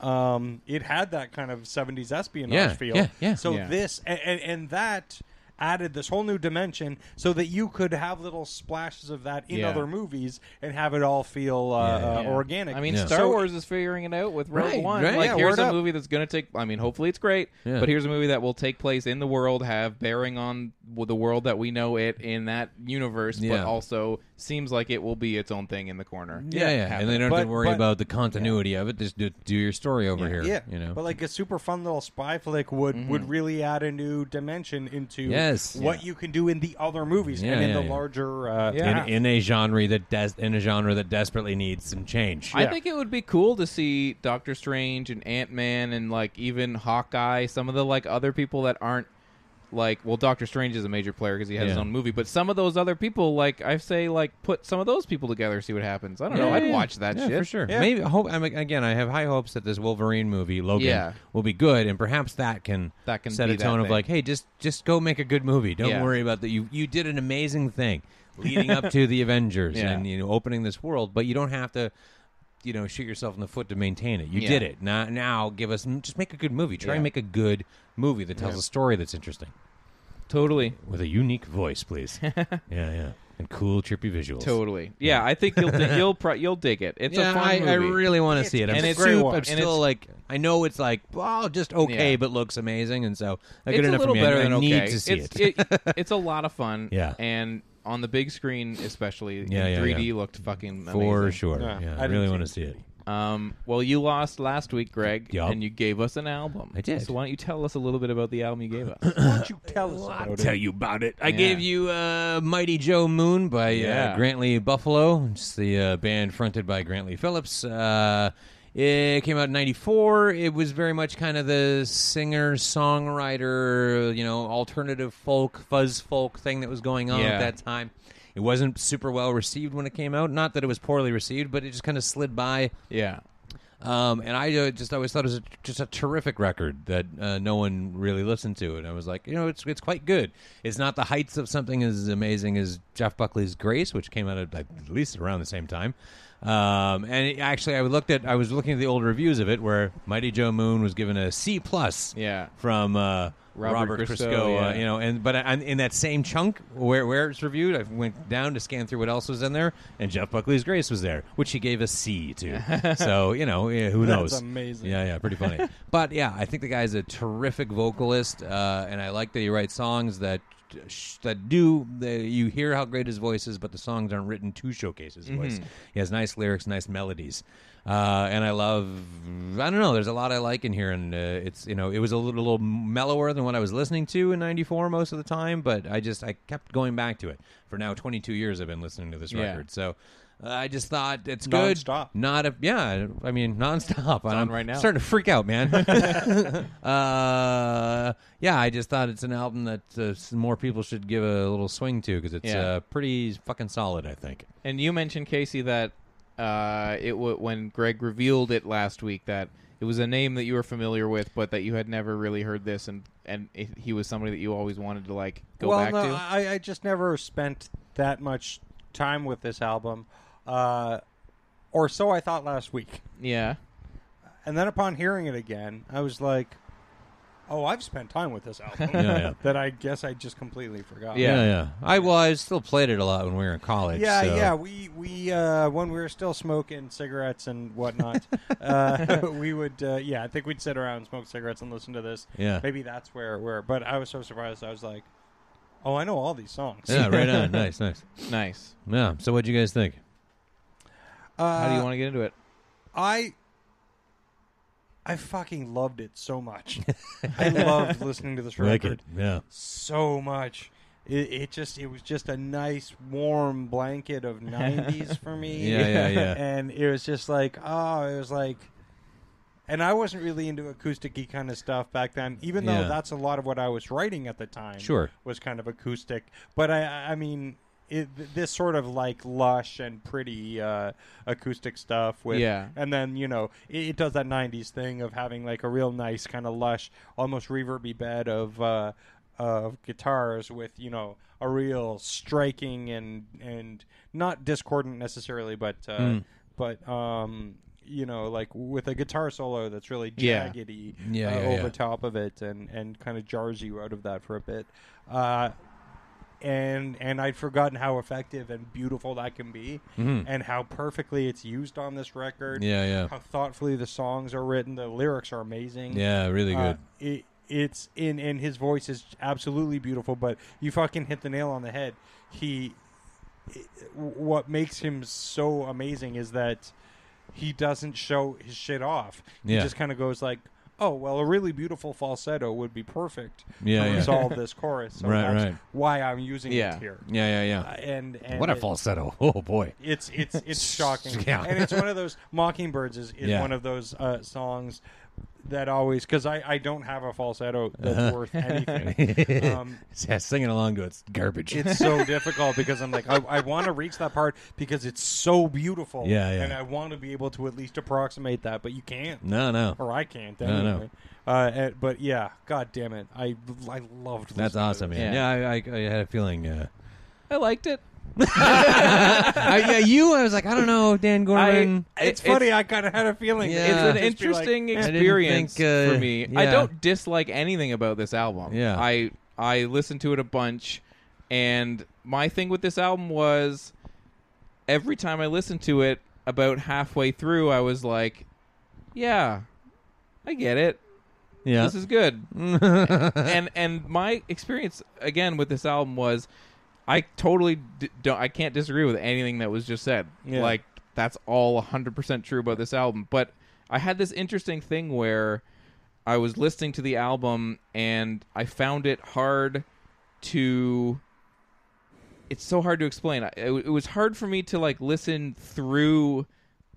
Speaker 2: um, it had that kind of 70s espionage
Speaker 3: Yeah,
Speaker 2: feel.
Speaker 3: yeah, yeah.
Speaker 2: So
Speaker 1: Yeah.
Speaker 2: this and, and, and that added this whole new dimension so that you could have little splashes of that in
Speaker 1: Yeah.
Speaker 2: other movies and have it all feel uh, uh,
Speaker 1: Yeah.
Speaker 2: organic.
Speaker 1: I mean,
Speaker 3: Yeah.
Speaker 1: Star
Speaker 2: So-
Speaker 1: Wars is figuring it out with Rogue
Speaker 3: Right,
Speaker 1: One.
Speaker 3: right.
Speaker 1: Like,
Speaker 3: Yeah,
Speaker 1: here's
Speaker 2: word
Speaker 1: a
Speaker 2: up.
Speaker 1: movie that's going to take. I mean, hopefully it's great,
Speaker 3: Yeah.
Speaker 1: but here's a movie that will take place in the world, have bearing on w- the world that we know it in that universe,
Speaker 3: Yeah.
Speaker 1: but also seems like it will be its own thing in the corner.
Speaker 3: yeah, yeah, and they don't have to
Speaker 2: But-
Speaker 3: worry
Speaker 2: but-
Speaker 3: about the continuity of it. Just do, do your story over here.
Speaker 2: Yeah,
Speaker 3: you know. Mm-hmm.
Speaker 2: but like a super fun little spy flick would would really add a new dimension into
Speaker 3: Yes.
Speaker 2: what you can do in the other movies
Speaker 3: Yeah,
Speaker 2: and in
Speaker 3: yeah,
Speaker 2: the
Speaker 3: yeah.
Speaker 2: larger. Uh,
Speaker 3: in, in a genre that des- in a genre that desperately needs some change.
Speaker 1: I think it would be cool to see Doctor Strange and Ant Man and like even Hawkeye, some of the like other people that aren't like well, Doctor Strange is a major player because he has his
Speaker 3: Yeah.
Speaker 1: own movie, but some of those other people, like I say, like put some of those people together, see what happens. I don't know. I'd watch that
Speaker 3: Yeah,
Speaker 1: shit
Speaker 3: for sure. Maybe I hope. I'm, again, I have high hopes that this Wolverine movie, Logan,
Speaker 1: Yeah.
Speaker 3: will be good, and perhaps that can
Speaker 1: That can
Speaker 3: set
Speaker 1: be
Speaker 3: a
Speaker 1: that
Speaker 3: tone of
Speaker 1: thing.
Speaker 3: like, hey, just just go make a good movie. Don't
Speaker 1: Yeah.
Speaker 3: worry about that. You you did an amazing thing leading up to the Avengers
Speaker 1: Yeah.
Speaker 3: and you know opening this world, but you don't have to. You know, shoot yourself in the foot to maintain it. You
Speaker 1: Yeah.
Speaker 3: did it. Now, now, give us just make a good movie. Try
Speaker 1: Yeah.
Speaker 3: and make a good movie that tells a story that's interesting
Speaker 1: Totally.
Speaker 3: with a unique voice, please. yeah, yeah, and cool, trippy visuals.
Speaker 1: Totally. Yeah, I think you'll di- you'll pro- you'll dig it. It's
Speaker 3: yeah,
Speaker 1: a fun
Speaker 3: I,
Speaker 1: movie.
Speaker 3: I really want to see it. I'm,
Speaker 1: and it's
Speaker 3: super-
Speaker 1: great one.
Speaker 3: I'm
Speaker 1: And
Speaker 3: still
Speaker 1: it's-
Speaker 3: like, I know it's like, well, just okay,
Speaker 1: Yeah.
Speaker 3: but looks amazing, and so uh,
Speaker 1: it's
Speaker 3: good
Speaker 1: a
Speaker 3: enough
Speaker 1: little
Speaker 3: for me. I-
Speaker 1: better
Speaker 3: I
Speaker 1: than
Speaker 3: need
Speaker 1: okay.
Speaker 3: to see
Speaker 1: it's,
Speaker 3: it.
Speaker 1: it's a lot of fun.
Speaker 3: Yeah.
Speaker 1: and on the big screen, especially, in
Speaker 3: Yeah, yeah,
Speaker 1: 3D
Speaker 3: yeah.
Speaker 1: looked fucking
Speaker 3: for
Speaker 1: amazing.
Speaker 3: sure.
Speaker 2: Yeah,
Speaker 3: Yeah,
Speaker 2: I
Speaker 3: I
Speaker 2: didn't
Speaker 3: really
Speaker 2: see
Speaker 3: want to
Speaker 2: it.
Speaker 3: see it.
Speaker 1: Um, well, you lost last week, Greg,
Speaker 3: Yup.
Speaker 1: and you gave us an album.
Speaker 3: I did.
Speaker 1: So why don't you tell us a little bit about the album you gave us?
Speaker 2: Why don't you tell us about it?
Speaker 3: you about it. I
Speaker 1: Yeah.
Speaker 3: gave you uh, "Mighty Joe Moon" by uh,
Speaker 1: Yeah.
Speaker 3: Grantley Buffalo, which is the uh, band fronted by Grantley Phillips. Uh, it came out in '94. It was very much kind of the singer-songwriter, you know, alternative folk, fuzz folk thing that was going on
Speaker 1: Yeah.
Speaker 3: at that time. It wasn't super well received when it came out. Not that it was poorly received, but it just kind of slid by.
Speaker 1: yeah.
Speaker 3: Um, and I uh, just always thought it was a, just a terrific record that uh, no one really listened to, and I was like, you know, it's it's quite good. It's not the heights of something as amazing as Jeff Buckley's Grace, which came out at, at least around the same time. Um, and it- actually, I looked at I was looking at the old reviews of it, where Mighty Joe Moon was given a C plus,
Speaker 1: Yeah.
Speaker 3: from uh,
Speaker 1: Robert
Speaker 3: Robert, Crisco,
Speaker 1: Christo,
Speaker 3: uh,
Speaker 1: yeah.
Speaker 3: you know know, and but I, in that same chunk where where it's reviewed, I went down to scan through what else was in there, and Jeff Buckley's Grace was there, which he gave a C to. so you know, yeah, who
Speaker 2: That's
Speaker 3: knows?
Speaker 2: amazing.
Speaker 3: Yeah, yeah, pretty funny. but yeah, I think the guy's a terrific vocalist, uh, and I like that he writes songs that sh- that do that you hear how great his voice is, but the songs aren't written to showcase his voice.
Speaker 1: Mm-hmm.
Speaker 3: He has nice lyrics, nice melodies. Uh, and I love, I don't know. There's a lot I like in here, and uh, it's you know, it was a little, little mellower than what I was listening to in '94 most of the time, but I just I kept going back to it. For now, 22 years I've been listening to this
Speaker 1: Yeah.
Speaker 3: record, so uh, I just thought it's good.
Speaker 2: Nonstop.
Speaker 3: Not a yeah. I mean, nonstop. and I'm
Speaker 1: right now.
Speaker 3: Starting to freak out, man. uh, yeah, I just thought it's an album that uh, s- more people should give a little swing to because it's
Speaker 1: Yeah.
Speaker 3: uh, pretty fucking solid. I think.
Speaker 1: And you mentioned Casey that uh, it w- when Greg revealed it last week that it was a name that you were familiar with, but that you had never really heard this, and and it, he was somebody that you always wanted to like go
Speaker 2: well,
Speaker 1: back
Speaker 2: no,
Speaker 1: to.
Speaker 2: I, I just never spent that much time with this album, uh, or so I thought last week.
Speaker 1: yeah.
Speaker 2: And then upon hearing it again, I was like, Oh, I've spent time with this album
Speaker 3: yeah.
Speaker 2: that I guess I just completely forgot.
Speaker 1: Yeah.
Speaker 3: Yeah, yeah. I well, I still played it a lot when we were in college.
Speaker 2: Yeah,
Speaker 3: so-
Speaker 2: yeah. We we uh, when we were still smoking cigarettes and whatnot, uh, we would uh, yeah. I think we'd sit around and smoke cigarettes and listen to this.
Speaker 3: Yeah.
Speaker 2: maybe that's where where. But I was so surprised. I was like, oh, I know all these songs.
Speaker 3: yeah. Right on. Nice, nice.
Speaker 1: Nice.
Speaker 3: Yeah. So, what'd you guys think?
Speaker 1: How do you
Speaker 2: Uh,
Speaker 1: want to get into it?
Speaker 2: I I fucking loved it so much. I loved listening to this record.
Speaker 3: Yeah.
Speaker 2: so much. It, it just it was just a nice warm blanket of '90s for me.
Speaker 3: Yeah, yeah, yeah.
Speaker 2: And it was just like, oh, it was like, and I wasn't really into acousticy kind of stuff back then. Even though
Speaker 3: Yeah.
Speaker 2: that's a lot of what I was writing at the time.
Speaker 3: Sure.
Speaker 2: was kind of acoustic. But I, I I mean, it, this sort of like lush and pretty uh, acoustic stuff with,
Speaker 1: Yeah.
Speaker 2: and then you know it, it does that '90s thing of having like a real nice kind of lush, almost reverby bed of uh, of guitars with you know a real striking and and not discordant necessarily, but uh,
Speaker 3: Hmm.
Speaker 2: but um you know like with a guitar solo that's really
Speaker 1: Yeah.
Speaker 2: jaggedy
Speaker 3: Yeah,
Speaker 2: uh,
Speaker 3: yeah,
Speaker 2: over
Speaker 3: yeah.
Speaker 2: top of it and and kind of jars you out of that for a bit. Uh, and and I'd forgotten how effective and beautiful that can be, and how perfectly it's used on this record.
Speaker 3: Mm-hmm. Yeah, yeah.
Speaker 2: How thoughtfully the songs are written. The lyrics are amazing.
Speaker 3: Yeah. Really
Speaker 2: Uh,
Speaker 3: good.
Speaker 2: it, it's in and his voice is absolutely beautiful. But you fucking hit the nail on the head. He, it- what makes him so amazing is that he doesn't show his shit off. He
Speaker 3: Yeah.
Speaker 2: just kind of goes like. Oh well, a really beautiful falsetto would be perfect
Speaker 3: Yeah,
Speaker 2: to
Speaker 3: yeah.
Speaker 2: resolve this chorus. So
Speaker 3: Right,
Speaker 2: that's
Speaker 3: right.
Speaker 2: why I'm using
Speaker 1: Yeah.
Speaker 2: it here.
Speaker 3: yeah, yeah,
Speaker 2: Uh,
Speaker 3: yeah.
Speaker 2: and, and
Speaker 3: What a
Speaker 2: it-
Speaker 3: falsetto! Oh boy.
Speaker 2: It's it's it's shocking,
Speaker 3: Yeah.
Speaker 2: and it's one of those Mockingbirds is, is
Speaker 3: Yeah.
Speaker 2: one of those uh, songs that always because I, I don't have a falsetto that's
Speaker 3: Uh-huh.
Speaker 2: worth anything. Um,
Speaker 3: yeah, singing along to it's garbage.
Speaker 2: it's so difficult because I'm like I, I want to reach that part because it's so beautiful,
Speaker 3: Yeah, yeah.
Speaker 2: and I want to be able to at least approximate that, but you can't,
Speaker 3: no, no.
Speaker 2: or I can't
Speaker 3: No, no.
Speaker 2: anyway. Uh, and- but yeah, god damn it, I I loved listening
Speaker 3: That's
Speaker 2: to
Speaker 3: awesome,
Speaker 2: this.
Speaker 3: man. Yeah, I, I, I had a feeling. Uh,
Speaker 1: I liked it.
Speaker 3: I, yeah, you. I was like, I don't know, Dan Gorman.
Speaker 2: It's, funny. I kind of had a feeling.
Speaker 3: Yeah.
Speaker 1: It's
Speaker 2: It would
Speaker 1: an
Speaker 2: just be like,
Speaker 1: interesting
Speaker 2: eh.
Speaker 3: didn't
Speaker 1: experience
Speaker 3: think, uh,
Speaker 1: for me. I
Speaker 3: yeah.
Speaker 1: don't dislike anything about this album.
Speaker 3: Yeah.
Speaker 1: I I listened to it a bunch, and my thing with this album was every time I listened to it, about halfway through, I was like, "Yeah, I get it.
Speaker 3: yeah,
Speaker 1: This is good." and and my experience again with this album was, I totally d- don't. I can't disagree with anything that was just said.
Speaker 2: Yeah.
Speaker 1: Like that's all 100% true about this album. But I had this interesting thing where I was listening to the album and I found it hard to. It's so hard to explain. I- It, it was hard for me to like listen through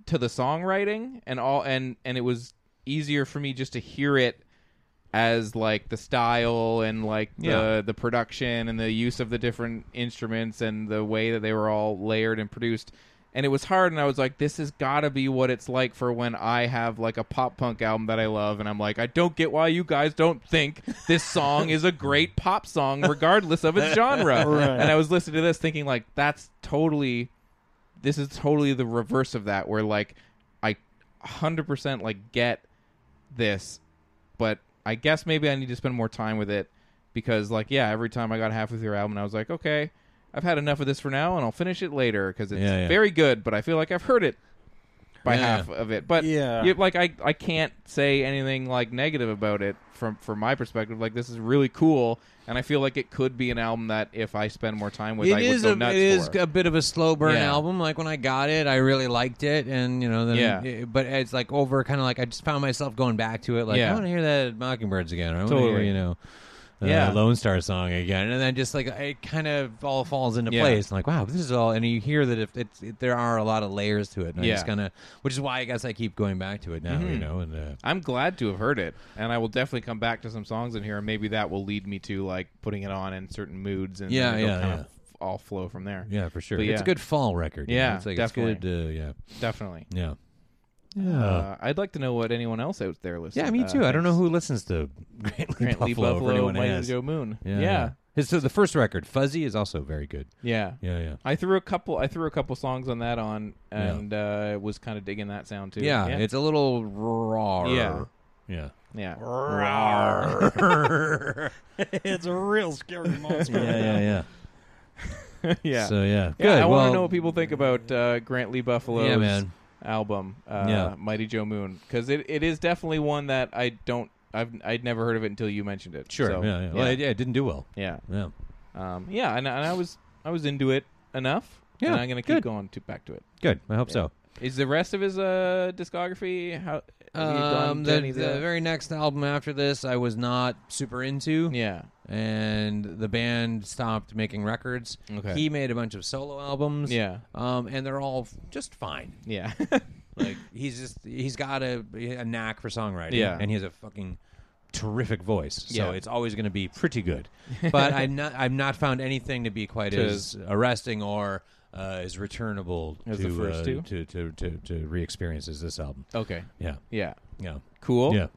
Speaker 1: to the songwriting and all, and and it was easier for me just to hear it as like the style and like the
Speaker 3: Yeah.
Speaker 1: the production and the use of the different instruments and the way that they were all layered and produced and it was hard and i was like this has got to be what it's like for when i have like a pop punk album that i love and i'm like i don't get why you guys don't think this song is a great pop song regardless of its genre and i was listening to this thinking like that's totally this is totally the reverse of that where like i 100% like get this but i guess maybe i need to spend more time with it because like yeah every time i got halfway through the album i was like okay i've had enough of this for now and i'll finish it later because it's
Speaker 3: Yeah, yeah.
Speaker 1: very good but i feel like i've heard it by
Speaker 3: Yeah.
Speaker 1: half of it but
Speaker 2: Yeah.
Speaker 1: you- like I, I can't say anything like negative about it from from my perspective like this is really cool and i feel like it could be an album that if i spend more time with i
Speaker 3: It is
Speaker 1: would go
Speaker 3: a,
Speaker 1: nuts
Speaker 3: it is
Speaker 1: for.
Speaker 3: a bit of a slow burn
Speaker 1: Yeah.
Speaker 3: album. Like when I got it, I really liked it, and you know, then
Speaker 1: Yeah.
Speaker 3: it- but it's like over, kind of like I just found myself going back to it. Like
Speaker 1: Yeah.
Speaker 3: I want to hear that Mockingbirds again. Or I want to hear
Speaker 1: Totally.
Speaker 3: you know, uh,
Speaker 1: Yeah.
Speaker 3: Lone Star song again, and then just like it kind of all falls into
Speaker 1: Yeah.
Speaker 3: place. And like wow, this is all, and you hear that if it's it, there are a lot of layers to it, and I
Speaker 1: Yeah. Mm-hmm.
Speaker 3: just kind of, which is why I guess I keep going back to it now. You know, and uh,
Speaker 1: I'm glad to have heard it, and I will definitely come back to some songs in here, and maybe that will lead me to like putting it on in certain moods, and
Speaker 3: Yeah,
Speaker 1: it'll
Speaker 3: yeah,
Speaker 1: kind
Speaker 3: yeah.
Speaker 1: of all flow from there.
Speaker 3: yeah, for sure,
Speaker 1: But
Speaker 3: it's
Speaker 1: yeah.
Speaker 3: a good fall record. you know?
Speaker 1: Yeah,
Speaker 3: it's like it's
Speaker 1: definitely.
Speaker 3: good. Uh, yeah,
Speaker 1: definitely.
Speaker 3: yeah, yeah.
Speaker 1: Uh, I'd like to know what anyone else out there listens.
Speaker 3: Yeah, me
Speaker 1: uh,
Speaker 3: too. I don't know
Speaker 1: thinks.
Speaker 3: who listens to Grant Lee
Speaker 1: Grant Lee
Speaker 3: Buffalo. if
Speaker 1: Buffalo,
Speaker 3: anyone
Speaker 1: Mighty
Speaker 3: has.
Speaker 1: Joe Moon.
Speaker 3: Yeah, yeah. His, so the first record, Fuzzy, is also very good.
Speaker 1: yeah.
Speaker 3: Yeah, yeah.
Speaker 1: I threw a couple. I threw a couple songs on that on, and uh, was kind of digging that sound too.
Speaker 3: Yeah, it's a little raw.
Speaker 1: Yeah.
Speaker 3: Yeah.
Speaker 1: Yeah.
Speaker 2: it's a real scary monster.
Speaker 3: Yeah, yeah, yeah.
Speaker 1: yeah.
Speaker 3: So yeah,
Speaker 1: Yeah,
Speaker 3: good.
Speaker 1: I
Speaker 3: well,
Speaker 1: want to know what people think about uh, Grant Lee Buffalo's
Speaker 3: Yeah, man.
Speaker 1: album, uh,
Speaker 3: Yeah.
Speaker 1: Mighty Joe Moon, because it, it is definitely one that I don't I've I'd never heard of it until you mentioned it.
Speaker 3: Sure.
Speaker 1: So,
Speaker 3: yeah, yeah. Well, it, yeah, it didn't do well.
Speaker 1: yeah,
Speaker 3: Yeah.
Speaker 1: yeah. Um, yeah, and, and I was I was into it enough.
Speaker 3: Yeah,
Speaker 1: and I'm gonna keep
Speaker 3: good.
Speaker 1: going to back to it.
Speaker 3: Good. I hope so.
Speaker 1: Is the rest of his uh, discography how? have you gone
Speaker 3: Um,
Speaker 1: to
Speaker 3: the,
Speaker 1: any
Speaker 3: the
Speaker 1: of the-
Speaker 3: very next album after this, I was not super into.
Speaker 1: yeah,
Speaker 3: And the band stopped making records.
Speaker 1: Okay.
Speaker 3: He made a bunch of solo albums.
Speaker 1: Yeah.
Speaker 3: Um, and they're all f- just fine.
Speaker 1: yeah,
Speaker 3: Like he's just he's got a a knack for songwriting.
Speaker 1: Yeah.
Speaker 3: And he has a fucking terrific voice. So
Speaker 1: Yeah.
Speaker 3: it's always going to be pretty good. But I'm not I've not found anything to be quite
Speaker 1: To-
Speaker 3: as arresting or uh, as returnable
Speaker 1: As
Speaker 3: to,
Speaker 1: the first
Speaker 3: uh,
Speaker 1: two?
Speaker 3: to to to to re-experience as this album.
Speaker 1: okay,
Speaker 3: Yeah.
Speaker 1: yeah,
Speaker 3: Yeah.
Speaker 1: cool.
Speaker 3: Yeah.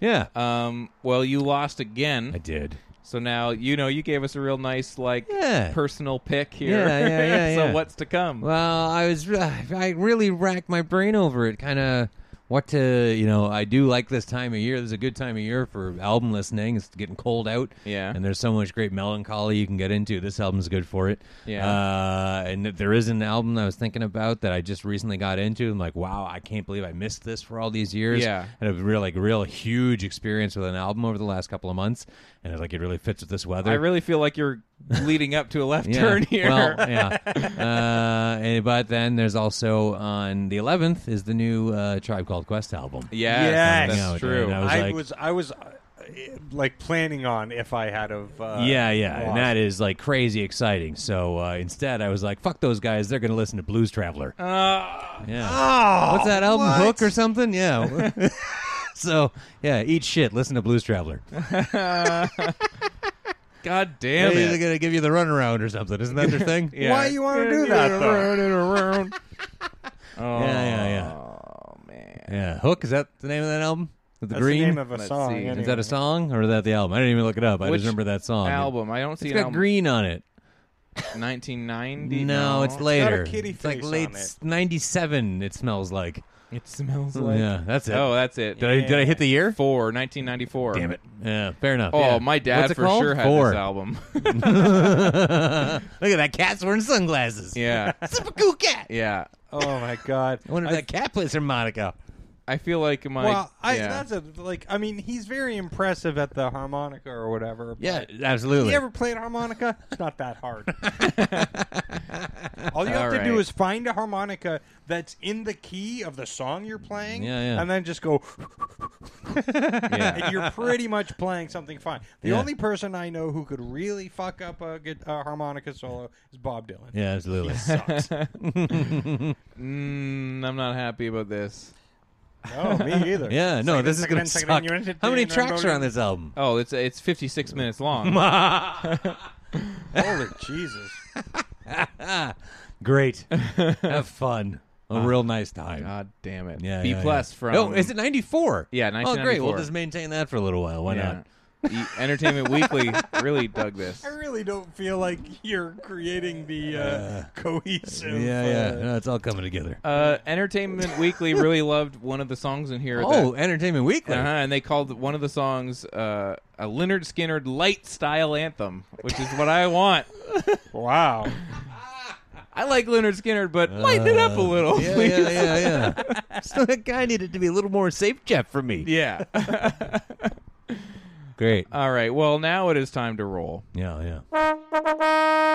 Speaker 3: Yeah.
Speaker 1: Um. Well, you lost again.
Speaker 3: I did.
Speaker 1: So now you know you gave us a real nice like
Speaker 3: Yeah.
Speaker 1: personal pick here.
Speaker 3: Yeah, yeah, yeah,
Speaker 1: so
Speaker 3: yeah.
Speaker 1: what's to come?
Speaker 3: Well, I was uh, I really racked my brain over it, kind of what to you know. I do like this time of year. This is a good time of year for album listening. It's getting cold out,
Speaker 1: Yeah.
Speaker 3: and there's so much great melancholy you can get into. This album's good for it,
Speaker 1: Yeah.
Speaker 3: Uh, and th- there is an album I was thinking about that I just recently got into. I'm like, wow, I can't believe I missed this for all these years.
Speaker 1: Yeah.
Speaker 3: and a real like real huge experience with an album over the last couple of months, and it's like it really fits with this weather.
Speaker 1: I really feel like you're leading up to a left
Speaker 3: Yeah.
Speaker 1: turn here.
Speaker 3: Well, yeah. Uh, and- but then there's also on the 11th is the new uh, Tribe Called Quest album.
Speaker 1: Uh, yes,
Speaker 2: Yes.
Speaker 3: No,
Speaker 1: that's true.
Speaker 3: and I was
Speaker 2: I
Speaker 3: like-
Speaker 2: was I was uh, eh, like planning on if I had of uh,
Speaker 3: yeah, yeah, and
Speaker 2: lost.
Speaker 3: that is like crazy exciting. So uh, instead, I was like, "Fuck those guys! They're gonna listen to Blues Traveler."
Speaker 1: Uh,
Speaker 3: yeah.
Speaker 1: oh,
Speaker 3: What's that album? Hook or something? Yeah. so yeah, eat shit. Listen to Blues Traveler.
Speaker 1: God damn
Speaker 3: They're
Speaker 1: it.
Speaker 3: gonna give you the runaround or something. Isn't that their thing?
Speaker 1: Yeah.
Speaker 2: Why you want to do that though?
Speaker 1: oh,
Speaker 3: yeah, yeah, yeah.
Speaker 1: man.
Speaker 3: Yeah. Hook is that the name of that album? With the
Speaker 2: That's
Speaker 3: green.
Speaker 2: the name of a
Speaker 1: Let's
Speaker 2: song.
Speaker 1: see. Is
Speaker 2: anyway.
Speaker 3: Is that a song or is that the album? I didn't even look it up. I
Speaker 1: Which
Speaker 3: just remember that song.
Speaker 1: Album. I don't see
Speaker 3: It's
Speaker 1: an
Speaker 3: got
Speaker 1: album.
Speaker 3: green on it.
Speaker 1: 1990.
Speaker 3: No, it's
Speaker 2: got a
Speaker 3: later.
Speaker 2: kitty
Speaker 3: it's like
Speaker 2: face
Speaker 3: late
Speaker 2: on it.
Speaker 3: '97. It smells like.
Speaker 1: It smells like.
Speaker 3: yeah, that's it.
Speaker 1: Oh, that's it.
Speaker 3: did I did I hit the year?
Speaker 1: Four, 1994. Damn it.
Speaker 3: Yeah, fair enough.
Speaker 1: Oh,
Speaker 3: yeah.
Speaker 1: my
Speaker 3: What's
Speaker 1: dad
Speaker 3: it
Speaker 1: for
Speaker 3: called?
Speaker 1: sure had
Speaker 3: Four.
Speaker 1: this album.
Speaker 3: Look at that cat's wearing sunglasses.
Speaker 1: yeah,
Speaker 3: Super cool cat.
Speaker 1: yeah.
Speaker 2: Oh my god!
Speaker 3: I wonder if that cat plays harmonica.
Speaker 1: I feel like my.
Speaker 2: well, I,
Speaker 1: yeah.
Speaker 2: that's a like. I mean, he's very impressive at the harmonica or whatever. but-
Speaker 3: Yeah, absolutely.
Speaker 2: You ever played harmonica? It's not that hard. All you have
Speaker 1: All
Speaker 2: to do
Speaker 1: right.
Speaker 2: is find a harmonica that's in the key of the song you're playing,
Speaker 3: Yeah, yeah.
Speaker 2: and then just go,
Speaker 1: yeah.
Speaker 2: and you're pretty much playing something fine. The
Speaker 3: Yeah.
Speaker 2: only person I know who could really fuck up a, gu- a harmonica solo is Bob Dylan.
Speaker 3: yeah, absolutely.
Speaker 1: Mm, I'm not happy about this.
Speaker 2: Oh, me either.
Speaker 3: yeah, no, this is gonna suck. How many tracks are on this album?
Speaker 1: Oh, it's it's 56 minutes long.
Speaker 2: Holy Jesus!
Speaker 3: Great. Have fun. A real nice time.
Speaker 1: God damn it.
Speaker 3: Yeah,
Speaker 1: Ah. B
Speaker 3: yeah,
Speaker 1: plus
Speaker 3: yeah.
Speaker 1: from.
Speaker 3: no, is it ninety four?
Speaker 1: Yeah,
Speaker 3: Oh, great.
Speaker 1: 1994.
Speaker 3: We'll just maintain that for a little while. Why
Speaker 1: Yeah.
Speaker 3: not?
Speaker 1: E- Entertainment Weekly really dug this.
Speaker 2: I really don't feel like you're creating the uh, cohesive.
Speaker 3: Yeah, yeah.
Speaker 2: uh,
Speaker 3: No, it's all coming together.
Speaker 1: Uh, Entertainment Weekly really loved one of the songs in here.
Speaker 3: oh,
Speaker 1: that-
Speaker 3: Entertainment Weekly.
Speaker 1: Uh-huh, and they called one of the songs uh, a Leonard Skinner light style anthem, which is what I want.
Speaker 2: Wow.
Speaker 1: I like Leonard Skinner, but lighten it up a little,
Speaker 3: Uh, Yeah,
Speaker 1: please.
Speaker 3: yeah, yeah, yeah. Oh, so that guy needed to be a little more safe, Jeff, for me.
Speaker 1: Yeah.
Speaker 3: Great.
Speaker 1: All right. Well, now it is time to roll.
Speaker 3: yeah, yeah.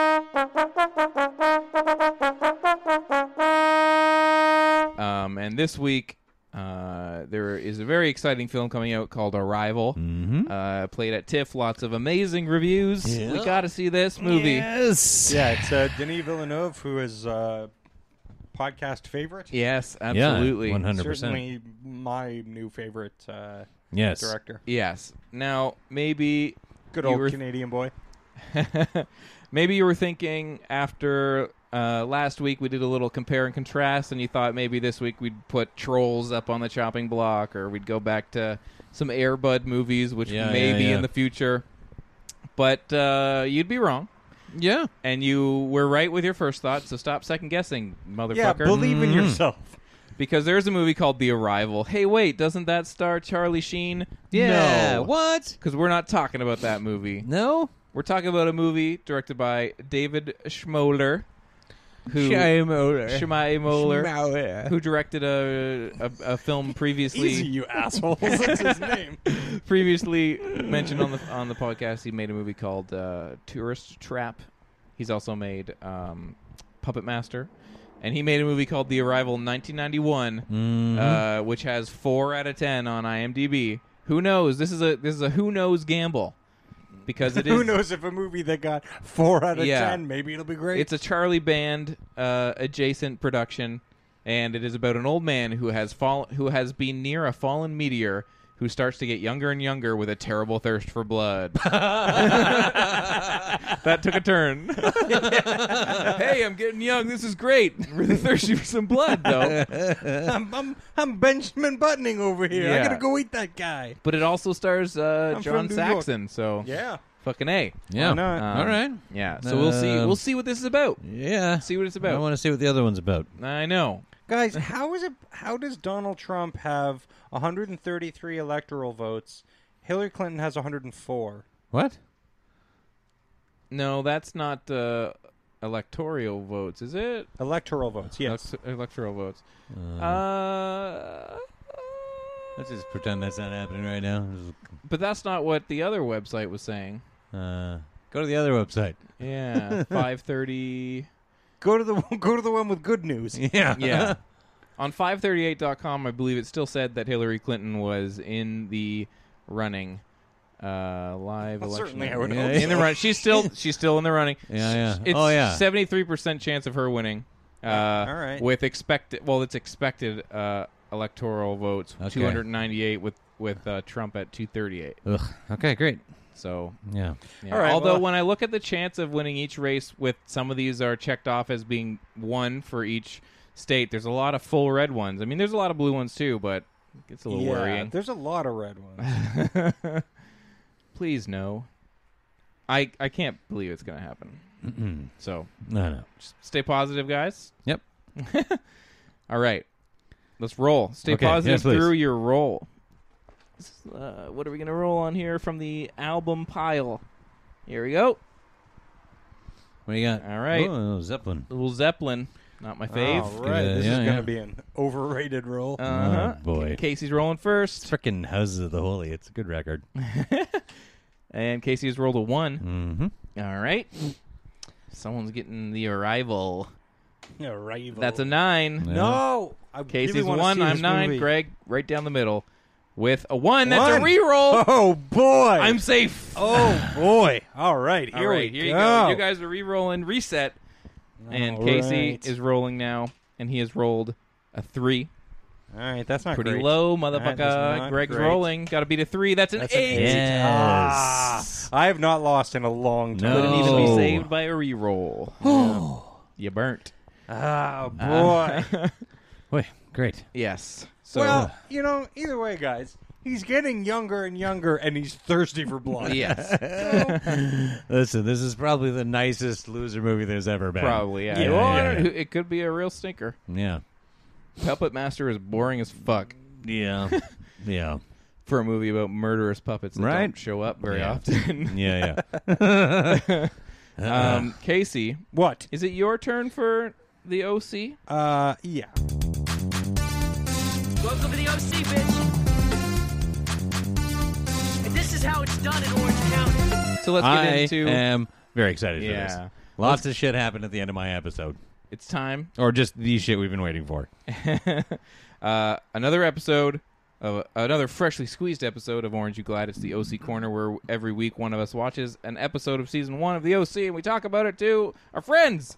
Speaker 1: Um, and this week, uh, there is a very exciting film coming out called Arrival. Mm-hmm. Uh, played at TIFF, lots of amazing reviews. We got to see this movie.
Speaker 3: Yes.
Speaker 2: Yeah, it's uh, Denis Villeneuve, who is uh, podcast favorite.
Speaker 1: Yes, absolutely.
Speaker 3: One hundred percent.
Speaker 2: Certainly my new favorite uh,
Speaker 3: Yes.
Speaker 2: director.
Speaker 1: Yes. Now, maybe
Speaker 2: Good
Speaker 1: you
Speaker 2: old
Speaker 1: were-
Speaker 2: Canadian boy.
Speaker 1: maybe you were thinking after uh, last week we did a little compare and contrast, and you thought maybe this week we'd put Trolls up on the chopping block, or we'd go back to some Airbud movies, which
Speaker 3: Yeah,
Speaker 1: may
Speaker 3: yeah,
Speaker 1: be
Speaker 3: yeah.
Speaker 1: in the future. But uh, you'd be wrong.
Speaker 3: Yeah.
Speaker 1: and you were right with your first thought, so stop second guessing, motherfucker.
Speaker 2: Yeah, believe in yourself.
Speaker 1: because there's a movie called The Arrival. Hey, wait, doesn't that star Charlie Sheen?
Speaker 3: Yeah.
Speaker 1: no.
Speaker 3: What?
Speaker 1: Because we're not talking about that movie.
Speaker 3: No.
Speaker 1: We're talking about a movie directed by David Schmoller, who Shmai Moeller,
Speaker 3: Schmoller.
Speaker 1: who directed a a, a film previously
Speaker 2: Easy, you assholes. That's his name.
Speaker 1: previously mentioned on the on the podcast, he made a movie called uh, Tourist Trap. He's also made um, Puppet Master, and he made a movie called The Arrival in 1991, uh, which has four out of ten on IMDb. Who knows? This is a this is a who knows gamble because it is
Speaker 2: Who knows if a movie that got four out of
Speaker 1: Yeah.
Speaker 2: ten, maybe it'll be great.
Speaker 1: It's a Charlie Band uh, adjacent production, and it is about an old man who has fall- who has been near a fallen meteor who starts to get younger and younger with a terrible thirst for blood. that took a turn. hey, I'm getting young. This is great. Really thirsty for some blood, though.
Speaker 2: I'm, I'm, I'm Benjamin Buttoning over here.
Speaker 1: Yeah.
Speaker 2: I gotta go eat that guy.
Speaker 1: But it also stars uh,
Speaker 2: I'm
Speaker 1: John
Speaker 2: from New York.
Speaker 1: Saxon, so
Speaker 2: Yeah.
Speaker 1: fucking a.
Speaker 3: Yeah.
Speaker 2: Why not?
Speaker 1: Um,
Speaker 3: All right.
Speaker 1: Yeah. So we'll see.
Speaker 3: Um,
Speaker 1: We'll see what this is about.
Speaker 3: Yeah.
Speaker 1: See what it's about.
Speaker 3: I want to see what the other one's about.
Speaker 1: I know.
Speaker 2: Guys, how is it? How does Donald Trump have 133 electoral votes? Hillary Clinton has 104.
Speaker 3: What?
Speaker 1: No, that's not uh, electoral votes, is it?
Speaker 2: Electoral votes, yes.
Speaker 1: Elect- electoral votes. Uh,
Speaker 3: Let's just pretend that's not happening right now. Just,
Speaker 1: but that's not what the other website was saying.
Speaker 3: Uh, go to the other website.
Speaker 1: Yeah, five thirty.
Speaker 2: Go to the go to the one with good news.
Speaker 3: Yeah.
Speaker 1: Yeah, on 538.com, I believe it still said that Hillary Clinton was in the running. Uh, live election.
Speaker 2: certainly I would
Speaker 3: hope
Speaker 1: in the
Speaker 3: so.
Speaker 1: run. She's still she's still in the running.
Speaker 3: Yeah, yeah.
Speaker 1: It's
Speaker 3: Oh, yeah.
Speaker 1: Seventy three percent chance of her winning. Uh,
Speaker 2: all right.
Speaker 1: With expected, well, it's expected uh, electoral votes
Speaker 3: Okay.
Speaker 1: two hundred ninety eight with with uh, Trump at two thirty eight.
Speaker 3: Ugh. Okay, great.
Speaker 1: So,
Speaker 3: Yeah.
Speaker 1: yeah.
Speaker 2: All right,
Speaker 1: although
Speaker 2: well-
Speaker 1: when I look at the chance of winning each race, with some of these are checked off as being one for each state. There's a lot of full red ones. I mean, there's a lot of blue ones too, but it's a little
Speaker 2: Yeah,
Speaker 1: worrying.
Speaker 2: There's a lot of red ones.
Speaker 1: Please no. I I can't believe it's gonna happen. So
Speaker 3: No, no.
Speaker 1: just stay positive, guys.
Speaker 3: Yep.
Speaker 1: All right. Let's roll. Stay
Speaker 3: Okay,
Speaker 1: positive
Speaker 3: yes, please.
Speaker 1: through your roll. This is, uh, what are we going to roll on here from the album pile? Here we go.
Speaker 3: What do you got?
Speaker 1: All right.
Speaker 3: Oh, Zeppelin.
Speaker 1: Little Zeppelin. Not my fave.
Speaker 2: All right,
Speaker 3: Yeah,
Speaker 2: this
Speaker 3: yeah,
Speaker 2: is
Speaker 3: yeah.
Speaker 2: gonna be an overrated role.
Speaker 1: Uh-huh.
Speaker 3: Oh, boy.
Speaker 1: Casey's rolling first.
Speaker 3: Frickin' Houses of the Holy. It's a good record.
Speaker 1: And Casey's rolled a one.
Speaker 3: Mm-hmm.
Speaker 1: All right. Someone's getting the arrival.
Speaker 2: Arrival.
Speaker 1: That's a nine.
Speaker 2: no. I really
Speaker 1: Casey's
Speaker 2: wanna
Speaker 1: one.
Speaker 2: see
Speaker 1: I'm
Speaker 2: this
Speaker 1: nine.
Speaker 2: movie.
Speaker 1: Greg, right down the middle with a one. That's a
Speaker 2: One.
Speaker 1: re-roll.
Speaker 2: Oh boy.
Speaker 1: I'm safe.
Speaker 2: Oh boy. All right. Here
Speaker 1: All right,
Speaker 2: we
Speaker 1: here you
Speaker 2: go.
Speaker 1: go. You guys are re-rolling reset, and
Speaker 2: All
Speaker 1: Casey
Speaker 2: right.
Speaker 1: is rolling now, and he has rolled a three,
Speaker 2: All right. That's not
Speaker 1: pretty
Speaker 2: great.
Speaker 1: low,
Speaker 2: That is
Speaker 1: motherfucker.
Speaker 2: not
Speaker 1: Greg's
Speaker 2: great.
Speaker 1: rolling, got to beat a three. That's an
Speaker 2: That's an
Speaker 1: eight.
Speaker 2: eight. Ah,
Speaker 3: Yes.
Speaker 2: I have not lost in a long time.
Speaker 1: Couldn't even be
Speaker 3: No.
Speaker 1: saved by a re-roll. Yeah. you burnt.
Speaker 2: Oh boy.
Speaker 3: Wait, great.
Speaker 1: Yes. So
Speaker 2: well, you know, either way, guys, he's getting younger and younger, and he's thirsty for blood.
Speaker 1: yes,
Speaker 3: Listen, this is probably the nicest loser movie there's ever been.
Speaker 1: probably yeah.
Speaker 3: Yeah,
Speaker 1: Or
Speaker 3: yeah, yeah.
Speaker 1: it could be a real stinker.
Speaker 3: Yeah.
Speaker 1: Puppet Master is boring as fuck
Speaker 3: Yeah. yeah.
Speaker 1: for a movie about murderous puppets that
Speaker 3: Right.
Speaker 1: don't show up very
Speaker 3: Yeah.
Speaker 1: often.
Speaker 3: Yeah, yeah.
Speaker 1: um, Casey,
Speaker 2: What?
Speaker 1: Is it your turn for the OC?
Speaker 2: Uh, yeah.
Speaker 8: Welcome to the OC, bitch. And this is how it's done in Orange County.
Speaker 1: So let's get
Speaker 3: I
Speaker 1: into
Speaker 3: am very excited
Speaker 1: Yeah.
Speaker 3: for this. Lots of shit happened at the end of my episode.
Speaker 1: it's time.
Speaker 3: Or just the shit we've been waiting for.
Speaker 1: Uh, another episode of another freshly squeezed episode of Orange You Glad. It's the OC corner where every week one of us watches an episode of season one of the OC and we talk about it to our friends.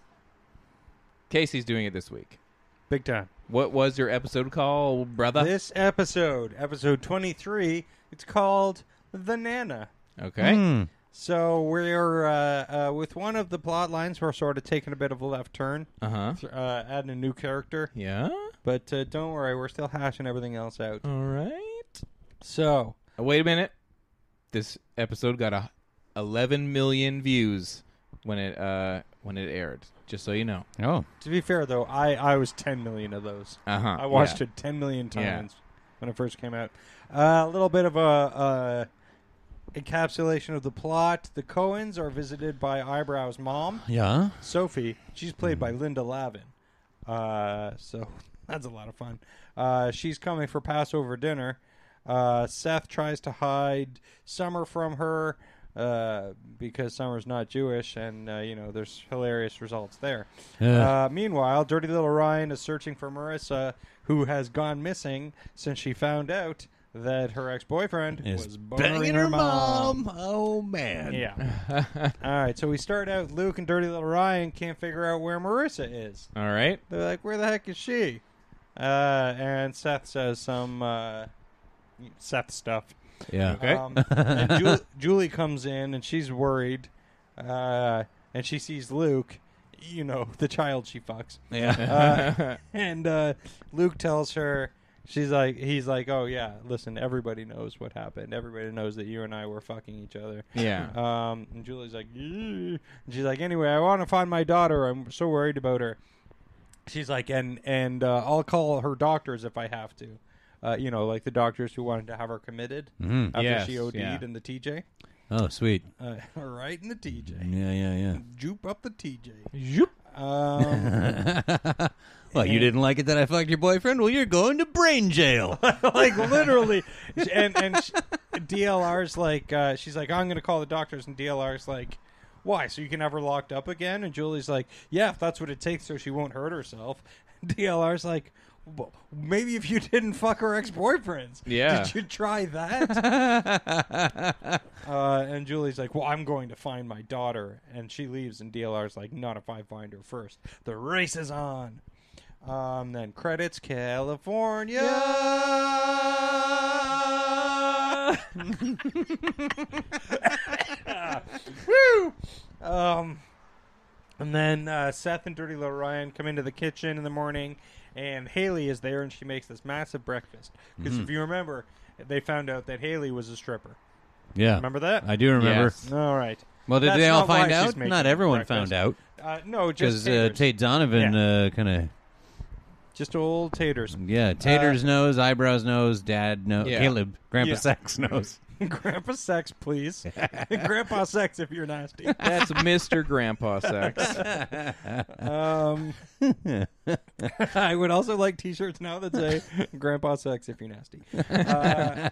Speaker 1: Casey's doing it this week.
Speaker 2: Big time.
Speaker 1: What was your episode called, brother?
Speaker 2: This episode, episode 23, it's called The Nana.
Speaker 1: okay.
Speaker 3: Hmm.
Speaker 2: So we're uh, uh, with one of the plot lines. We're sort of taking a bit of a left turn,
Speaker 1: Uh huh.
Speaker 2: th- uh, adding a new character.
Speaker 1: Yeah.
Speaker 2: But uh, don't worry, we're still hashing everything else out.
Speaker 1: All right.
Speaker 2: So
Speaker 1: Uh, wait a minute. This episode got a 11 million views when it uh, when it aired. Just so you know.
Speaker 3: Oh,
Speaker 2: To be fair, though, I, I was 10 million of those.
Speaker 1: Uh-huh,
Speaker 2: I watched
Speaker 1: yeah.
Speaker 2: it 10 million
Speaker 1: Yeah.
Speaker 2: times when it first came out. Uh, a little bit of a, uh encapsulation of the plot. The Coens are visited by Eyebrow's mom,
Speaker 3: yeah.
Speaker 2: Sophie. She's played by Linda Lavin. Uh, so that's a lot of fun. Uh, she's coming for Passover dinner. Uh, Seth tries to hide Summer from her uh, because Summer's not Jewish, and uh, you know there's hilarious results there.
Speaker 3: Yeah.
Speaker 2: Uh, meanwhile, Dirty Little Ryan is searching for Marissa, who has gone missing since she found out that her ex-boyfriend
Speaker 3: Is
Speaker 2: was banging her mom.
Speaker 3: Oh man.
Speaker 2: Yeah. All right. So we start out. Luke and Dirty Little Ryan can't figure out where Marissa is.
Speaker 1: All right.
Speaker 2: They're like, "Where the heck is she?" Uh, and Seth says some uh, Seth stuff.
Speaker 3: Yeah.
Speaker 1: Okay.
Speaker 2: Um, and Julie, Julie comes in and she's worried, uh, and she sees Luke. You know the child she fucks.
Speaker 3: Yeah.
Speaker 2: Uh, and uh, Luke tells her, she's like, he's like, oh yeah, listen, everybody knows what happened. Everybody knows that you and I were fucking each other.
Speaker 1: Yeah.
Speaker 2: Um, and Julie's like, "Ew." and she's like, anyway, I want to find my daughter. I'm so worried about her. She's like, and and uh, I'll call her doctors if I have to. Uh, you know, like the doctors who wanted to have her committed after
Speaker 1: Mm-hmm. Yes,
Speaker 2: she OD'd
Speaker 1: yeah.
Speaker 2: in the TJ.
Speaker 3: Oh sweet.
Speaker 2: Uh, right in the TJ.
Speaker 3: Yeah, yeah, yeah.
Speaker 2: Jupe up the TJ. Jupe. Um,
Speaker 3: well, you didn't like it that I fucked your boyfriend. Well, you're going to brain jail.
Speaker 2: like literally and and sh- DLR's like uh, she's like I'm going to call the doctors and DLR's like why so you can have her locked up again and Julie's like yeah if that's what it takes so she won't hurt herself DLR's like well, maybe if you didn't fuck her ex-boyfriends
Speaker 1: Yeah.
Speaker 2: did you try that uh, and Julie's like well I'm going to find my daughter and she leaves and DLR's like not if I find her first the race is on um, then credits California Um, and then uh, Seth and Dirty Little Ryan come into the kitchen in the morning, and Haley is there, and she makes this massive breakfast. Because
Speaker 3: Mm-hmm.
Speaker 2: if you remember, they found out that Haley was a stripper.
Speaker 3: yeah.
Speaker 2: Remember that?
Speaker 3: I do remember.
Speaker 1: Yes.
Speaker 2: All right.
Speaker 3: Well, did
Speaker 2: That's
Speaker 3: they all
Speaker 2: not why
Speaker 3: find
Speaker 2: she's
Speaker 3: out?
Speaker 2: making
Speaker 3: Not
Speaker 2: the
Speaker 3: everyone
Speaker 2: breakfast.
Speaker 3: found out
Speaker 2: Uh, no, just
Speaker 3: because uh,
Speaker 2: taters.
Speaker 3: Tate Donovan uh, kind of
Speaker 2: just old taters.
Speaker 3: Yeah, Taters knows, eyebrows knows, Dad knows,
Speaker 1: Yeah.
Speaker 3: Caleb, Grandpa
Speaker 2: Uh, Yeah.
Speaker 3: Sacks knows.
Speaker 2: Grandpa sex, please. Grandpa sex, if you're nasty.
Speaker 1: That's Mr. Grandpa Sex.
Speaker 2: Um, I would also like T-shirts now that say "Grandpa sucks if you're nasty." Uh,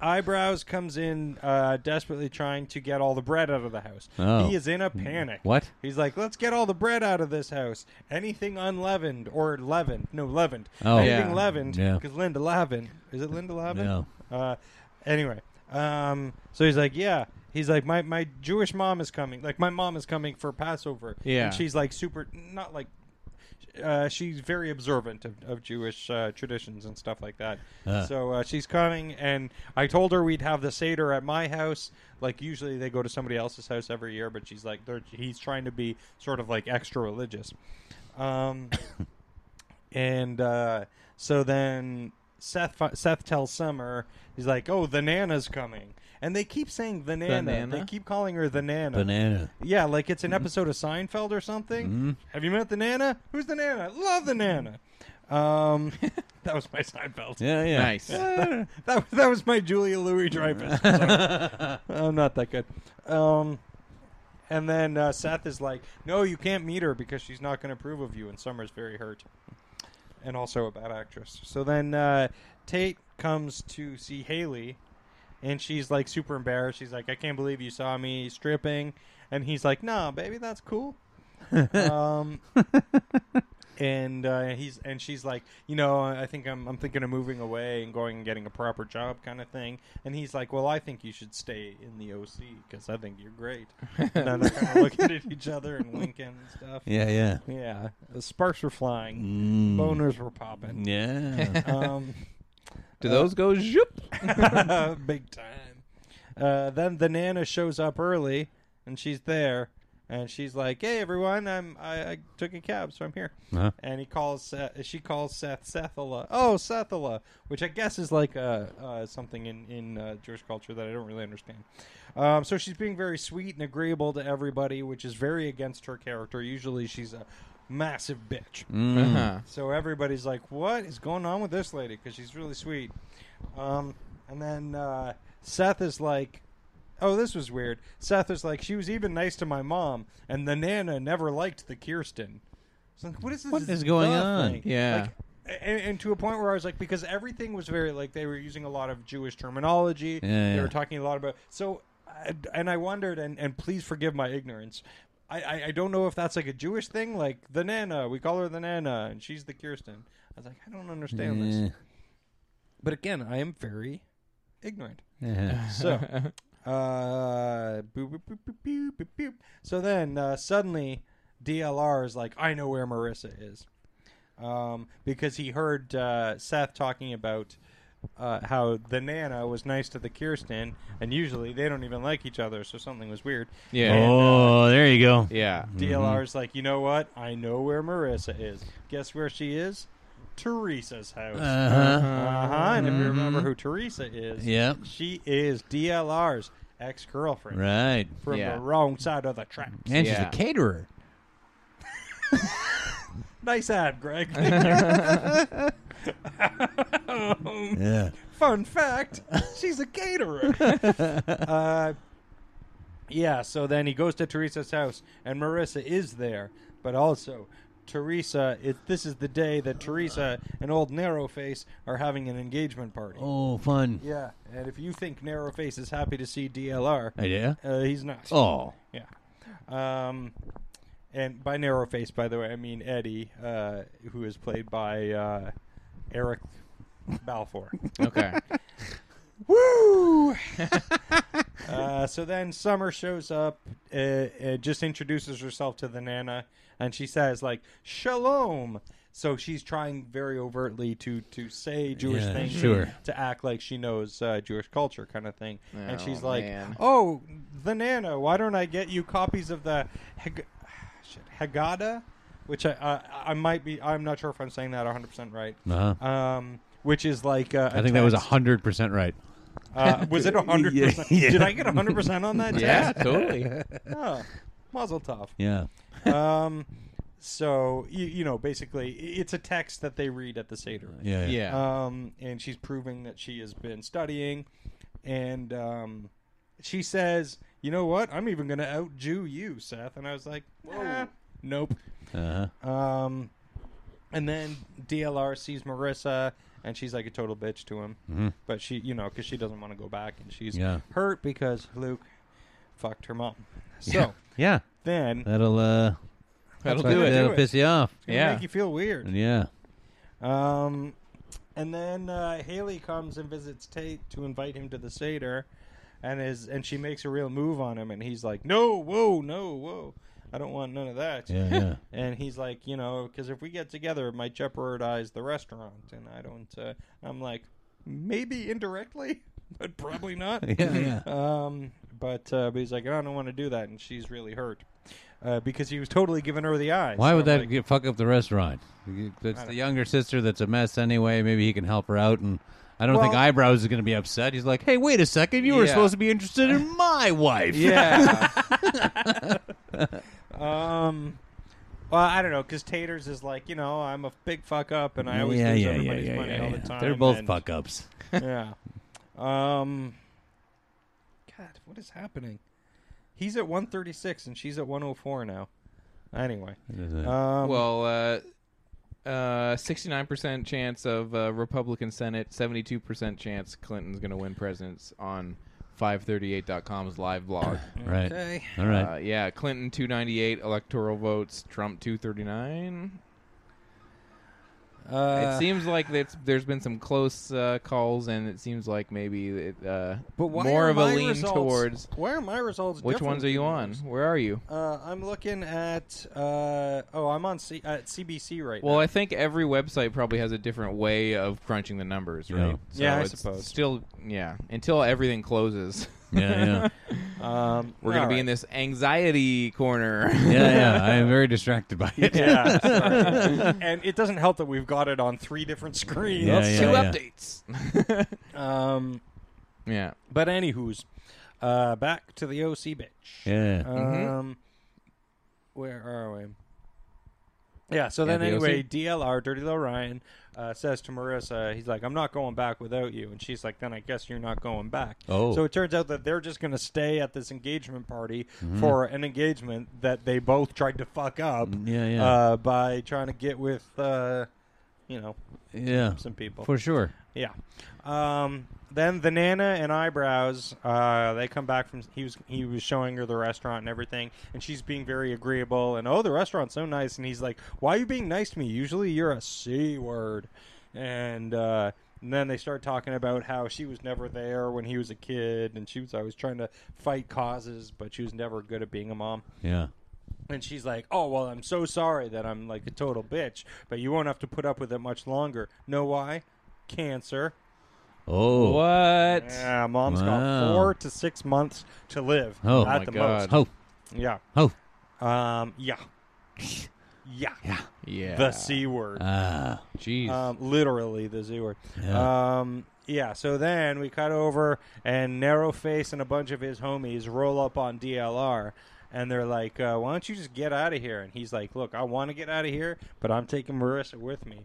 Speaker 2: eyebrows comes in uh, desperately trying to get all the bread out of the house.
Speaker 3: Oh.
Speaker 2: He is in a panic.
Speaker 3: What?
Speaker 2: He's like, "Let's get all the bread out of this house. Anything unleavened or leavened? No, leavened.
Speaker 3: Oh.
Speaker 2: Anything
Speaker 1: Yeah.
Speaker 2: leavened?
Speaker 3: Yeah.
Speaker 2: Because Linda Lavin is it Linda Lavin?
Speaker 3: No.
Speaker 2: Uh, anyway, um, so he's like, yeah. He's like, my, my Jewish mom is coming. Like, my mom is coming for Passover.
Speaker 1: Yeah.
Speaker 2: And she's like super, not like, uh, she's very observant of, of Jewish uh, traditions and stuff like that. So uh, she's coming, and I told her we'd have the Seder at my house. Like, usually they go to somebody else's house every year, but she's like, they're, he's trying to be sort of like extra religious. Um, and uh, so then Seth fi- Seth tells Summer, he's like, "Oh, the Nana's coming," and they keep saying the Nana.
Speaker 1: Nana?
Speaker 2: They keep calling her the Nana.
Speaker 3: Banana.
Speaker 2: Yeah, like it's an episode of Seinfeld or something. Have you met the Nana? Who's the Nana? Love the Nana. Um, that was my Seinfeld.
Speaker 3: Yeah, yeah.
Speaker 1: nice.
Speaker 2: That that was my Julia Louis Dreyfus. I'm not that good. Um, and then uh, Seth is like, "No, you can't meet her because she's not going to approve of you." And Summer's very hurt, and also a bad actress. So then uh, Tate comes to see Haley, and she's like super embarrassed. She's like, "I can't believe you saw me stripping," and he's like, "Nah, baby, that's cool." um, and uh, he's and she's like, you know, I think I'm I'm thinking of moving away and going and getting a proper job, kind of thing. And he's like, well, I think you should stay in the OC because I think you're great. and then they're kind of looking at each other and winking and stuff.
Speaker 3: Yeah, yeah.
Speaker 2: Yeah, the sparks were flying,
Speaker 3: Mm.
Speaker 2: boners were popping.
Speaker 3: Yeah.
Speaker 2: Um,
Speaker 1: Do those go zoop?
Speaker 2: big time. Uh, then the Nana shows up early, and she's there, and she's like, "Hey, everyone, I'm I, I took a cab, so I'm here."
Speaker 3: Uh-huh.
Speaker 2: And he calls Seth, uh, she calls Seth Sethala. Oh, Sethala, which I guess is like uh, uh, something in in uh, Jewish culture that I don't really understand. Um, so she's being very sweet and agreeable to everybody, which is very against her character. Usually, she's a massive bitch.
Speaker 3: Mm.
Speaker 1: Uh-huh.
Speaker 2: So everybody's like, "What is going on with this lady?" Because she's really sweet. Um, and then uh, Seth is like, "Oh, this was weird." Seth is like, "She was even nice to my mom, and the nana never liked the Kirsten." So like, what is this?
Speaker 3: What is going
Speaker 2: duh
Speaker 3: on?
Speaker 2: thing?
Speaker 1: Yeah.
Speaker 2: Like, a- and, and to a point where I was like, because everything was very like they were using a lot of Jewish terminology.
Speaker 3: Yeah,
Speaker 2: they
Speaker 3: yeah.
Speaker 2: were talking a lot about so, I- and I wondered, and and please forgive my ignorance. I, I, I don't know if that's like a Jewish thing, like the Nana. We call her the Nana, and she's the Kirsten. I was like, I don't understand
Speaker 3: Eh.
Speaker 2: this. But again, I am very ignorant.
Speaker 3: Yeah.
Speaker 2: So, uh, boop, boop, boop, boop, boop, boop, boop. so then uh, suddenly DLR is like, I know where Marissa is, um, because he heard uh, Seth talking about uh, how the Nana was nice to the Kirsten, and usually they don't even like each other, so something was weird.
Speaker 1: Yeah.
Speaker 2: And, uh,
Speaker 3: Oh, there you go.
Speaker 1: Yeah.
Speaker 2: DLR's like, you know what? I know where Marissa is. Guess where she is? Teresa's house.
Speaker 3: Uh-huh.
Speaker 2: Uh-huh, And if you remember who Teresa is,
Speaker 3: Yep.
Speaker 2: she is DLR's ex girlfriend
Speaker 3: Right.
Speaker 2: from
Speaker 1: Yeah.
Speaker 2: the wrong side of the tracks.
Speaker 3: And
Speaker 1: Yeah.
Speaker 3: she's a caterer.
Speaker 2: Nice ad, Greg.
Speaker 3: Yeah.
Speaker 2: Fun fact: she's a caterer. uh, yeah. So then he goes to Teresa's house, and Marissa is there, but also. Teresa, it, this is the day that Teresa and old Narrowface are having an engagement party.
Speaker 3: Oh, fun.
Speaker 2: Yeah, and if you think Narrowface is happy to see DLR,
Speaker 3: Uh, yeah.
Speaker 2: uh, he's not.
Speaker 3: Oh.
Speaker 2: Yeah. Um, and by narrow face, by the way, I mean Eddie, uh, who is played by uh, Eric Balfour.
Speaker 1: Okay.
Speaker 2: Woo! uh, so then Summer shows up, uh, uh, just introduces herself to the Nana, and she says like "Shalom." So she's trying very overtly to to say Jewish
Speaker 3: Yeah,
Speaker 2: things,
Speaker 3: sure.
Speaker 2: to act like she knows uh, Jewish culture, kind of thing. and
Speaker 1: Oh,
Speaker 2: she's like,
Speaker 1: man.
Speaker 2: "Oh, the Nana, why don't I get you copies of the Hag- shit, Haggadah?" Which I, uh, I might be, I'm not sure if I'm saying that 100% right.
Speaker 3: Uh-huh.
Speaker 2: Um, which is like, uh,
Speaker 3: I think that was
Speaker 2: text-
Speaker 3: 100% right.
Speaker 2: uh, was it 100%?
Speaker 3: Yeah.
Speaker 2: Did I get 100% on that?
Speaker 1: yeah.
Speaker 2: test?
Speaker 1: Totally.
Speaker 2: Oh, mazel tov.
Speaker 3: Yeah.
Speaker 2: Um, so, you, you know, basically, i- it's a text that they read at the Seder.
Speaker 3: Yeah.
Speaker 1: Yeah.
Speaker 2: Um, and she's proving that she has been studying. And um, she says, you know what? I'm even going to out Jew you, Seth. And I was like, "Nah, nope.
Speaker 3: Uh-huh.
Speaker 2: Um, and then DLR sees Marissa, and she's like a total bitch to him. But she, you know, because she doesn't want to go back, and she's
Speaker 3: Mm-hmm. Yeah.
Speaker 2: hurt because Luke fucked her mom. So
Speaker 3: Yeah.
Speaker 2: then, it's
Speaker 3: That'll uh
Speaker 1: That'll
Speaker 3: that'll-
Speaker 1: do it.
Speaker 3: That'll
Speaker 2: Do it.
Speaker 3: piss you off.
Speaker 2: gonna
Speaker 1: Yeah.
Speaker 2: make you feel weird.
Speaker 3: Yeah.
Speaker 2: Um, and then uh, Haley comes and visits Tate to invite him to the Seder, and is and she makes a real move on him, and he's like, "No, whoa, no, whoa, I don't want none of that."
Speaker 3: Yeah, yeah.
Speaker 2: And he's like, you know, because if we get together, it might jeopardize the restaurant. And I don't, uh, I'm like, maybe indirectly, but probably not.
Speaker 3: Yeah, yeah.
Speaker 2: Um, but, uh, but he's like, I don't want to do that. And she's really hurt uh, because he was totally giving her the eye.
Speaker 3: Why
Speaker 2: So
Speaker 3: would
Speaker 2: I'm
Speaker 3: that
Speaker 2: like,
Speaker 3: get, fuck up the restaurant? That's the younger sister that's a mess anyway. Maybe he can help her out. And I don't think
Speaker 2: Well-
Speaker 3: Eyebrows is going to be upset. He's like, hey, wait a second. You were
Speaker 1: Yeah.
Speaker 3: supposed to be interested in my wife.
Speaker 1: Yeah.
Speaker 2: Um, well, I don't know, because Taters is like, you know, I'm a big fuck up, and I always
Speaker 3: yeah,
Speaker 2: lose
Speaker 3: yeah, yeah,
Speaker 2: everybody's
Speaker 3: yeah,
Speaker 2: money
Speaker 3: yeah,
Speaker 2: all the
Speaker 3: yeah.
Speaker 2: time.
Speaker 3: They're both
Speaker 2: and-
Speaker 3: fuck ups.
Speaker 2: yeah. Um. God, what is happening? He's at one thirty six and she's at one oh four now. Anyway, um,
Speaker 1: well, uh, uh, 69% chance of uh, Republican Senate, 72% chance Clinton's going to win presidents on 538.com's live blog.
Speaker 3: right.
Speaker 2: okay.
Speaker 3: All right.
Speaker 1: Uh, yeah, Clinton 298 electoral votes, Trump 239.
Speaker 2: Uh,
Speaker 1: it seems like that's, there's been some close uh, calls, and it seems like maybe it, uh,
Speaker 2: but why
Speaker 1: more
Speaker 2: are
Speaker 1: of a
Speaker 2: my
Speaker 1: lean
Speaker 2: results-
Speaker 1: towards.
Speaker 2: Why are my results?
Speaker 1: Which
Speaker 2: different
Speaker 1: ones are you
Speaker 2: than
Speaker 1: on?
Speaker 2: yours?
Speaker 1: Where are you?
Speaker 2: Uh, I'm looking at. Uh, oh, I'm on C- at CBC right
Speaker 1: Well,
Speaker 2: now.
Speaker 1: I think every website probably has a different way of crunching the numbers, right?
Speaker 3: Yeah.
Speaker 1: So
Speaker 2: Yeah, I
Speaker 1: it's
Speaker 2: suppose.
Speaker 1: Still, yeah. Until everything closes,
Speaker 3: Yeah,
Speaker 2: yeah. Um,
Speaker 1: We're going
Speaker 2: all
Speaker 1: to be
Speaker 2: right.
Speaker 1: in this anxiety corner.
Speaker 3: yeah, yeah. I am very distracted by it.
Speaker 2: Yeah, sorry. and it doesn't help that we've got it on three different screens.
Speaker 3: Yeah, yeah,
Speaker 1: Two
Speaker 3: yeah.
Speaker 1: updates.
Speaker 2: Um,
Speaker 1: yeah.
Speaker 2: but anywho's, uh, back to the OC bitch.
Speaker 3: Yeah.
Speaker 2: Um, where are we? Yeah. So
Speaker 1: Yeah,
Speaker 2: then,
Speaker 1: the OC.
Speaker 2: anyway, DLR Dirty Little Ryan uh, says to Marissa, he's like, "I'm not going back without you," and she's like, "Then I guess you're not going back."
Speaker 3: Oh.
Speaker 2: So it turns out that they're just going to stay at this engagement party
Speaker 3: Mm-hmm.
Speaker 2: for an engagement that they both tried to fuck up.
Speaker 3: yeah, yeah.
Speaker 2: Uh, by trying to get with, uh, you know,
Speaker 3: yeah.
Speaker 2: some people.
Speaker 3: For sure.
Speaker 2: Yeah. Um, then the Nana and eyebrows. Uh, they come back from he was he was showing her the restaurant and everything, and she's being very agreeable. And oh, the restaurant's so nice. And he's like, "Why are you being nice to me? Usually you're a c word." And, uh, and then they start talking about how she was never there when he was a kid, and she was always trying to fight causes, but she was never good at being a mom.
Speaker 3: Yeah.
Speaker 2: And she's like, "Oh well, I'm so sorry that I'm like a total bitch, but you won't have to put up with it much longer. Know why? Cancer.
Speaker 3: Oh.
Speaker 1: What?
Speaker 2: Yeah, mom's
Speaker 3: Wow.
Speaker 2: got four to six months to live
Speaker 3: Oh,
Speaker 2: at
Speaker 1: my
Speaker 2: the
Speaker 1: God.
Speaker 3: Oh.
Speaker 2: most.
Speaker 3: Oh.
Speaker 2: Yeah, um, yeah, yeah.
Speaker 1: Yeah.
Speaker 2: The c word,
Speaker 3: Ah.
Speaker 1: Jeez.
Speaker 2: um, literally the c word.
Speaker 3: Yeah.
Speaker 2: Um, yeah. So then we cut over, and Narrowface and a bunch of his homies roll up on DLR. And they're like, uh, "Why don't you just get out of here?" And he's like, "Look, I want to get out of here, but I'm taking Marissa with me."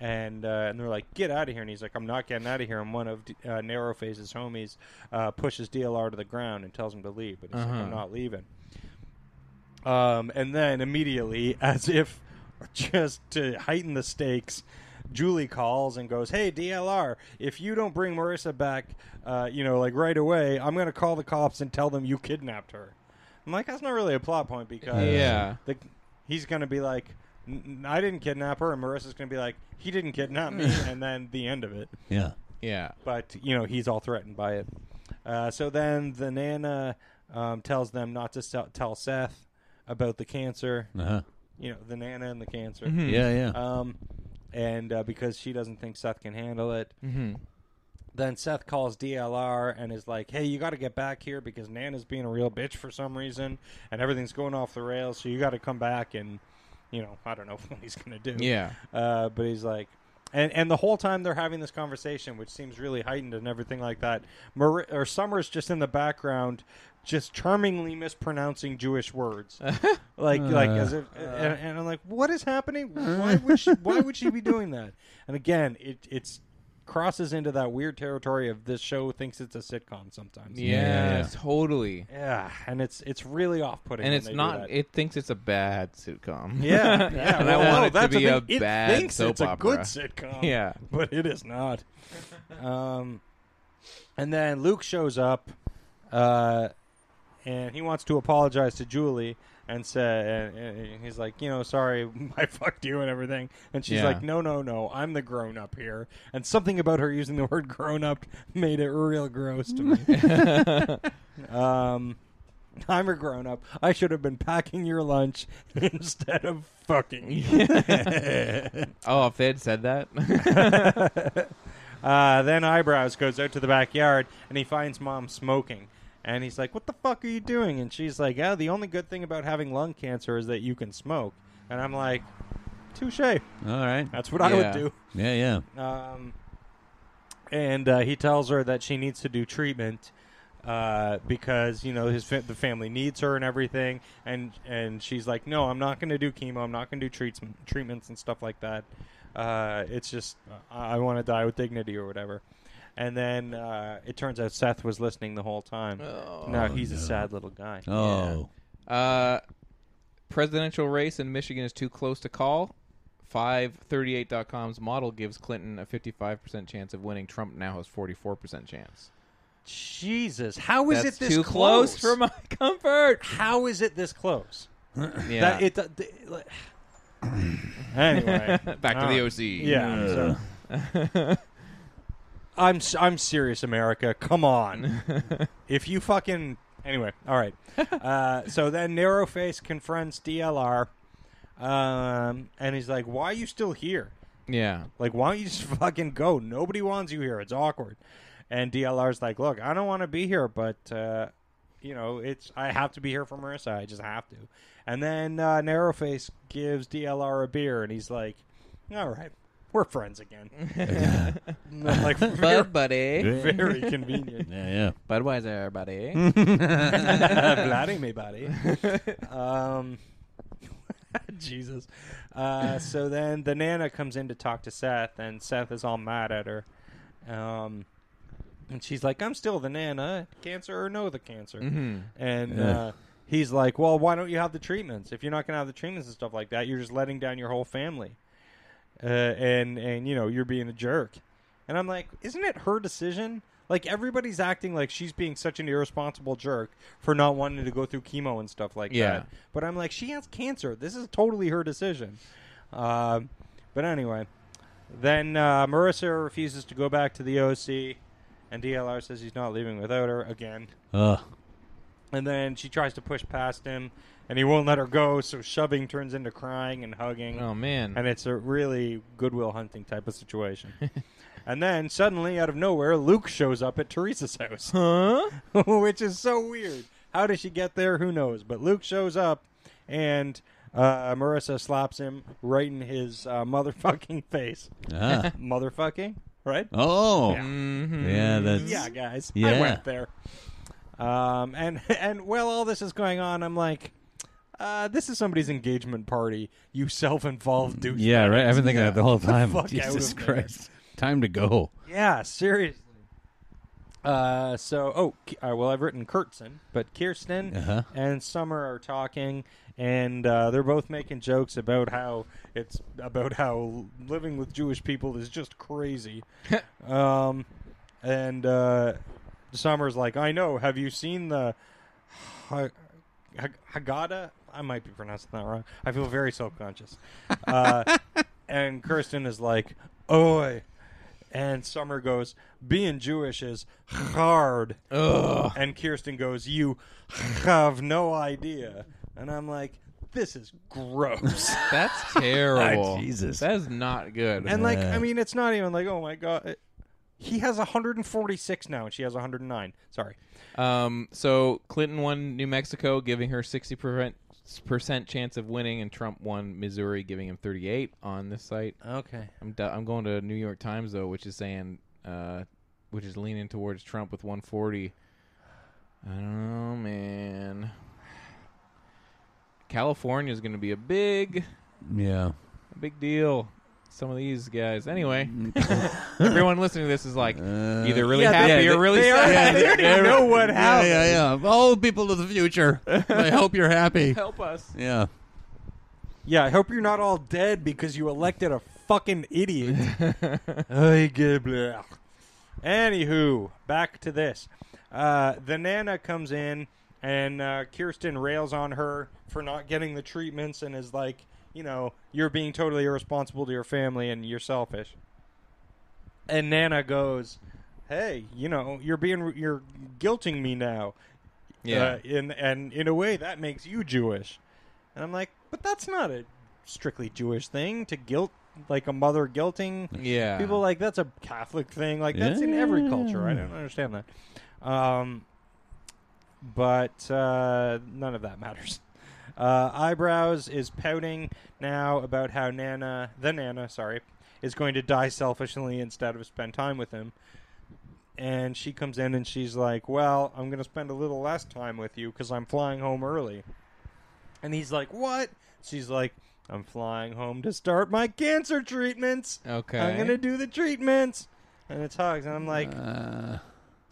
Speaker 2: and uh, and they're like, "Get out of here!" And he's like, "I'm not getting out of here." And one of D- uh, Narrowface's homies uh, pushes DLR to the ground and tells him to leave, but he's like, "I'm not leaving." Um, and then immediately, as if just to heighten the stakes, Julie calls and goes, "Hey DLR, if you don't bring Marissa back, uh, you know, like right away, I'm gonna call the cops and tell them you kidnapped her." I'm like, "That's not really a plot point because
Speaker 1: Yeah.
Speaker 2: the, he's going to be like, "N- n- I didn't kidnap her, and Marissa's going to be like, he didn't kidnap me, and then the end of it.
Speaker 3: Yeah.
Speaker 1: yeah.
Speaker 2: But, you know, he's all threatened by it. Uh, so then the Nana um, tells them not to sell, tell Seth about the cancer,
Speaker 3: Uh-huh.
Speaker 2: you know, the Nana and the cancer.
Speaker 3: Yeah, yeah.
Speaker 2: Um, and uh, because she doesn't think Seth can handle it. Then Seth calls DLR and is like, "Hey, you got to get back here because Nana's being a real bitch for some reason, and everything's going off the rails. So you got to come back and, you know, I don't know what he's gonna do.
Speaker 1: Yeah.
Speaker 2: Uh, but he's like, and and the whole time they're having this conversation, which seems really heightened and everything like that. Mar- or Summer's just in the background, just charmingly mispronouncing Jewish words, like like as if. and, and I'm like, what is happening? Why would she? Why would she be doing that? And again, it it's crosses into that weird territory of this show thinks it's a sitcom sometimes.
Speaker 1: Yeah,
Speaker 3: yeah.
Speaker 1: totally.
Speaker 2: Yeah, and it's it's really off putting.
Speaker 1: And it's not. It thinks it's a bad sitcom.
Speaker 2: yeah, yeah.
Speaker 1: And I want
Speaker 2: well, no,
Speaker 1: it to
Speaker 2: that's the
Speaker 1: be a
Speaker 2: thing.
Speaker 1: bad
Speaker 2: it thinks
Speaker 1: soap
Speaker 2: it's a good
Speaker 1: opera.
Speaker 2: sitcom.
Speaker 1: Yeah.
Speaker 2: but it is not. Um, and then Luke shows up, uh, and he wants to apologize to Julie and say, and, and he's like, you know, sorry, I fucked you and everything. And she's
Speaker 1: Yeah.
Speaker 2: like, no, no, no, I'm the grown up here. And something about her using the word grown up made it real gross to me. um. I'm a grown up. I should have been packing your lunch instead of fucking you.
Speaker 1: Oh, if they had said that.
Speaker 2: Uh, then Eyebrows goes out to the backyard and he finds mom smoking. And he's like, What the fuck are you doing? And she's like, Oh, the only good thing about having lung cancer is that you can smoke. And I'm like, Touche. That's
Speaker 3: All right.
Speaker 2: what I
Speaker 1: Yeah.
Speaker 2: would do.
Speaker 3: Yeah, yeah.
Speaker 2: Um, and uh, he tells her that she needs to do treatment uh, because you know his fa- the family needs her and everything. And and she's like, no, I'm not going to do chemo. I'm not going to do treats- treatments and stuff like that. Uh, it's just I, I want to die with dignity or whatever. And then uh, it turns out Seth was listening the whole time.
Speaker 1: Oh.
Speaker 2: now he's a sad little guy.
Speaker 3: Oh.
Speaker 1: uh, presidential race in Michigan is too close to call. 538.com's model gives Clinton a 55% chance of winning. Trump now has 44% chance.
Speaker 2: Jesus, how is
Speaker 1: That's
Speaker 2: it this
Speaker 1: too close? for my comfort.
Speaker 2: How is it this close?
Speaker 1: Yeah.
Speaker 2: That it. th- th- like- anyway,
Speaker 1: Back to
Speaker 2: All
Speaker 1: the
Speaker 2: right.
Speaker 1: OC.
Speaker 2: Ah, Yeah. I'm sorry. I'm s- I'm serious, America. Come on. if you fucking anyway, all right. Uh, so then Narrowface confronts DLR, um, and he's like, "Why are you still here?
Speaker 1: Yeah.
Speaker 2: Like, why don't you just fucking go? Nobody wants you here. It's awkward." And DLR's like, look, I don't want to be here, but uh, you know, it's I have to be here for Marissa. I just have to. And then uh, Narrowface gives DLR a beer, and he's like, all right, we're friends again. And I'm like, very,
Speaker 1: Bud, buddy.
Speaker 2: very convenient.
Speaker 3: Yeah, yeah.
Speaker 1: Budweiser, buddy.
Speaker 2: Bloody me, buddy. Um, Jesus. Uh, so then the Nana comes in to talk to Seth, and Seth is all mad at her. Um, and she's like, I'm still the Nana, cancer or no the cancer. And uh, he's like, Well, why don't you have the treatments? If you're not going to have the treatments and stuff like that, you're just letting down your whole family. Uh, and, and, you know, you're being a jerk. And I'm like, Isn't it her decision? Like, everybody's acting like she's being such an irresponsible jerk for not wanting to go through chemo and stuff like
Speaker 1: Yeah.
Speaker 2: that. But I'm like, she has cancer. This is totally her decision. Um, but anyway, then uh, Marissa refuses to go back to the OC, and DLR says he's not leaving without her again.
Speaker 3: Ugh.
Speaker 2: And then she tries to push past him, and he won't let her go, so shoving turns into crying and hugging.
Speaker 1: Oh man.
Speaker 2: And it's a really goodwill hunting type of situation. and then suddenly, out of nowhere, Luke shows up at Teresa's house.
Speaker 1: huh?
Speaker 2: which is so weird. How does she get there? Who knows? But Luke shows up, and uh, Marissa slaps him right in his uh, motherfucking face.
Speaker 3: Ah.
Speaker 2: motherfucking, right?
Speaker 3: Oh.
Speaker 2: Yeah.
Speaker 1: Mm-hmm.
Speaker 3: Yeah, that's
Speaker 2: Yeah, guys. I
Speaker 3: Yeah.
Speaker 2: went there. Um, and and while all this is going on, I'm like, uh, this is somebody's engagement party. You self-involved douche.
Speaker 3: Yeah, right. I've been thinking that the whole time.
Speaker 2: fuck out
Speaker 3: Jesus
Speaker 2: of there.
Speaker 3: Christ. Time to go.
Speaker 2: Yeah, seriously. Uh, so oh, K- uh, well, I've written Kurtzen, but Kirsten
Speaker 3: Uh-huh.
Speaker 2: and Summer are talking, and uh, they're both making jokes about how it's about how living with Jewish people is just crazy. um, and uh, Summer's like, I know. Have you seen the Ha- Ha- Haggadah? I might be pronouncing that wrong. I feel very self-conscious. Uh, and Kirsten is like, "Oi." And Summer goes, "Being Jewish is hard." And Kirsten goes, "You have no idea." And I'm like, "This is gross."
Speaker 1: That's terrible.
Speaker 3: Jesus.
Speaker 1: That is not good.
Speaker 2: Ah, and like, I mean, it's not even like, "Oh my god." He has 146 now, and she has 109. Sorry.
Speaker 1: Um, so Clinton won New Mexico, giving her sixty percent chance of winning, and Trump won Missouri, giving him thirty eight on this site.
Speaker 2: Okay.
Speaker 1: I'm do- I'm going to New York Times though, which is saying, uh, which is leaning towards Trump with one forty. I don't know, man. California is going to be a big,
Speaker 3: Yeah.
Speaker 1: a big deal. Some of these guys, anyway. Everyone listening to this is like either really
Speaker 3: Uh, yeah,
Speaker 1: happy
Speaker 3: they-
Speaker 1: or really
Speaker 3: they
Speaker 1: sad.
Speaker 3: are-
Speaker 2: they don't even know what
Speaker 3: Yeah,
Speaker 2: happened.
Speaker 3: yeah, yeah. Oh, people of the future. I hope you're happy.
Speaker 1: Help us.
Speaker 3: Yeah.
Speaker 2: Yeah, I hope you're not all dead because you elected a fucking idiot. Ay, Gibbler. Anywho, back to this. Uh, the Nana comes in, and uh, Kirsten rails on her for not getting the treatments and is like, you know, you're being totally irresponsible to your family and you're selfish. And Nana goes, hey, you know, you're being, you're guilting me now.
Speaker 1: Yeah.
Speaker 2: Uh, in, and in a way, that makes you Jewish. And I'm like, but that's not a strictly Jewish thing to guilt, like a mother guilting
Speaker 1: Yeah.
Speaker 2: people. Like that's a Catholic thing. Like that's in every culture. I don't understand that. Um, but uh, none of that matters. Uh, Eyebrows is pouting now about how Nana, the Nana, sorry, is going to die selfishly instead of spend time with him. And she comes in and she's like, Well, I'm going to spend a little less time with you because I'm flying home early. And he's like, What? She's like, I'm flying home to start my cancer treatments.
Speaker 1: Okay.
Speaker 2: I'm going to do the treatments. And it's hugs. And I'm like,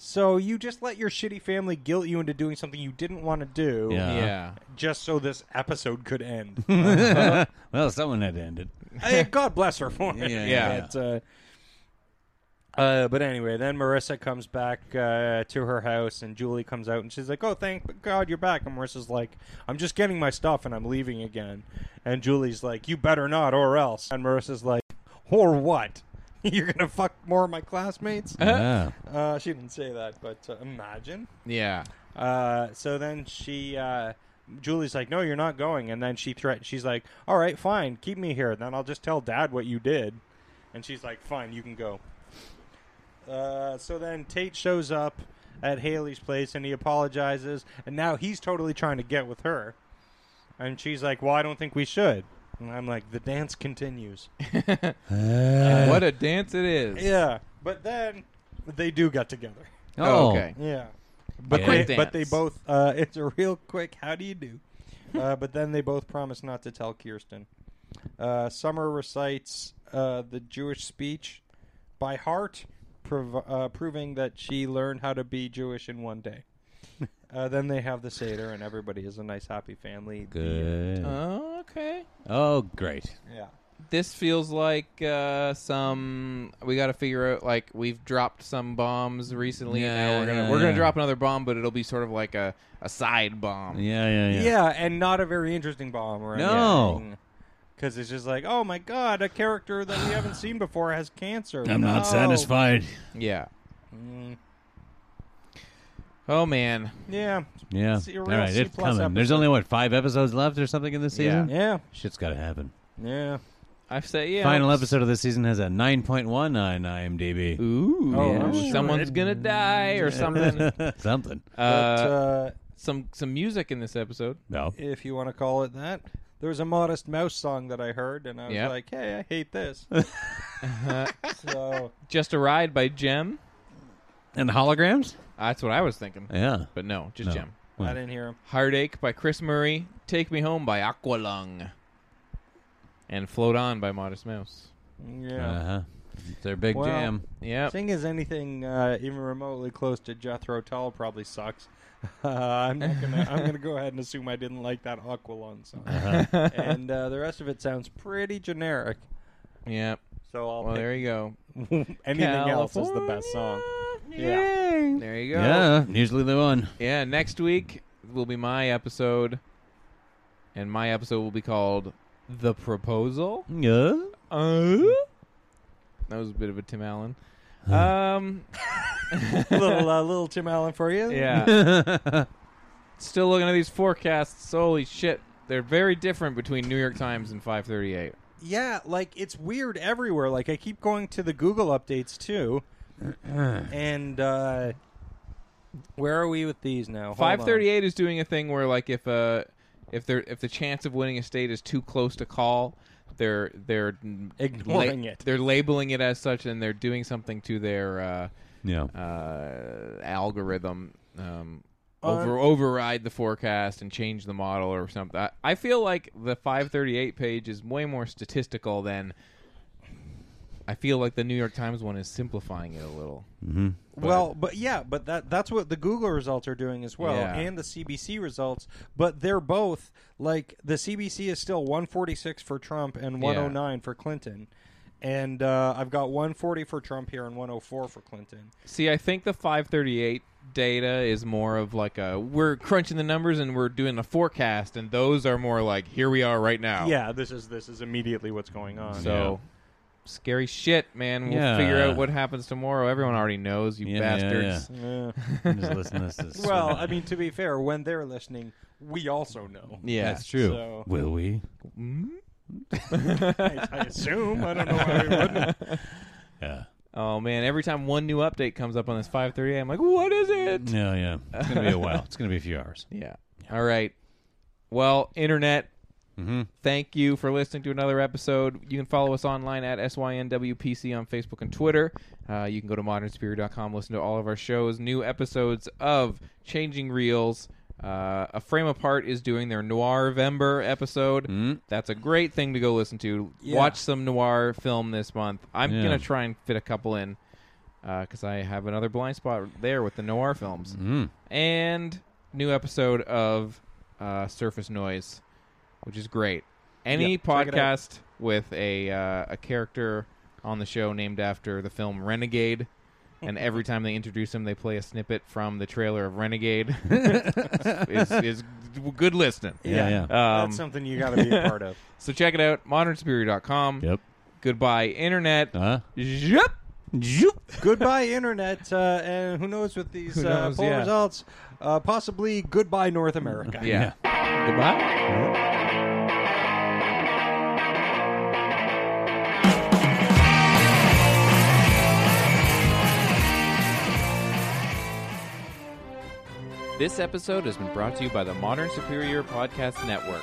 Speaker 2: So you just let your shitty family guilt you into doing something you didn't want to do
Speaker 3: Yeah.
Speaker 1: yeah.
Speaker 2: just so this episode could end.
Speaker 3: well, someone had to end it.
Speaker 2: Hey, God bless her for it.
Speaker 3: Yeah, yeah.
Speaker 2: But, uh, uh, but anyway, then Marissa comes back uh, to her house, and Julie comes out, and she's like, "Oh, thank God you're back." And Marissa's like, "I'm just getting my stuff, and I'm leaving again." And Julie's like, "You better not, or else." And Marissa's like, "Or what? you're gonna fuck more of my classmates?"
Speaker 3: Yeah.
Speaker 2: Uh, she didn't say that, but uh, imagine.
Speaker 1: Yeah.
Speaker 2: Uh, so then she, uh, Julie's like, "No, you're not going." And then she threat. She's like, "All right, fine, keep me here. Then I'll just tell Dad what you did." And she's like, "Fine, you can go." Uh, so then Tate shows up at Haley's place and he apologizes, and now he's totally trying to get with her, and she's like, "Well, I don't think we should." And I'm like, "The dance continues."
Speaker 3: Uh,
Speaker 1: what a dance it is.
Speaker 2: yeah, but then they do get together.
Speaker 1: Oh, okay.
Speaker 2: Yeah, but
Speaker 1: A
Speaker 2: they,
Speaker 1: quick
Speaker 2: but they
Speaker 1: dance.
Speaker 2: both. Uh, it's a real quick. How do you do? uh, but then they both promise not to tell Kirsten. Uh, Summer recites uh, the Jewish speech by heart, prov- uh, proving that she learned how to be Jewish in one day. uh, then they have the seder, and everybody is a nice, happy family.
Speaker 3: Good.
Speaker 1: Oh, okay.
Speaker 3: Oh, great.
Speaker 2: Yeah.
Speaker 1: This feels like uh, some we got to figure out. Like we've dropped some bombs recently, and now
Speaker 3: Yeah,
Speaker 1: we're gonna
Speaker 3: yeah,
Speaker 1: we're gonna
Speaker 3: yeah.
Speaker 1: drop another bomb, but it'll be sort of like a, a side bomb.
Speaker 3: Yeah, yeah,
Speaker 2: yeah,
Speaker 3: yeah.
Speaker 2: and not a very interesting bomb or
Speaker 3: No.
Speaker 2: because it's just like, oh my god, a character that we haven't seen before has cancer. Oh,
Speaker 3: I'm
Speaker 2: No.
Speaker 3: not satisfied.
Speaker 1: Yeah.
Speaker 3: Mm.
Speaker 1: Oh man.
Speaker 2: Yeah,
Speaker 3: Yeah.
Speaker 2: C- a
Speaker 3: All
Speaker 2: real
Speaker 3: right,
Speaker 2: C
Speaker 3: it's
Speaker 2: plus
Speaker 3: coming. There's
Speaker 2: episode.
Speaker 3: only what five episodes left or something in this
Speaker 1: Yeah.
Speaker 3: season.
Speaker 2: yeah,
Speaker 3: Shit's got to happen.
Speaker 2: yeah.
Speaker 1: I say yeah.
Speaker 3: Final episode of this season has a 9.1 on IMDb.
Speaker 1: Ooh.
Speaker 2: Oh, I'm sure
Speaker 1: Someone's gonna die or something.
Speaker 3: Something.
Speaker 2: But,
Speaker 1: uh,
Speaker 2: uh,
Speaker 1: some some music in this episode.
Speaker 3: No.
Speaker 2: if you want to call it that. There was a Modest Mouse song that I heard, and I was
Speaker 1: Yep.
Speaker 2: like, hey, I hate this.
Speaker 1: Uh-huh.
Speaker 2: so,
Speaker 1: Just a ride by Jem.
Speaker 3: And holograms?
Speaker 1: That's what I was thinking.
Speaker 3: Yeah.
Speaker 1: But no, just
Speaker 3: No.
Speaker 1: Jem.
Speaker 2: I didn't hear him.
Speaker 1: Heartache by Chris Murray. Take Me Home by Aqualung. And Float On by Modest Mouse.
Speaker 2: Yeah.
Speaker 3: Uh huh. Their big
Speaker 2: Well,
Speaker 3: jam.
Speaker 1: Yeah.
Speaker 2: Thing is, anything uh, even remotely close to Jethro Tull probably sucks. Uh, I'm not gonna. I'm gonna go ahead and assume I didn't like that Aqualung song,
Speaker 1: Uh-huh.
Speaker 2: and uh, the rest of it sounds pretty generic.
Speaker 1: Yeah.
Speaker 2: So I'll
Speaker 1: Well,
Speaker 2: pick
Speaker 1: there you go.
Speaker 2: anything else is the best song. Yeah.
Speaker 1: There you go.
Speaker 3: Yeah, usually the one.
Speaker 1: Yeah, next week will be my episode. And my episode will be called The Proposal.
Speaker 3: Yeah.
Speaker 1: Uh, that was a bit of a Tim Allen. Um,
Speaker 2: little uh, little Tim Allen for you.
Speaker 1: Yeah. Still looking at these forecasts. Holy shit. They're very different between New York Times and 538.
Speaker 2: Yeah, like it's weird everywhere. Like I keep going to the Google updates too, and uh, where are we with these now? Hold on.
Speaker 1: 538 is doing a thing where like if uh if they're if the chance of winning a state is too close to call, they're they're n-
Speaker 2: Ignoring it.
Speaker 1: They're labeling it as such and they're doing something to their
Speaker 3: Yeah.
Speaker 1: uh uh algorithm um over override the forecast and change the model or something. I, I feel like the 538 page is way more statistical than I feel like the New York Times one is simplifying it a little.
Speaker 2: Well, but yeah, but that that's what the Google results are doing as well,
Speaker 1: Yeah.
Speaker 2: and the CBC results. But they're both like the CBC is still 146 for Trump and 109 for Clinton, and uh, I've got 140 for Trump here and 104 for Clinton.
Speaker 1: See, I think the 538 data is more of like a we're crunching the numbers and we're doing a forecast, and those are more like here we are right now.
Speaker 2: Yeah, this is this is immediately what's going on.
Speaker 1: So scary shit, man. We'll
Speaker 3: Yeah.
Speaker 1: figure out what happens tomorrow. Everyone already knows, you
Speaker 3: Yeah, yeah,
Speaker 1: bastards.
Speaker 2: Yeah.
Speaker 3: Just listen to this. this-
Speaker 2: Well, I mean, to be fair, when they're listening, we also know.
Speaker 1: Yeah.
Speaker 3: that's true.
Speaker 2: So-
Speaker 3: Will we?
Speaker 2: I, I assume. I don't know why we wouldn't.
Speaker 3: Yeah.
Speaker 1: Oh man, every time one new update comes up on this 538, I'm like, what is it?
Speaker 3: No, yeah. It's gonna be a while. It's gonna be a few hours.
Speaker 1: Yeah. All right. Well, internet. Thank you for listening to another episode. You can follow us online at SYNWPC on Facebook and Twitter. Uh, you can go to modernspear.com, listen to all of our shows, new episodes of Changing Reels. Uh, a Frame Apart is doing their Noir Vember episode. That's a great thing to go listen to. Watch some noir film this month. I'm
Speaker 3: Yeah.
Speaker 1: going to try and fit a couple in because I have another blind spot there with the noir films and new episode of uh, Surface Noise, which is great. Any podcast with a uh, a character on the show named after the film Renegade, and every time they introduce him, they play a snippet from the trailer of Renegade. is, is good listening.
Speaker 3: Yeah, yeah.
Speaker 1: Um,
Speaker 2: That's something you got to be a part of.
Speaker 1: so check it out, modernspirit.com.
Speaker 3: Yep. Uh,
Speaker 1: Goodbye, internet.
Speaker 3: Huh?
Speaker 1: Yep.
Speaker 2: goodbye, internet, uh, and who knows with these
Speaker 1: Who
Speaker 2: uh,
Speaker 1: knows,
Speaker 2: poll
Speaker 1: yeah.
Speaker 2: results? Uh, possibly goodbye, North America.
Speaker 1: Yeah. Goodbye. This episode has been brought to you by the Modern Superior Podcast Network.